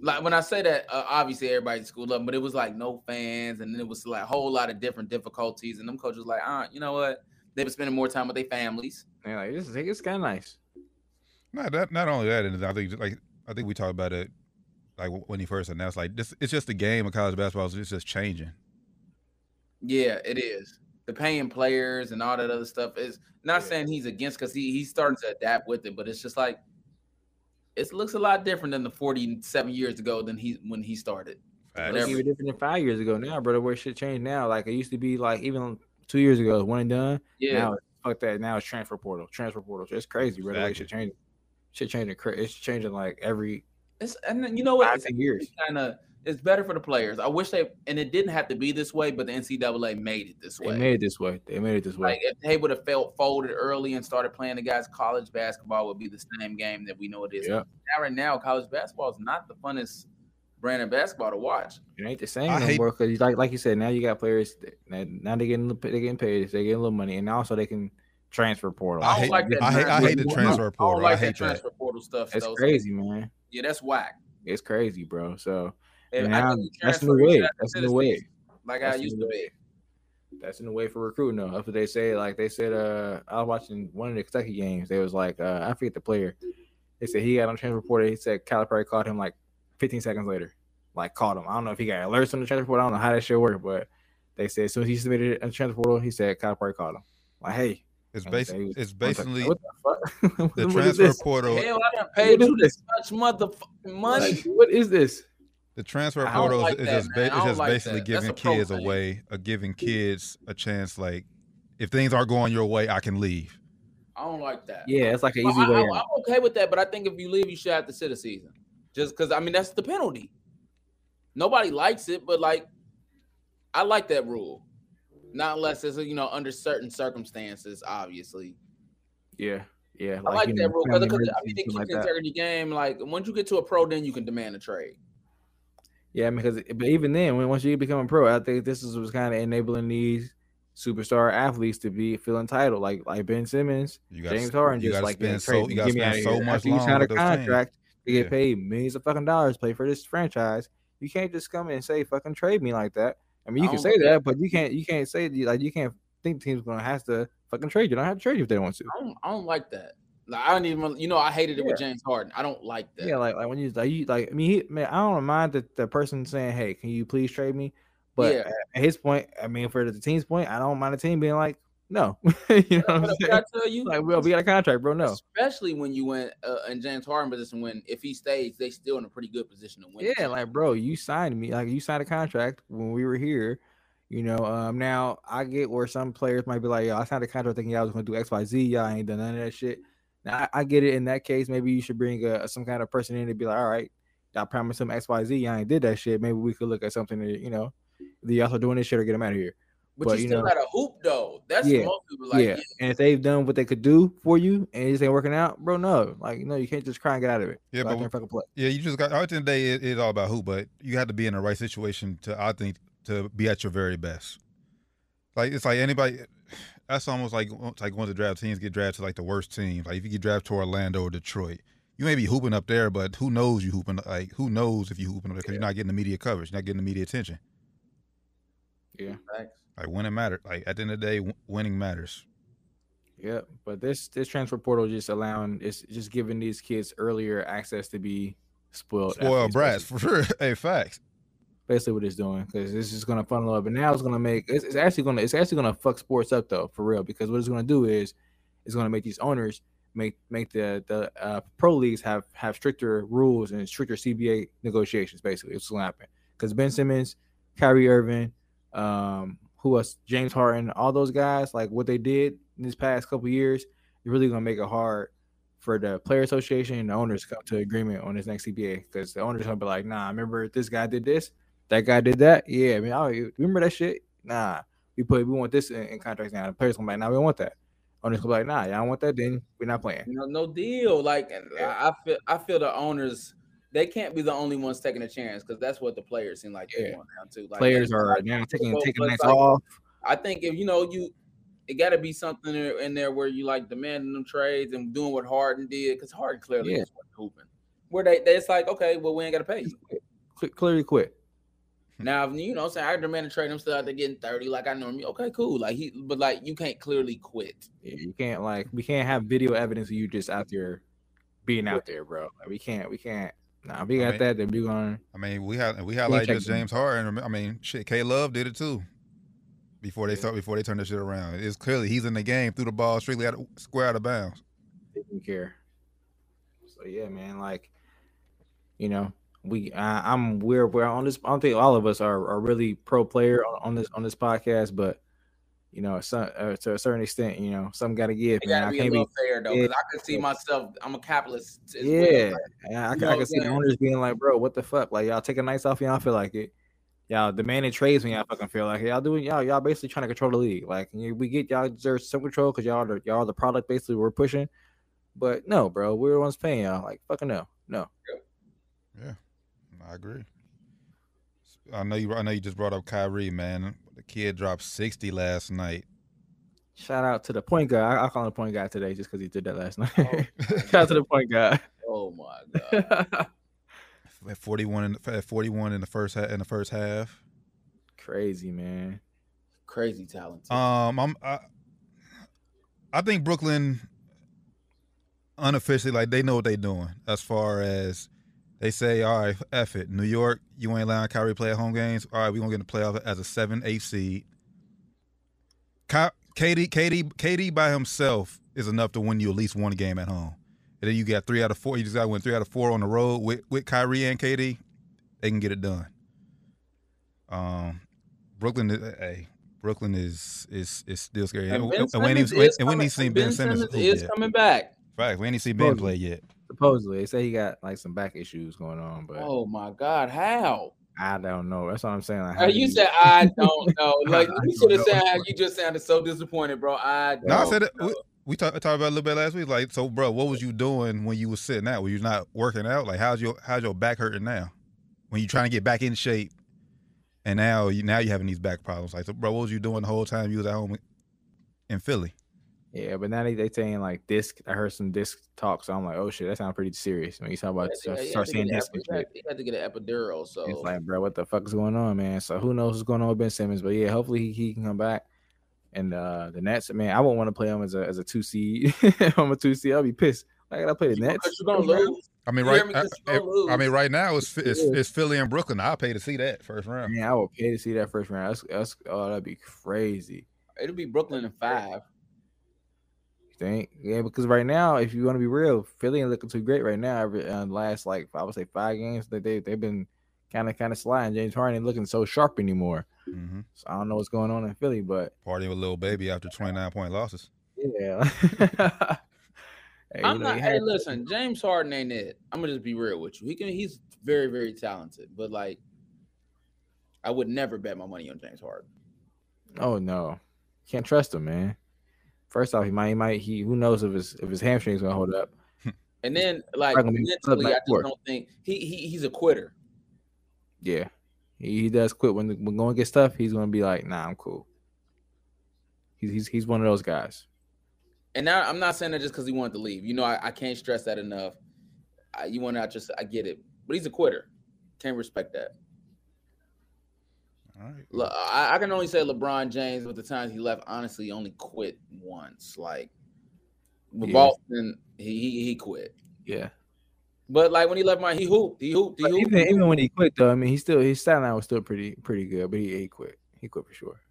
[SPEAKER 5] Like when I say that, uh, obviously everybody's school up, but it was like no fans, and then it was like a whole lot of different difficulties. And them coaches was like, ah, you know what? They've been spending more time with their families.
[SPEAKER 4] and like this is it's kind of nice.
[SPEAKER 3] Not that. Not only that, and I think like I think we talked about it like when he first announced. Like this, it's just the game of college basketball. It's just changing.
[SPEAKER 5] Yeah, it is. The paying players and all that other stuff is not
[SPEAKER 4] Yeah.
[SPEAKER 5] saying he's against because he he's starting to adapt with it, but it's just like it looks a lot different than the 47 years ago than he when he started.
[SPEAKER 4] It
[SPEAKER 5] Whatever.
[SPEAKER 4] looks even different than five years ago now, brother. Where shit changed now, like it used to be, like even two years ago, one and done.
[SPEAKER 5] Yeah.
[SPEAKER 4] Now, fuck that. Now it's transfer portal. Transfer portal. It's crazy, brother. Like,
[SPEAKER 3] Exactly.
[SPEAKER 4] shit changing. Shit changing. cra- It's changing like every
[SPEAKER 5] It's and then, you know what?
[SPEAKER 4] five
[SPEAKER 5] It's
[SPEAKER 4] ten years.
[SPEAKER 5] kind of it's better for the players. I wish they and it didn't have to be this way, but the NCAA made it this
[SPEAKER 4] They
[SPEAKER 5] way.
[SPEAKER 4] made it this way. They made it this way.
[SPEAKER 5] Like if they would have felt folded early and started playing the guys, college basketball would be the same game that we know it is.
[SPEAKER 4] yeah,
[SPEAKER 5] Now, right now, college basketball is not the funnest brand of basketball to watch.
[SPEAKER 4] it ain't the same
[SPEAKER 3] I
[SPEAKER 4] no
[SPEAKER 3] hate-
[SPEAKER 4] more because, like, like you said, now you got players. that- Now, now they getting they getting paid. They getting a little money, and also they can transfer portal.
[SPEAKER 3] I
[SPEAKER 5] don't
[SPEAKER 3] hate-
[SPEAKER 5] like that
[SPEAKER 3] I hate, I
[SPEAKER 5] transfer
[SPEAKER 3] hate the
[SPEAKER 4] portal.
[SPEAKER 3] transfer
[SPEAKER 5] I don't
[SPEAKER 3] portal. I,
[SPEAKER 5] like
[SPEAKER 3] hate
[SPEAKER 5] that
[SPEAKER 3] that.
[SPEAKER 5] transfer portal stuff.
[SPEAKER 4] That's
[SPEAKER 5] though.
[SPEAKER 4] crazy, man.
[SPEAKER 5] Yeah, that's whack.
[SPEAKER 4] It's crazy, bro. So
[SPEAKER 5] If I
[SPEAKER 4] now
[SPEAKER 5] couldn't
[SPEAKER 4] that's the
[SPEAKER 5] transfer,
[SPEAKER 4] new
[SPEAKER 5] you
[SPEAKER 4] way.
[SPEAKER 5] got
[SPEAKER 4] That's the new
[SPEAKER 5] citizens
[SPEAKER 4] way.
[SPEAKER 5] Like
[SPEAKER 4] That's
[SPEAKER 5] I
[SPEAKER 4] the
[SPEAKER 5] used
[SPEAKER 4] new
[SPEAKER 5] to be.
[SPEAKER 4] that's in the way for recruiting though. That's what they say. Like they said, uh, I was watching one of the Kentucky games. They was like, uh, I forget the player. They said he got on transfer portal. He said Calipari caught him like 15 seconds later. Like caught him. I don't know if he got alerts on the transfer portal. I don't know how that shit worked, but they said as soon as he submitted a transfer portal, he said Calipari caught him. Like hey,
[SPEAKER 3] It's
[SPEAKER 4] And
[SPEAKER 3] basically,
[SPEAKER 4] they-
[SPEAKER 3] it's
[SPEAKER 4] I was like,
[SPEAKER 3] basically
[SPEAKER 4] what the fuck? [LAUGHS]
[SPEAKER 3] the
[SPEAKER 4] What is
[SPEAKER 3] transfer
[SPEAKER 4] this?
[SPEAKER 3] portal.
[SPEAKER 5] Hell, I done paid
[SPEAKER 4] What
[SPEAKER 5] you
[SPEAKER 4] is
[SPEAKER 5] this much motherfucking money.
[SPEAKER 4] Like, what is this?
[SPEAKER 3] The transfer
[SPEAKER 4] I don't
[SPEAKER 3] portal
[SPEAKER 5] like
[SPEAKER 3] is
[SPEAKER 5] that,
[SPEAKER 3] just,
[SPEAKER 5] man. I
[SPEAKER 3] ba- is
[SPEAKER 5] don't
[SPEAKER 3] just
[SPEAKER 5] like
[SPEAKER 3] basically
[SPEAKER 5] that. That's
[SPEAKER 3] giving
[SPEAKER 5] a pro
[SPEAKER 3] kids a
[SPEAKER 5] thing.
[SPEAKER 3] way, uh, giving kids a chance. Like, if things aren't going your way, I can leave.
[SPEAKER 5] I don't like that.
[SPEAKER 4] Yeah, it's like an
[SPEAKER 5] But
[SPEAKER 4] easy
[SPEAKER 5] I,
[SPEAKER 4] way.
[SPEAKER 5] I,
[SPEAKER 4] out.
[SPEAKER 5] I'm okay with that, but I think if you leave, you should have to sit a season. Just because, I mean, that's the penalty. Nobody likes it, but like, I like that rule. Not unless it's you know under certain circumstances, obviously.
[SPEAKER 4] Yeah, yeah.
[SPEAKER 5] I like
[SPEAKER 4] you
[SPEAKER 5] that
[SPEAKER 4] know,
[SPEAKER 5] rule because
[SPEAKER 4] family
[SPEAKER 5] I
[SPEAKER 4] emergencies,
[SPEAKER 5] mean it
[SPEAKER 4] something
[SPEAKER 5] keeps
[SPEAKER 4] like that.
[SPEAKER 5] integrity game. Like once you get to a pro, then you can demand a trade.
[SPEAKER 4] Yeah, because but even then, when once you become a pro, I think this is what's kind of enabling these superstar athletes to be feel entitled, like like Ben Simmons,
[SPEAKER 3] You got
[SPEAKER 4] James Harden,
[SPEAKER 3] you
[SPEAKER 4] just
[SPEAKER 3] gotta
[SPEAKER 4] like
[SPEAKER 3] spend
[SPEAKER 4] man,
[SPEAKER 3] so
[SPEAKER 4] trade
[SPEAKER 3] you
[SPEAKER 4] me,
[SPEAKER 3] got to
[SPEAKER 4] get me
[SPEAKER 3] spend
[SPEAKER 4] out of
[SPEAKER 3] so
[SPEAKER 4] here.
[SPEAKER 3] much
[SPEAKER 4] After you
[SPEAKER 3] longer
[SPEAKER 4] sign a
[SPEAKER 3] with those teams.
[SPEAKER 4] contract to get
[SPEAKER 3] Yeah.
[SPEAKER 4] paid millions of fucking dollars, play for this franchise. You can't just come in and say fucking trade me like that. I mean,
[SPEAKER 5] I
[SPEAKER 4] you can
[SPEAKER 5] don't
[SPEAKER 4] say
[SPEAKER 5] get
[SPEAKER 4] that, but you can't you can't say that- like you can't think teams gonna have to fucking trade you. Don't have to trade you if they want to.
[SPEAKER 5] I don't, I don't like that. Like I don't even you know I hated it with James Harden. I don't like that.
[SPEAKER 4] Yeah, like like when you like you like I mean he man, I don't mind the, the person saying, Hey, can you please trade me? But
[SPEAKER 5] Yeah.
[SPEAKER 4] at- at his point, I mean for the team's point, I don't mind the team being like, No. [LAUGHS] you know what I'm
[SPEAKER 5] But
[SPEAKER 4] saying?
[SPEAKER 5] I tell you,
[SPEAKER 4] Like, well, we got a contract, bro. No.
[SPEAKER 5] especially when you went uh, in James Harden position. When if he stays, they still in a pretty good position to win.
[SPEAKER 4] Yeah, like bro, you signed me, like you signed a contract when we were here. You know, um now I get where some players might be like, Yo, I signed a contract thinking y'all was gonna do XYZ, y'all ain't done none of that shit. Now I, I get it in that case, maybe you should bring a, some kind of person in to be like, All right, y'all promised some XYZ, y'all ain't did that shit. Maybe we could look at something that you know, the y'all are doing this shit or get them out of here.
[SPEAKER 5] but,
[SPEAKER 4] but,
[SPEAKER 5] you
[SPEAKER 4] you
[SPEAKER 5] still
[SPEAKER 4] know-
[SPEAKER 5] got a hoop though. That's
[SPEAKER 4] Yeah.
[SPEAKER 5] most people like.
[SPEAKER 4] yeah. And if they've done what they could do for you and it just ain't working out, bro, no. Like, no, you can't just cry and get out of it.
[SPEAKER 3] Yeah,
[SPEAKER 4] Go out
[SPEAKER 3] but
[SPEAKER 4] there and fucking play.
[SPEAKER 3] Yeah, you just got. At the end of the day, it, it's all about who, but you have to be in the right situation to, I think, to be at your very best. Like it's like anybody. That's almost like it's like going to draft teams get drafted to like the worst teams. Like if you get drafted to Orlando or Detroit, you may be hooping up there, but who knows you hooping? Like who knows if you hooping up there because you're not getting the media coverage, you're not getting the media attention.
[SPEAKER 5] Facts.
[SPEAKER 3] Like winning matters. Like at the end of the day, w- winning matters.
[SPEAKER 4] Yeah, but this this transfer portal just allowing it's just giving these kids earlier access to be spoiled.
[SPEAKER 3] Spoiled brats
[SPEAKER 4] athletes, Basically,
[SPEAKER 3] for sure. [LAUGHS] Hey, facts.
[SPEAKER 4] basically what it's doing because it's just gonna funnel up, and now it's gonna make it's, it's actually gonna it's actually gonna fuck sports up though for real because what it's gonna do is it's gonna make these owners make make the the uh, pro leagues have have stricter rules and stricter CBA negotiations. Basically, it's gonna happen because Ben Simmons, Kyrie Irving, um, who else? James Harden, all those guys, like what they did in this past couple years, you're really gonna make it hard for the player association and the owners come to agreement on this next CBA because the owners gonna be like, nah, remember this guy did this, that guy did that. Yeah, I mean, I don't- remember that shit. Nah, we put we want this in, in contracts now. The players gonna be like, nah, we don't want that. Owners gonna be like, nah, y'all don't want that. Then we're not playing.
[SPEAKER 5] No, no deal. Like and I, I feel, I feel the owners. They can't be the only ones taking a chance because that's what the players seem like they
[SPEAKER 4] Yeah.
[SPEAKER 5] want now too. Like
[SPEAKER 4] players
[SPEAKER 5] they-
[SPEAKER 4] are
[SPEAKER 5] like,
[SPEAKER 4] now taking
[SPEAKER 5] well,
[SPEAKER 4] taking
[SPEAKER 5] but
[SPEAKER 4] nights
[SPEAKER 5] like-
[SPEAKER 4] off.
[SPEAKER 5] I think if you know you, it got to be something there- in there where you like demanding them trades and doing what Harden did because Harden clearly
[SPEAKER 4] Yeah.
[SPEAKER 5] was hooping. Where they, they, it's like okay, well we ain't got to
[SPEAKER 4] [LAUGHS]
[SPEAKER 5] pay you.
[SPEAKER 4] Cle- Clearly quit.
[SPEAKER 5] Now, if you know, what I'm saying I demand a trade, I'm still out there getting 30 like I normally. Okay, cool. Like he, but like you can't clearly quit.
[SPEAKER 4] Yeah, you can't like we can't have video evidence of you just out there being out there, bro. Like, we can't we can't. Nah, if we got
[SPEAKER 3] mean-
[SPEAKER 4] that, then we gonna
[SPEAKER 3] I mean, we had we highlighted
[SPEAKER 4] check
[SPEAKER 3] just
[SPEAKER 4] them.
[SPEAKER 3] James Harden. Remem- I mean, shit, K Love did it too. Before they start, before they turn that shit around, it's clearly he's in the game. Threw the ball strictly out of, square out of bounds.
[SPEAKER 4] didn't care. So yeah, man, like you know, we I, I'm we're we're on this. I don't think all of us are, are really pro player on, on this on this podcast, but you know, some, uh, to a certain extent, you know, some got to give.
[SPEAKER 5] It
[SPEAKER 4] Man,
[SPEAKER 5] got to
[SPEAKER 4] I
[SPEAKER 5] be a
[SPEAKER 4] can't be.
[SPEAKER 5] little fair though,
[SPEAKER 4] yeah.
[SPEAKER 5] because I could see myself. I'm a capitalist. as well.
[SPEAKER 4] Yeah, and I,
[SPEAKER 5] you
[SPEAKER 4] c- I
[SPEAKER 5] know,
[SPEAKER 4] can see the
[SPEAKER 5] yeah.
[SPEAKER 4] owners being like, "Bro, what the fuck? Like, y'all taking nights off, when y'all feel like it. Y'all demanding trades when y'all fucking feel like it. Y'all doing y'all y'all basically trying to control the league. Like, you- we get y'all deserve some control because y'all the, y'all the product basically we're pushing. But no, bro, we're the ones paying y'all. Like, fucking no, no.
[SPEAKER 3] I agree. I know you. I know you just brought up Kyrie, man. The kid dropped sixty last night.
[SPEAKER 4] Shout out to the point guy. I, I call him the point guy today just because he did that last night. [LAUGHS] Shout out to the point guy.
[SPEAKER 5] Oh my
[SPEAKER 4] [LAUGHS]
[SPEAKER 5] god.
[SPEAKER 3] At forty-one, in the, at forty-one in the first ha- in the first half.
[SPEAKER 4] Crazy man.
[SPEAKER 5] Crazy talent.
[SPEAKER 3] Um, I'm I, I think Brooklyn unofficially like they know what they're doing as far as they say, all right, F it. New York, you ain't allowing Kyrie to play at home games. All right, we're gonna get in the playoff as a seven, eight seed. Ky- KD, KD, KD by himself is enough to win you at least one game at home. And then you got three out of four. You just gotta win three out of four on the road with, with Kyrie and KD. They can get it done. Um Brooklyn is- hey, Brooklyn is is is still scary. And,
[SPEAKER 5] Ben
[SPEAKER 3] and, we ain't even-
[SPEAKER 5] Simmons is
[SPEAKER 3] and we ain't
[SPEAKER 5] coming-
[SPEAKER 3] even seen
[SPEAKER 5] and
[SPEAKER 3] Ben Simmons. hoop
[SPEAKER 5] is
[SPEAKER 3] yet.
[SPEAKER 5] coming back.
[SPEAKER 3] Facts, we ain't even seen Ben play yet.
[SPEAKER 4] Supposedly, they say he got like some back issues going on, but
[SPEAKER 5] Oh my god, how?
[SPEAKER 4] I don't know. That's what I'm saying. Like, how
[SPEAKER 5] Uh,
[SPEAKER 4] do
[SPEAKER 5] you said I
[SPEAKER 3] [LAUGHS]
[SPEAKER 5] don't know. Like
[SPEAKER 4] I
[SPEAKER 5] you
[SPEAKER 4] don't
[SPEAKER 5] should have
[SPEAKER 4] know.
[SPEAKER 5] said how you just sounded so disappointed, bro. I don't
[SPEAKER 3] No, I said it,
[SPEAKER 5] know.
[SPEAKER 3] we, we talked talked about it a little bit last week. Like, so, bro, what was you doing when you was sitting out? Were you not working out? Like, how's your how's your back hurting now? When you trying to get back in shape, and now you now you having these back problems. Like, so, bro, what was you doing the whole time you was at home in Philly?
[SPEAKER 4] Yeah, but now they they saying like disc. I heard some disc talk, so I'm like, oh shit, that sounds pretty serious. When you talk about
[SPEAKER 5] Yeah,
[SPEAKER 4] start,
[SPEAKER 5] you
[SPEAKER 4] start
[SPEAKER 5] had to
[SPEAKER 4] saying
[SPEAKER 5] get an
[SPEAKER 4] disc,
[SPEAKER 5] epi-
[SPEAKER 4] and
[SPEAKER 5] you had-
[SPEAKER 4] shit,
[SPEAKER 5] you had to get an epidural. So
[SPEAKER 4] it's like, bro, what the fuck is going on, man? So who knows what's going on with Ben Simmons? But yeah, hopefully he, he can come back. And uh the Nets, man, I wouldn't want to play him as a as a two seed. [LAUGHS] I'm a two seed. I'll be pissed. I gotta play the Nets.
[SPEAKER 5] because you're gonna lose.
[SPEAKER 3] I mean,
[SPEAKER 5] You
[SPEAKER 3] right?
[SPEAKER 5] hear me?
[SPEAKER 3] I,
[SPEAKER 5] 'Cause you're gonna lose.
[SPEAKER 3] I mean, right now it's it's,
[SPEAKER 4] Yeah.
[SPEAKER 3] it's Philly and Brooklyn. I pay to see that first round.
[SPEAKER 4] Man, I would pay to see that first round. That's, that's oh, that'd be crazy.
[SPEAKER 5] It'll be Brooklyn in five.
[SPEAKER 4] You think? Yeah, because right now, if you want to be real, Philly ain't looking too great right now. Every uh, last like I would say five games that they they've been kind of kind of sliding. James Harden ain't looking so sharp anymore.
[SPEAKER 3] hmm
[SPEAKER 4] So I don't know what's going on in Philly, but
[SPEAKER 3] Partying with little baby after twenty nine point losses.
[SPEAKER 4] yeah. [LAUGHS] hey,
[SPEAKER 5] I'm
[SPEAKER 4] you know,
[SPEAKER 5] not.
[SPEAKER 4] you
[SPEAKER 5] Hey,
[SPEAKER 4] had-
[SPEAKER 5] listen, James Harden ain't it. I'm gonna just be real with you. He can. He's very, very talented, but like, I would never bet my money on James Harden.
[SPEAKER 4] Oh no, can't trust him, man. First off, he might he might he who knows if his if his hamstrings gonna hold up.
[SPEAKER 5] And then, like,
[SPEAKER 4] Probably gonna be club
[SPEAKER 5] mentally, I
[SPEAKER 4] back
[SPEAKER 5] just
[SPEAKER 4] court.
[SPEAKER 5] don't think he, he he's a quitter.
[SPEAKER 4] Yeah, he, he does quit when the, when going gets tough. He's gonna be like, nah, I'm cool. He's he's he's one of those guys.
[SPEAKER 5] And now I'm not saying that just because he wanted to leave. You know, I, I can't stress that enough. I, you want to just I get it, but he's a quitter. Can't respect that.
[SPEAKER 3] All right.
[SPEAKER 5] Le- I, I can only say LeBron James, but the times he left, honestly, only quit once. Like with
[SPEAKER 4] Yeah.
[SPEAKER 5] Boston, he, he he quit.
[SPEAKER 4] Yeah.
[SPEAKER 5] But like when he left my, he hooped, he hooped, he
[SPEAKER 4] But
[SPEAKER 5] hooped.
[SPEAKER 4] even, even when he quit though, I mean, he still his stat line was still pretty pretty good, but he, he quit. He quit for sure.
[SPEAKER 3] [LAUGHS]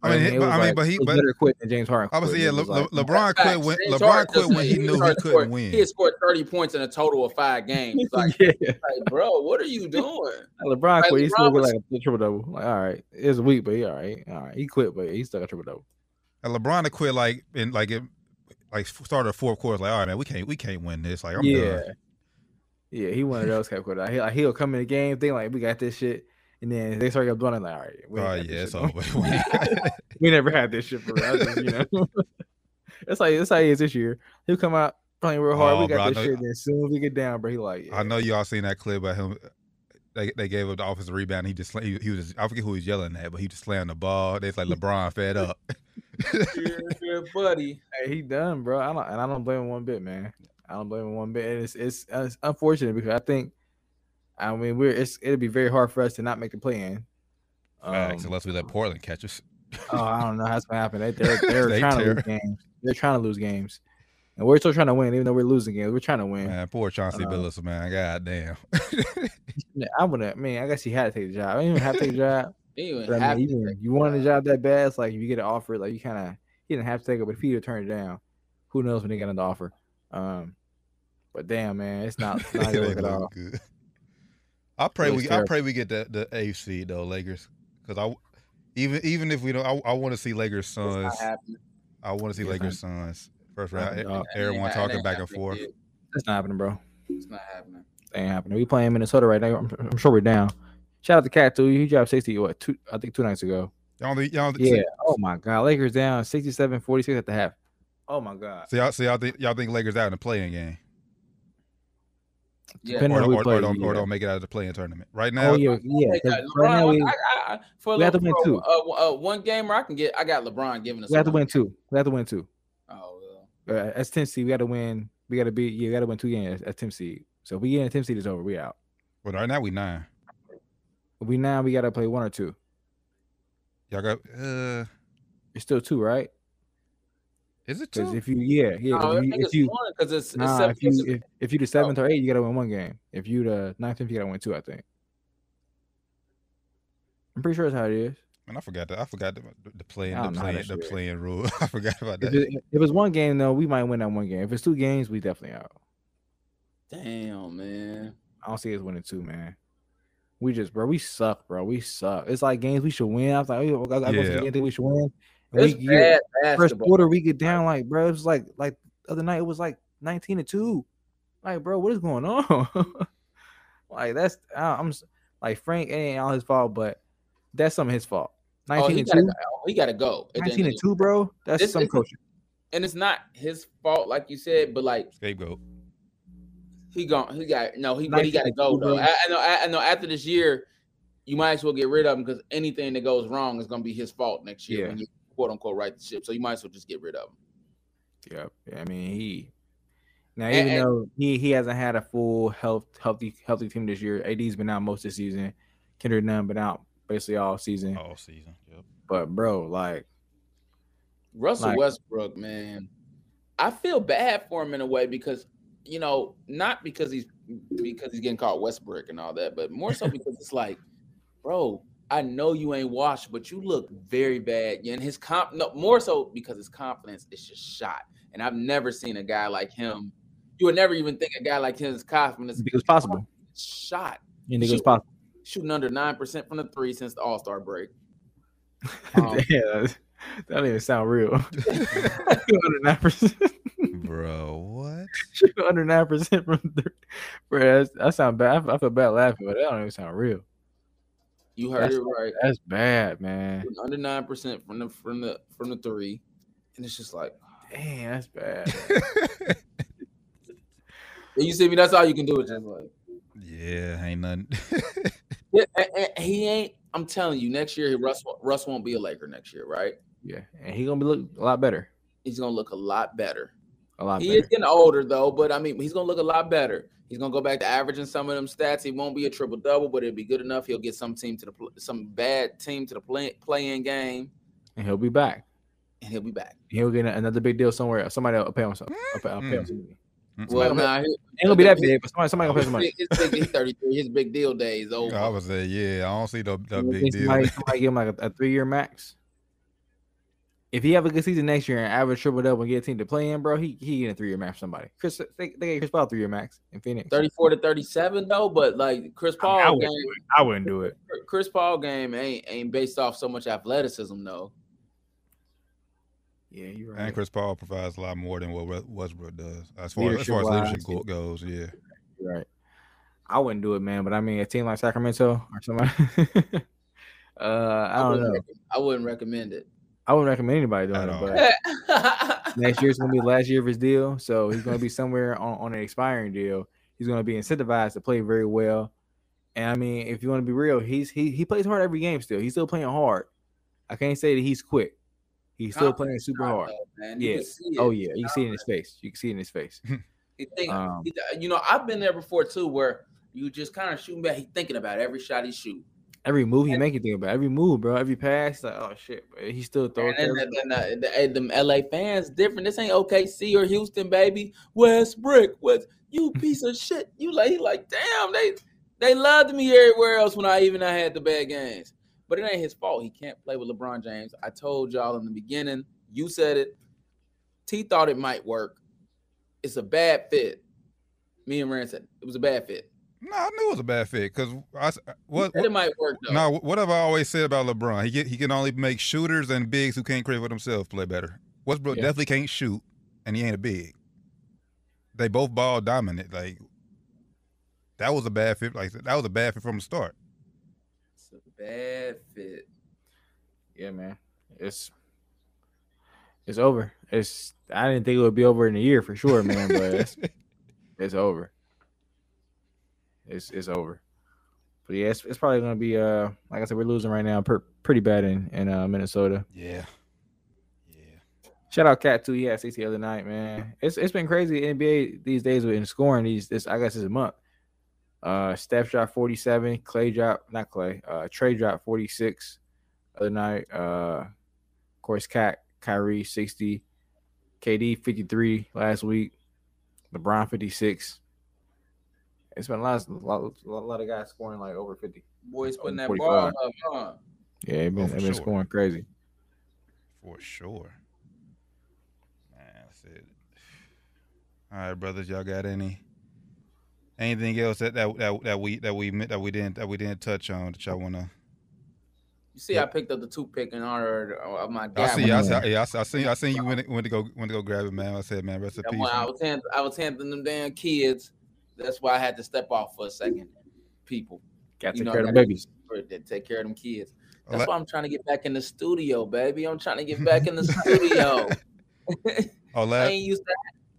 [SPEAKER 3] I mean,
[SPEAKER 4] it
[SPEAKER 3] he-
[SPEAKER 4] was
[SPEAKER 3] but, I mean,
[SPEAKER 4] like-
[SPEAKER 3] but he
[SPEAKER 4] it was
[SPEAKER 3] but
[SPEAKER 4] better quit than James Harden.
[SPEAKER 3] obviously, yeah.
[SPEAKER 4] quit. It
[SPEAKER 3] Le,
[SPEAKER 4] was like, [LAUGHS]
[SPEAKER 3] Le, LeBron
[SPEAKER 5] Facts.
[SPEAKER 3] quit when
[SPEAKER 5] James
[SPEAKER 3] LeBron
[SPEAKER 5] Harden
[SPEAKER 3] quit
[SPEAKER 5] doesn't-
[SPEAKER 3] when he
[SPEAKER 5] James
[SPEAKER 3] knew he
[SPEAKER 5] Harden
[SPEAKER 3] couldn't
[SPEAKER 5] scored-
[SPEAKER 3] win.
[SPEAKER 5] He had scored 30 points in a total of
[SPEAKER 4] [LAUGHS]
[SPEAKER 5] five games. Like,
[SPEAKER 4] yeah,
[SPEAKER 5] like, bro, what are you doing?
[SPEAKER 4] LeBron
[SPEAKER 5] like,
[SPEAKER 4] quit. He still got
[SPEAKER 5] LeBron was-
[SPEAKER 4] like a triple double. Like, all right, it's weak, but he all right, all right. He quit, but he still got triple double.
[SPEAKER 3] And LeBron to quit like in like it, like started fourth quarter, like all right, man, we can't we can't win this. Like I'm
[SPEAKER 4] yeah,
[SPEAKER 3] done.
[SPEAKER 4] yeah. He one of those type of quarterbacks. He, like he'll come in the game, think like we got this shit, and then they start getting blown. I'm like all right, we,
[SPEAKER 3] Oh
[SPEAKER 4] ain't got this
[SPEAKER 3] yeah,
[SPEAKER 4] shit
[SPEAKER 3] it's
[SPEAKER 4] no
[SPEAKER 3] over. We ain't-
[SPEAKER 4] we never had this shit for us, you know. [LAUGHS] That's like that's how he is this year. He'll come out playing real hard.
[SPEAKER 3] Oh,
[SPEAKER 4] we got
[SPEAKER 3] bro, I
[SPEAKER 4] this
[SPEAKER 3] know-
[SPEAKER 4] shit. Then as soon as we get down, bro, he like,
[SPEAKER 3] [LAUGHS]
[SPEAKER 4] yeah.
[SPEAKER 3] I know y'all seen that clip about him. They, they gave up the offensive rebound. He just sla- he, he was just, I forget who he was yelling at, but he just slammed the ball. They was like LeBron fed up.
[SPEAKER 5] Dear, dear buddy.
[SPEAKER 4] Hey, he done, bro. I don't, and I don't blame him one bit, man. I don't blame him one bit. And it's it's, uh, it's unfortunate because I think, I mean, we're it's it'd be very hard for us to not make the play in. Um,
[SPEAKER 3] Facts, unless we let Portland catch us.
[SPEAKER 4] oh, I don't know how it's gonna happen. They,
[SPEAKER 3] [LAUGHS]
[SPEAKER 4] they're they're
[SPEAKER 3] They
[SPEAKER 4] trying to lose
[SPEAKER 3] terrible.
[SPEAKER 4] games. They're trying to lose games, and we're still trying to win, even though we're losing games. We're trying to win.
[SPEAKER 3] Man, poor Chauncey
[SPEAKER 4] Uh,
[SPEAKER 3] Billups, man. God [LAUGHS] damn.
[SPEAKER 4] Yeah, I would have. I mean, I guess he had to take the job. I didn't even have to take the job.
[SPEAKER 5] Anyway,
[SPEAKER 4] But I mean, even if you want a job that bad, it's like if you get an offer, like you kind of you didn't have to take it, but if you would turned it down, who knows when they got an offer? Um, but damn, man, it's not, it's not
[SPEAKER 3] It
[SPEAKER 5] [LAUGHS]
[SPEAKER 4] good
[SPEAKER 3] ain't
[SPEAKER 4] at
[SPEAKER 3] looking
[SPEAKER 4] all.
[SPEAKER 3] good. I pray
[SPEAKER 4] It looks
[SPEAKER 3] we I
[SPEAKER 4] terrible.
[SPEAKER 3] pray we get the the A seed though, Lakers. Because I even even if we don't, I, I want to see Lakers Suns.
[SPEAKER 5] not happening.
[SPEAKER 3] I want to see
[SPEAKER 4] Yeah,
[SPEAKER 3] Lakers Suns first round.
[SPEAKER 4] Nah,
[SPEAKER 3] E-
[SPEAKER 4] dog.
[SPEAKER 3] Everyone
[SPEAKER 5] It ain't- it
[SPEAKER 3] talking
[SPEAKER 5] ain't
[SPEAKER 3] back and
[SPEAKER 5] happening,
[SPEAKER 3] forth.
[SPEAKER 5] dude.
[SPEAKER 4] It's not happening, bro.
[SPEAKER 5] It's not happening.
[SPEAKER 4] It ain't happening. We playing Minnesota right now. I'm, I'm sure we're down. Shout out to Cat too. He dropped 60 what two I think two nights ago.
[SPEAKER 3] Y'all, think- y'all, think-
[SPEAKER 4] Yeah. Oh my god. Lakers down 67-46 at the half. Oh my god.
[SPEAKER 3] So y'all, so y'all think y'all think Lakers out in the playing game,
[SPEAKER 5] Yeah.
[SPEAKER 4] Depending-
[SPEAKER 3] or,
[SPEAKER 4] No, we
[SPEAKER 3] or,
[SPEAKER 4] play,
[SPEAKER 3] or, don't, or
[SPEAKER 4] yeah.
[SPEAKER 3] don't make it out of the playing tournament right now?
[SPEAKER 4] Oh yeah, yeah.
[SPEAKER 5] Like,
[SPEAKER 4] 'cause
[SPEAKER 5] uh,
[SPEAKER 4] Right now
[SPEAKER 5] LeBron,
[SPEAKER 4] we,
[SPEAKER 5] I, I, I, for
[SPEAKER 4] we have to
[SPEAKER 5] Le-
[SPEAKER 4] win
[SPEAKER 5] for,
[SPEAKER 4] two.
[SPEAKER 5] Uh, uh, one game where I can get, I got LeBron giving us.
[SPEAKER 4] we have to
[SPEAKER 5] one.
[SPEAKER 4] win two. We have to win two.
[SPEAKER 5] Oh, well.
[SPEAKER 4] uh, as Tennessee, we got to win. We got to beat. Yeah, we got to win two games at Tennessee. So if we get in Tennessee, it's over. We out.
[SPEAKER 3] But right now we nine.
[SPEAKER 4] We now we got to play one or two.
[SPEAKER 3] Y'all got uh,
[SPEAKER 4] It's still two, right?
[SPEAKER 3] is it
[SPEAKER 4] Because
[SPEAKER 3] two?
[SPEAKER 4] if you, yeah, yeah.
[SPEAKER 5] no, I
[SPEAKER 4] 'cause if
[SPEAKER 5] think
[SPEAKER 4] you,
[SPEAKER 5] it's
[SPEAKER 4] if you,
[SPEAKER 5] one because it's, it's
[SPEAKER 4] nah,
[SPEAKER 5] seven.
[SPEAKER 4] if you, if, if you the seventh or eighth, you got to win one game. If you the ninth, tenth, you got to win two. I think. I'm pretty sure that's how it is.
[SPEAKER 3] Man, I forgot that. I forgot the, the playing,
[SPEAKER 4] I
[SPEAKER 3] the
[SPEAKER 4] don't know how
[SPEAKER 3] playing,
[SPEAKER 4] that
[SPEAKER 3] the
[SPEAKER 4] shit is.
[SPEAKER 3] playing rule. [LAUGHS] I forgot about
[SPEAKER 4] If,
[SPEAKER 3] that.
[SPEAKER 4] it, if it's one game though, we might win that one game. If it's two games, we definitely out.
[SPEAKER 5] damn, man.
[SPEAKER 4] I don't see us winning two, man. We just, bro, we suck, bro. We suck. It's like games we should win. I was like, oh, I, I yeah.
[SPEAKER 3] Yeah.
[SPEAKER 4] go think we should win. And
[SPEAKER 5] It's
[SPEAKER 4] we get-
[SPEAKER 5] bad
[SPEAKER 4] first
[SPEAKER 5] basketball.
[SPEAKER 4] quarter we get down like bro it was like like the other night it was like 19 to 2 like bro what is going on [LAUGHS] like that's I- i'm s- like frank it ain't all his fault but that's some of his fault
[SPEAKER 5] Oh,
[SPEAKER 4] 19
[SPEAKER 5] he
[SPEAKER 4] to
[SPEAKER 5] gotta
[SPEAKER 4] 2
[SPEAKER 5] go. He gotta go. at the end of
[SPEAKER 4] 19 to
[SPEAKER 5] the-
[SPEAKER 4] 2 bro that's
[SPEAKER 5] This
[SPEAKER 4] some
[SPEAKER 5] is-
[SPEAKER 4] coaching
[SPEAKER 5] And it's not his fault, like you said, but like
[SPEAKER 3] Scapegoat.
[SPEAKER 5] he gone. He got no. He but he
[SPEAKER 4] 19
[SPEAKER 5] gotta
[SPEAKER 4] to
[SPEAKER 5] go
[SPEAKER 4] two,
[SPEAKER 5] though.
[SPEAKER 4] bro.
[SPEAKER 5] I, I know. I, I know. After this year, you might as well get rid of him because anything that goes wrong is gonna be his fault next year
[SPEAKER 4] Yeah.
[SPEAKER 5] when you quote unquote right the ship. So you might as well just get rid of him.
[SPEAKER 4] yeah i mean he now
[SPEAKER 5] And-
[SPEAKER 4] even
[SPEAKER 5] and-
[SPEAKER 4] though he he hasn't had a full health healthy healthy team this year ad's been out most of the season kendrick nunn been out basically all season
[SPEAKER 3] all season. Yep.
[SPEAKER 4] [LAUGHS] but bro like
[SPEAKER 5] Russell
[SPEAKER 4] Like-
[SPEAKER 5] Westbrook, man, I feel bad for him in a way because you know not because he's because he's getting called Westbrook and all that, but more so because it's like, bro, I know you ain't washed, but you look very bad. And his comp, no, more so because his confidence is just shot. And I've never seen a guy like him. You would never even think a guy like his confidence
[SPEAKER 4] it was possible
[SPEAKER 5] is shot,
[SPEAKER 4] you think it was
[SPEAKER 5] Shoot.
[SPEAKER 4] possible
[SPEAKER 5] shooting under nine percent from the three since the All
[SPEAKER 4] [LAUGHS]
[SPEAKER 5] Star break. Um,
[SPEAKER 4] yeah, that's- that don't even sound
[SPEAKER 5] [LAUGHS]
[SPEAKER 4] real. [LAUGHS] under nine percent,
[SPEAKER 3] Bro, what?
[SPEAKER 4] under nine percent from thirty. Bro, that's, that sound bad. I, f- I feel bad laughing, but that don't even sound real.
[SPEAKER 5] you heard it right.
[SPEAKER 4] That's bad, man.
[SPEAKER 5] Shooting under nine percent from the from the from the three, and it's just like
[SPEAKER 4] Damn, that's bad. [LAUGHS]
[SPEAKER 5] and you see me. That's all you can do. It's just like
[SPEAKER 3] yeah, ain't nothing. [LAUGHS]
[SPEAKER 5] Yeah, and- and he ain't. I'm telling you, next year Russ won't- Russ won't be a Laker next year, right?
[SPEAKER 4] Yeah, and he gonna be look a lot better.
[SPEAKER 5] He's gonna look a lot better.
[SPEAKER 4] A lot
[SPEAKER 5] He
[SPEAKER 4] better.
[SPEAKER 5] is getting older though, but I mean, he's gonna look a lot better. He's gonna go back to averaging some of them stats. He won't be a triple double, but it'll be good enough. He'll get some team to the pl- some bad team to the play playing game,
[SPEAKER 4] And he'll be back.
[SPEAKER 5] and he'll be back.
[SPEAKER 4] He'll get another big deal somewhere. else. Somebody will pay him something. Pay, I'll pay him
[SPEAKER 3] Mm.
[SPEAKER 4] something.
[SPEAKER 5] Well,
[SPEAKER 4] Somebody-
[SPEAKER 5] nah, he-
[SPEAKER 4] Ain't gonna be that big, but somebody, somebody gonna pay some money.
[SPEAKER 5] his big- he's 33. His big deal day is over.
[SPEAKER 3] I would say, yeah, I don't see the, the
[SPEAKER 4] You
[SPEAKER 3] big
[SPEAKER 4] think
[SPEAKER 3] deal.
[SPEAKER 4] Somebody, [LAUGHS] somebody give him like a, three year max. If he have a good season next year and average triple double and get a team to play in, bro, he he get a three year max. From somebody, Chris, they, they gave Chris Paul three year max in Phoenix.
[SPEAKER 5] 34 to 37 though, but like Chris
[SPEAKER 4] I, mean, I
[SPEAKER 5] Paul
[SPEAKER 4] wouldn't
[SPEAKER 5] game,
[SPEAKER 4] do it. I wouldn't do it.
[SPEAKER 5] Chris Paul game ain't ain't based off so much athleticism though.
[SPEAKER 4] Yeah, you're right.
[SPEAKER 3] And Chris Paul provides a lot more than what Wes- Westbrook does as far as, as, far as
[SPEAKER 4] Leadership-wise.
[SPEAKER 3] leadership go- goes. Yeah,
[SPEAKER 4] You're right. I wouldn't do it, man. But I mean, a team like Sacramento or somebody. [LAUGHS] uh, I don't
[SPEAKER 5] wouldn't
[SPEAKER 4] know.
[SPEAKER 5] rec- I wouldn't recommend [LAUGHS] it.
[SPEAKER 4] I wouldn't recommend anybody doing
[SPEAKER 3] At
[SPEAKER 4] it.
[SPEAKER 3] all.
[SPEAKER 4] But next year's gonna be the last year of his deal, so he's gonna be somewhere on, on an expiring deal. He's gonna be incentivized to play very well. And I mean, if you want to be real, he's he he plays hard every game still. He's still playing hard. I can't say that he's quit. He's still playing super hard.
[SPEAKER 5] man. You
[SPEAKER 4] Yeah.
[SPEAKER 5] can see it.
[SPEAKER 4] Oh yeah, you can see it in his face. You can see it in his
[SPEAKER 5] [LAUGHS]
[SPEAKER 4] face.
[SPEAKER 5] He think,
[SPEAKER 4] Um,
[SPEAKER 5] he- you know, I've been there before too, where you just kind of shooting back. He thinking about every shot he shoot,
[SPEAKER 4] Every move he make, you think about it. every move, bro. Every pass, like oh shit, but he still throw. it
[SPEAKER 5] and then,
[SPEAKER 4] there.
[SPEAKER 5] then, uh, the, eh, them LA fans different. This ain't OKC or Houston, baby. Westbrook was you piece of shit. You like, he like, damn, they they loved me everywhere else when I even I had the bad games. But it ain't his fault. He can't play with LeBron James. I told y'all in the beginning. You said it. T thought it might work. It's a bad fit. Me and Rand said it was a bad fit.
[SPEAKER 3] no, I knew it was a bad fit because I s- uh, what.
[SPEAKER 5] Said
[SPEAKER 3] what
[SPEAKER 5] it might work though.
[SPEAKER 3] no, what have I always said about LeBron? He get, he can only make shooters and bigs who can't create for themselves play better. Westbrook
[SPEAKER 4] Yeah.
[SPEAKER 3] definitely can't shoot, and he ain't a big. They both ball dominant. Like that was a bad fit. Like I said, that was a bad fit from the start.
[SPEAKER 5] It's a bad fit.
[SPEAKER 4] Yeah, man. It's it's over. It's I didn't think it would be over in a year for sure,
[SPEAKER 3] [LAUGHS]
[SPEAKER 4] man.
[SPEAKER 5] [LAUGHS]
[SPEAKER 4] But it's, it's over. It's it's over. But yeah, it's, it's probably gonna be uh like I said, we're losing right now, per, pretty bad in in uh, Minnesota.
[SPEAKER 3] Yeah, yeah.
[SPEAKER 4] Shout out Cat too. He had sixty the other night, man. It's it's been crazy NBA these days with in scoring these this I guess is a month. Uh Steph shot forty seven, Clay dropped not Clay, uh Trey dropped forty six other night. Uh of course Cat Kyrie sixty, KD fifty three last week, LeBron fifty six. It's been a lot, a lot a lot of guys scoring like over fifty.
[SPEAKER 5] Boys putting that
[SPEAKER 4] 45.
[SPEAKER 5] ball up. Huh?
[SPEAKER 4] Yeah, they've been,
[SPEAKER 3] Oh, for
[SPEAKER 4] they've been
[SPEAKER 3] sure.
[SPEAKER 4] scoring crazy.
[SPEAKER 3] For sure. Man, that's it. All right, brothers, y'all got any anything else that that that, that we that we mi- that we didn't that we didn't touch on that y'all wanna?
[SPEAKER 5] You see, I picked up the toothpick in honor of my guy.
[SPEAKER 3] I see, I see,
[SPEAKER 4] man.
[SPEAKER 3] yeah, I see, I seen, I seen you went went to go went to go grab it, man. I said, man, rest in
[SPEAKER 5] That
[SPEAKER 3] peace.
[SPEAKER 5] one, I was hand, I was handling them damn kids. That's why I had to step off for a second. People
[SPEAKER 4] Got to
[SPEAKER 5] You
[SPEAKER 4] take
[SPEAKER 5] know,
[SPEAKER 4] care of
[SPEAKER 5] I
[SPEAKER 4] the
[SPEAKER 5] got-
[SPEAKER 4] babies.
[SPEAKER 5] for- that take care of them kids. That's
[SPEAKER 3] Ole-
[SPEAKER 5] why I'm trying to get back in the studio, baby. I'm trying to get back in
[SPEAKER 3] [LAUGHS]
[SPEAKER 5] the studio. I
[SPEAKER 3] Ole-
[SPEAKER 5] ain't used to.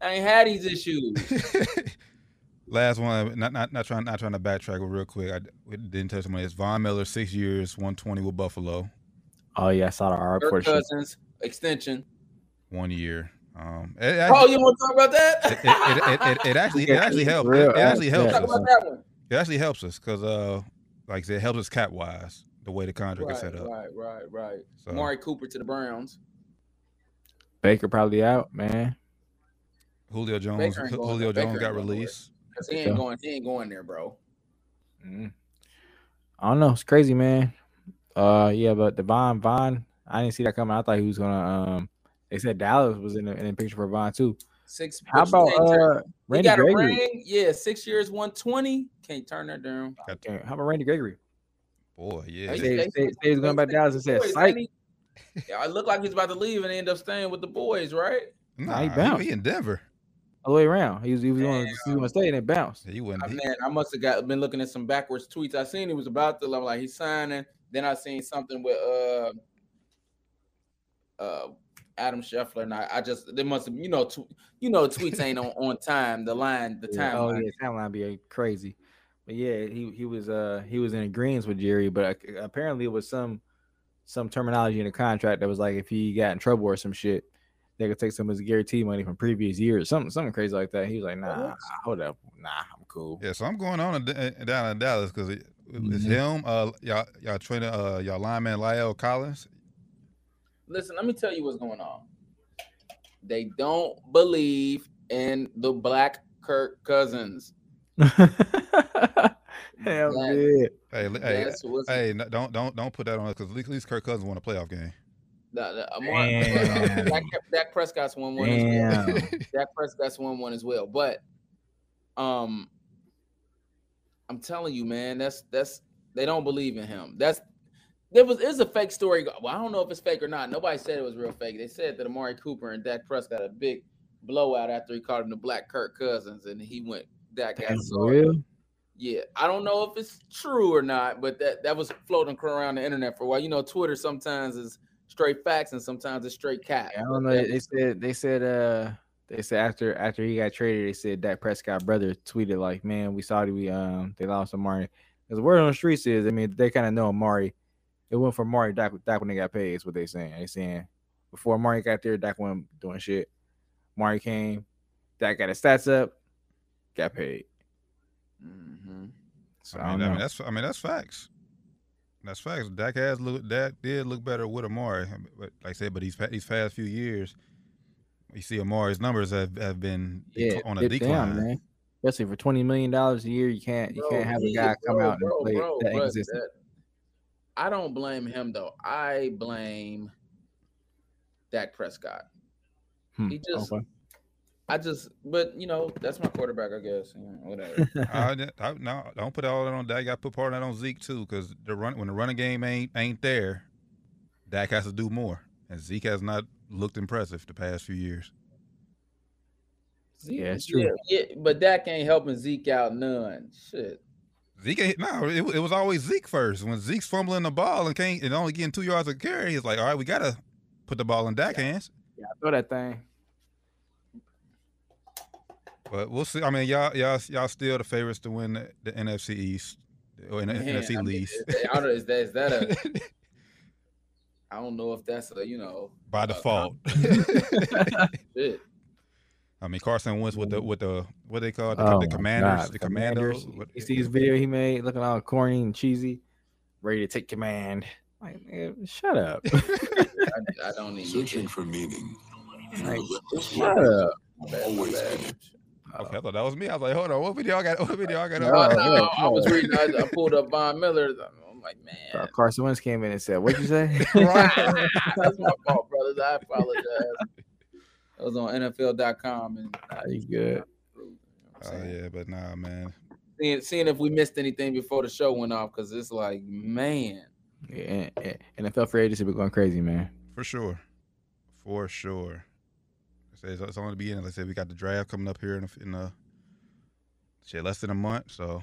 [SPEAKER 5] I ain't had these issues.
[SPEAKER 3] [LAUGHS] Last one, not not not trying not trying to backtrack but real quick. I d- we didn't touch on this. Von Miller, six years, one twenty with Buffalo,
[SPEAKER 4] Oh yeah, I saw the R
[SPEAKER 5] Kirk
[SPEAKER 4] portion.
[SPEAKER 5] Cousins extension.
[SPEAKER 3] one year. Um, it, it,
[SPEAKER 5] Oh, you want to talk about
[SPEAKER 3] it, it,
[SPEAKER 5] that?
[SPEAKER 3] it, it, it actually it
[SPEAKER 4] Yeah,
[SPEAKER 3] actually helps. It,
[SPEAKER 4] real
[SPEAKER 3] it actually
[SPEAKER 4] ass
[SPEAKER 3] helps.
[SPEAKER 5] [LAUGHS] Talk
[SPEAKER 4] facts.
[SPEAKER 3] us.
[SPEAKER 5] about that one.
[SPEAKER 3] It actually helps us because, uh, like I said, it helps us cap wise the way the contract is set
[SPEAKER 5] Right,
[SPEAKER 3] up.
[SPEAKER 5] right, right, right.
[SPEAKER 3] So
[SPEAKER 5] Mari Cooper to the Browns.
[SPEAKER 4] Baker probably out, man.
[SPEAKER 3] Julio Jones,
[SPEAKER 5] ain't going
[SPEAKER 3] Julio Jones
[SPEAKER 5] nowhere. Baker
[SPEAKER 3] got
[SPEAKER 5] ain't going
[SPEAKER 3] released.
[SPEAKER 5] Cause he ain't
[SPEAKER 4] Yeah.
[SPEAKER 5] going. He ain't going there, bro.
[SPEAKER 4] Mm. I don't know. It's crazy, man. Uh, yeah, but Devon Vaughn, I didn't see that coming. I thought he was gonna. Um, they said Dallas was in the, in the picture for Vaughn too.
[SPEAKER 5] Six.
[SPEAKER 4] How
[SPEAKER 5] which
[SPEAKER 4] about
[SPEAKER 5] can't turn-
[SPEAKER 4] uh
[SPEAKER 5] he
[SPEAKER 4] Randy
[SPEAKER 5] got a
[SPEAKER 4] Gregory?
[SPEAKER 5] ring? Yeah, six years, one twenty. Can't turn that down.
[SPEAKER 4] Okay, How about Randy Gregory?
[SPEAKER 3] Boy, yeah,
[SPEAKER 5] Hey,
[SPEAKER 3] that-
[SPEAKER 5] they-
[SPEAKER 4] Say, say, say he's going back to Dallas and said,
[SPEAKER 5] Boys,
[SPEAKER 4] "Psych."
[SPEAKER 5] ain't he- Yeah, I look like he's about to leave and end up staying with the boys, right?
[SPEAKER 4] Nah, he
[SPEAKER 3] nah,
[SPEAKER 4] bounced.
[SPEAKER 3] he, in Denver.
[SPEAKER 4] all the way around. He was he was going he was going to stay and it bounced.
[SPEAKER 3] Yeah, he wouldn't.
[SPEAKER 5] I
[SPEAKER 3] he-
[SPEAKER 5] man, I must have got been looking at some backwards tweets. I seen he was about to. I'm like, he's signing. Then I seen something with uh, uh, Adam Scheffler, and I, I just there must have you know tw- you know tweets ain't on, on time. The line, the
[SPEAKER 4] Yeah, Oh
[SPEAKER 5] timeline.
[SPEAKER 4] yeah, timeline be uh, crazy. But yeah, he he was uh he was in agreement with Jerry, but ac- apparently it was some some terminology in the contract that was like if he got in trouble or some shit, they could take some of his guarantee money from previous years, something something crazy like that. He was like,
[SPEAKER 5] Oh,
[SPEAKER 4] nah, hold up, nah, I'm cool.
[SPEAKER 3] yeah, so I'm going on in, in- down in Dallas because it, it's
[SPEAKER 4] Mhm.
[SPEAKER 3] him. Uh, y'all, y'all trainer, uh, y'all lineman Lyle Collins.
[SPEAKER 5] Listen, let me tell you what's going on. They don't believe in the black Kirk Cousins.
[SPEAKER 4] [LAUGHS] Hell
[SPEAKER 5] That-
[SPEAKER 4] yeah.
[SPEAKER 3] Hey, li- hey,
[SPEAKER 5] That's what's
[SPEAKER 3] hey, no, don't don't don't put that on us because at least Kirk Cousins won a playoff game.
[SPEAKER 5] Nah, nah, I'm
[SPEAKER 4] Damn.
[SPEAKER 5] on- uh, [LAUGHS] Dak, Dak Prescott's one one as [LAUGHS] well.
[SPEAKER 4] Damn.
[SPEAKER 5] Dak Prescott's one one as well. But um I'm telling you, man, that's that's they don't believe in him. That's there was is a fake story. go- Well, I don't know if it's fake or not. Nobody said it was real fake. They said that Amari Cooper and Dak Prescott got a big blowout after he called him the Black Kirk Cousins, and he went Dak got
[SPEAKER 4] That's
[SPEAKER 5] sorry.
[SPEAKER 4] real.
[SPEAKER 5] Yeah, I don't know if it's true or not, but that that was floating around the internet for a while. You know, Twitter sometimes is straight facts and sometimes it's straight cap.
[SPEAKER 4] I don't know. They said they said uh they said after after he got traded, they said Dak Prescott brother tweeted like, "Man, we saw that we um they lost Amari." Because the word on the streets is, I mean, they kind of know Amari. It went from Amari to Dak, Dak when they got paid. Is what they saying. They saying before Amari got there, Dak wasn't doing shit. Amari came, Dak got his stats up, got paid. Mm-hmm.
[SPEAKER 5] hmm
[SPEAKER 4] So I,
[SPEAKER 3] I mean,
[SPEAKER 4] don't
[SPEAKER 3] I mean,
[SPEAKER 4] know.
[SPEAKER 3] that's I mean that's facts. That's facts. Dak has look Dak did look better with Amari, but like I said, but these pa- these past few years, you see Amari's numbers have, have been
[SPEAKER 4] yeah,
[SPEAKER 3] decl- on a
[SPEAKER 4] dip down,
[SPEAKER 3] decline.
[SPEAKER 4] man. Especially for twenty million dollars a year, you can't you
[SPEAKER 5] Bro,
[SPEAKER 4] can't have a
[SPEAKER 5] he-
[SPEAKER 4] guy come
[SPEAKER 5] bro,
[SPEAKER 4] out and
[SPEAKER 5] bro,
[SPEAKER 4] play
[SPEAKER 5] bro,
[SPEAKER 4] that
[SPEAKER 5] but
[SPEAKER 4] existence.
[SPEAKER 5] that- I don't blame him though. I blame Dak Prescott.
[SPEAKER 4] Hmm,
[SPEAKER 5] he just-
[SPEAKER 4] [LAUGHS]
[SPEAKER 5] I just, but you know, that's my quarterback, I guess. you know, Whatever.
[SPEAKER 4] okay.
[SPEAKER 3] [LAUGHS] I, I, no, don't put all that on Dak. I put part of that on Zeke too, because the run when the running game ain't ain't there, Dak has to do more, and Zeke has not looked impressive the past few years.
[SPEAKER 4] [LAUGHS] Yeah, it's true.
[SPEAKER 5] Yeah, yeah, but Dak ain't helping Zeke out none. Shit.
[SPEAKER 3] Zeke, ain't- no, it, wa- it was always Zeke first. When Zeke's fumbling the ball and can't and only getting two yards of carry, he's like, all right, we gotta put the ball in Dak hands.
[SPEAKER 4] Yeah, throw that thing.
[SPEAKER 3] But we'll see. I mean, y'all, y'all, y'all still the favorites to win the, the NFC East or in the [LAUGHS]
[SPEAKER 5] Man,
[SPEAKER 3] NFC
[SPEAKER 5] I mean,
[SPEAKER 3] least
[SPEAKER 5] is that- I don't know, is that, is that a,
[SPEAKER 3] [LAUGHS]
[SPEAKER 5] I don't know if that's a, you know,
[SPEAKER 3] by default.
[SPEAKER 5] uh, [LAUGHS]
[SPEAKER 3] [LAUGHS]
[SPEAKER 5] shit.
[SPEAKER 3] I mean, Carson Wentz with the with the what they call it, the,
[SPEAKER 4] Oh
[SPEAKER 3] the
[SPEAKER 4] my
[SPEAKER 3] Commanders,
[SPEAKER 4] God,
[SPEAKER 3] the Commandos. what-
[SPEAKER 4] You see his video he made looking all corny and cheesy, ready to take command. Like, man,
[SPEAKER 3] [LAUGHS]
[SPEAKER 4] shut up.
[SPEAKER 5] I, I don't even.
[SPEAKER 1] Searching for meaning.
[SPEAKER 4] Like, shut up.
[SPEAKER 1] Always
[SPEAKER 3] Okay, I thought that was me. I was like, hold on, what video I got? What video I got?
[SPEAKER 4] No,
[SPEAKER 5] Oh,
[SPEAKER 3] up?
[SPEAKER 5] no,
[SPEAKER 4] no,
[SPEAKER 5] I was
[SPEAKER 4] no.
[SPEAKER 5] reading. I, I pulled up Von Miller. I'm like,
[SPEAKER 4] Uh,
[SPEAKER 5] man,
[SPEAKER 4] Carson Wentz came in and said, What'd you
[SPEAKER 3] [LAUGHS]
[SPEAKER 4] say? [LAUGHS]
[SPEAKER 5] [LAUGHS] that's my fault, brothers. I apologize. I was on NFL.com and
[SPEAKER 4] Nah, you good.
[SPEAKER 3] Oh yeah, but nah, man.
[SPEAKER 5] seeing, seeing if we missed anything before the show went off because it's like, man,
[SPEAKER 4] Yeah, and, and NFL free agency been going crazy, man.
[SPEAKER 3] For sure. For sure. I said, It's, it's only the beginning. Like I said, we got the draft coming up here in, a- in a, shit, less than a month. So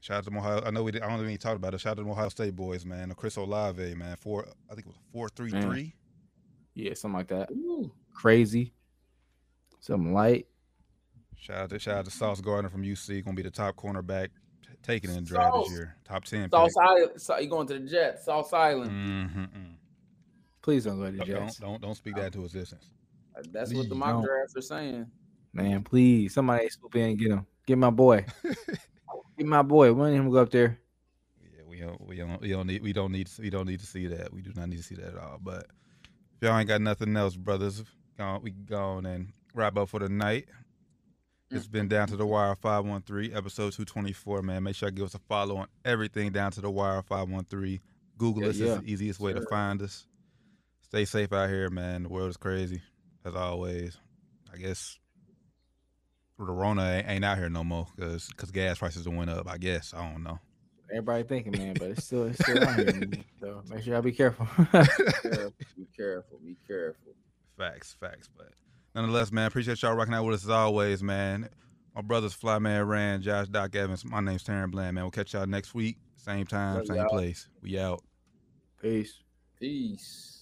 [SPEAKER 3] shout out to them Ohio. I know we did, I don't even talk about it. Shout out to the Ohio State boys, man. Chris Olave, man. Four, I think it was four three
[SPEAKER 4] Man.
[SPEAKER 3] three.
[SPEAKER 4] Yeah, something like that.
[SPEAKER 5] ooh,
[SPEAKER 4] Crazy. Something light.
[SPEAKER 3] Shout out to shout
[SPEAKER 5] Mm-hmm.
[SPEAKER 3] out to Sauce Gardner from UC. Gonna be the top cornerback t- taken in the draft
[SPEAKER 5] Sauce.
[SPEAKER 3] this year. Top ten.
[SPEAKER 5] Sauce Island. So, you going to the Jets? Sauce Island.
[SPEAKER 3] Mm-hmm.
[SPEAKER 4] Please don't go to the
[SPEAKER 3] Don't,
[SPEAKER 4] Jets.
[SPEAKER 3] don't don't don't speak that into existence. Mm.
[SPEAKER 5] That's what the
[SPEAKER 4] Please
[SPEAKER 5] mock
[SPEAKER 4] don't.
[SPEAKER 5] drafts are saying.
[SPEAKER 4] Man, please. Somebody swoop in and get him. Get
[SPEAKER 3] [LAUGHS]
[SPEAKER 4] my boy. get my boy. We don't need him to go up there.
[SPEAKER 3] Yeah, we don't, we don't, we don't need, we don't need, we don't need to see that. We do not need to see that at all. But if y'all ain't got nothing else, brothers, go- we can go on and wrap up for the night. It's been down to the wire five one three episode two twenty four. Man, make sure you give us a follow on everything down to the wire five one three. Google
[SPEAKER 4] Yeah,
[SPEAKER 3] us
[SPEAKER 4] yeah.
[SPEAKER 3] is the easiest way to find us. Stay safe out here, man. The world is crazy as always. I guess the Rona ain't- ain't out here no more because gas prices done went up. I guess I don't know.
[SPEAKER 4] everybody thinking, man, but it's still it's still out here. man. So make sure y'all be careful. [LAUGHS]
[SPEAKER 5] Careful, be careful. Be careful.
[SPEAKER 3] Facts, facts. But nonetheless, man, appreciate y'all rocking out with us as always, man. My brothers, Flyman Rand, Josh Doc Evans. My name's Taryn Bland, man. We'll catch y'all next week. Same time,
[SPEAKER 5] Love
[SPEAKER 3] same
[SPEAKER 5] y'all.
[SPEAKER 3] place. We out.
[SPEAKER 4] Peace.
[SPEAKER 5] Peace.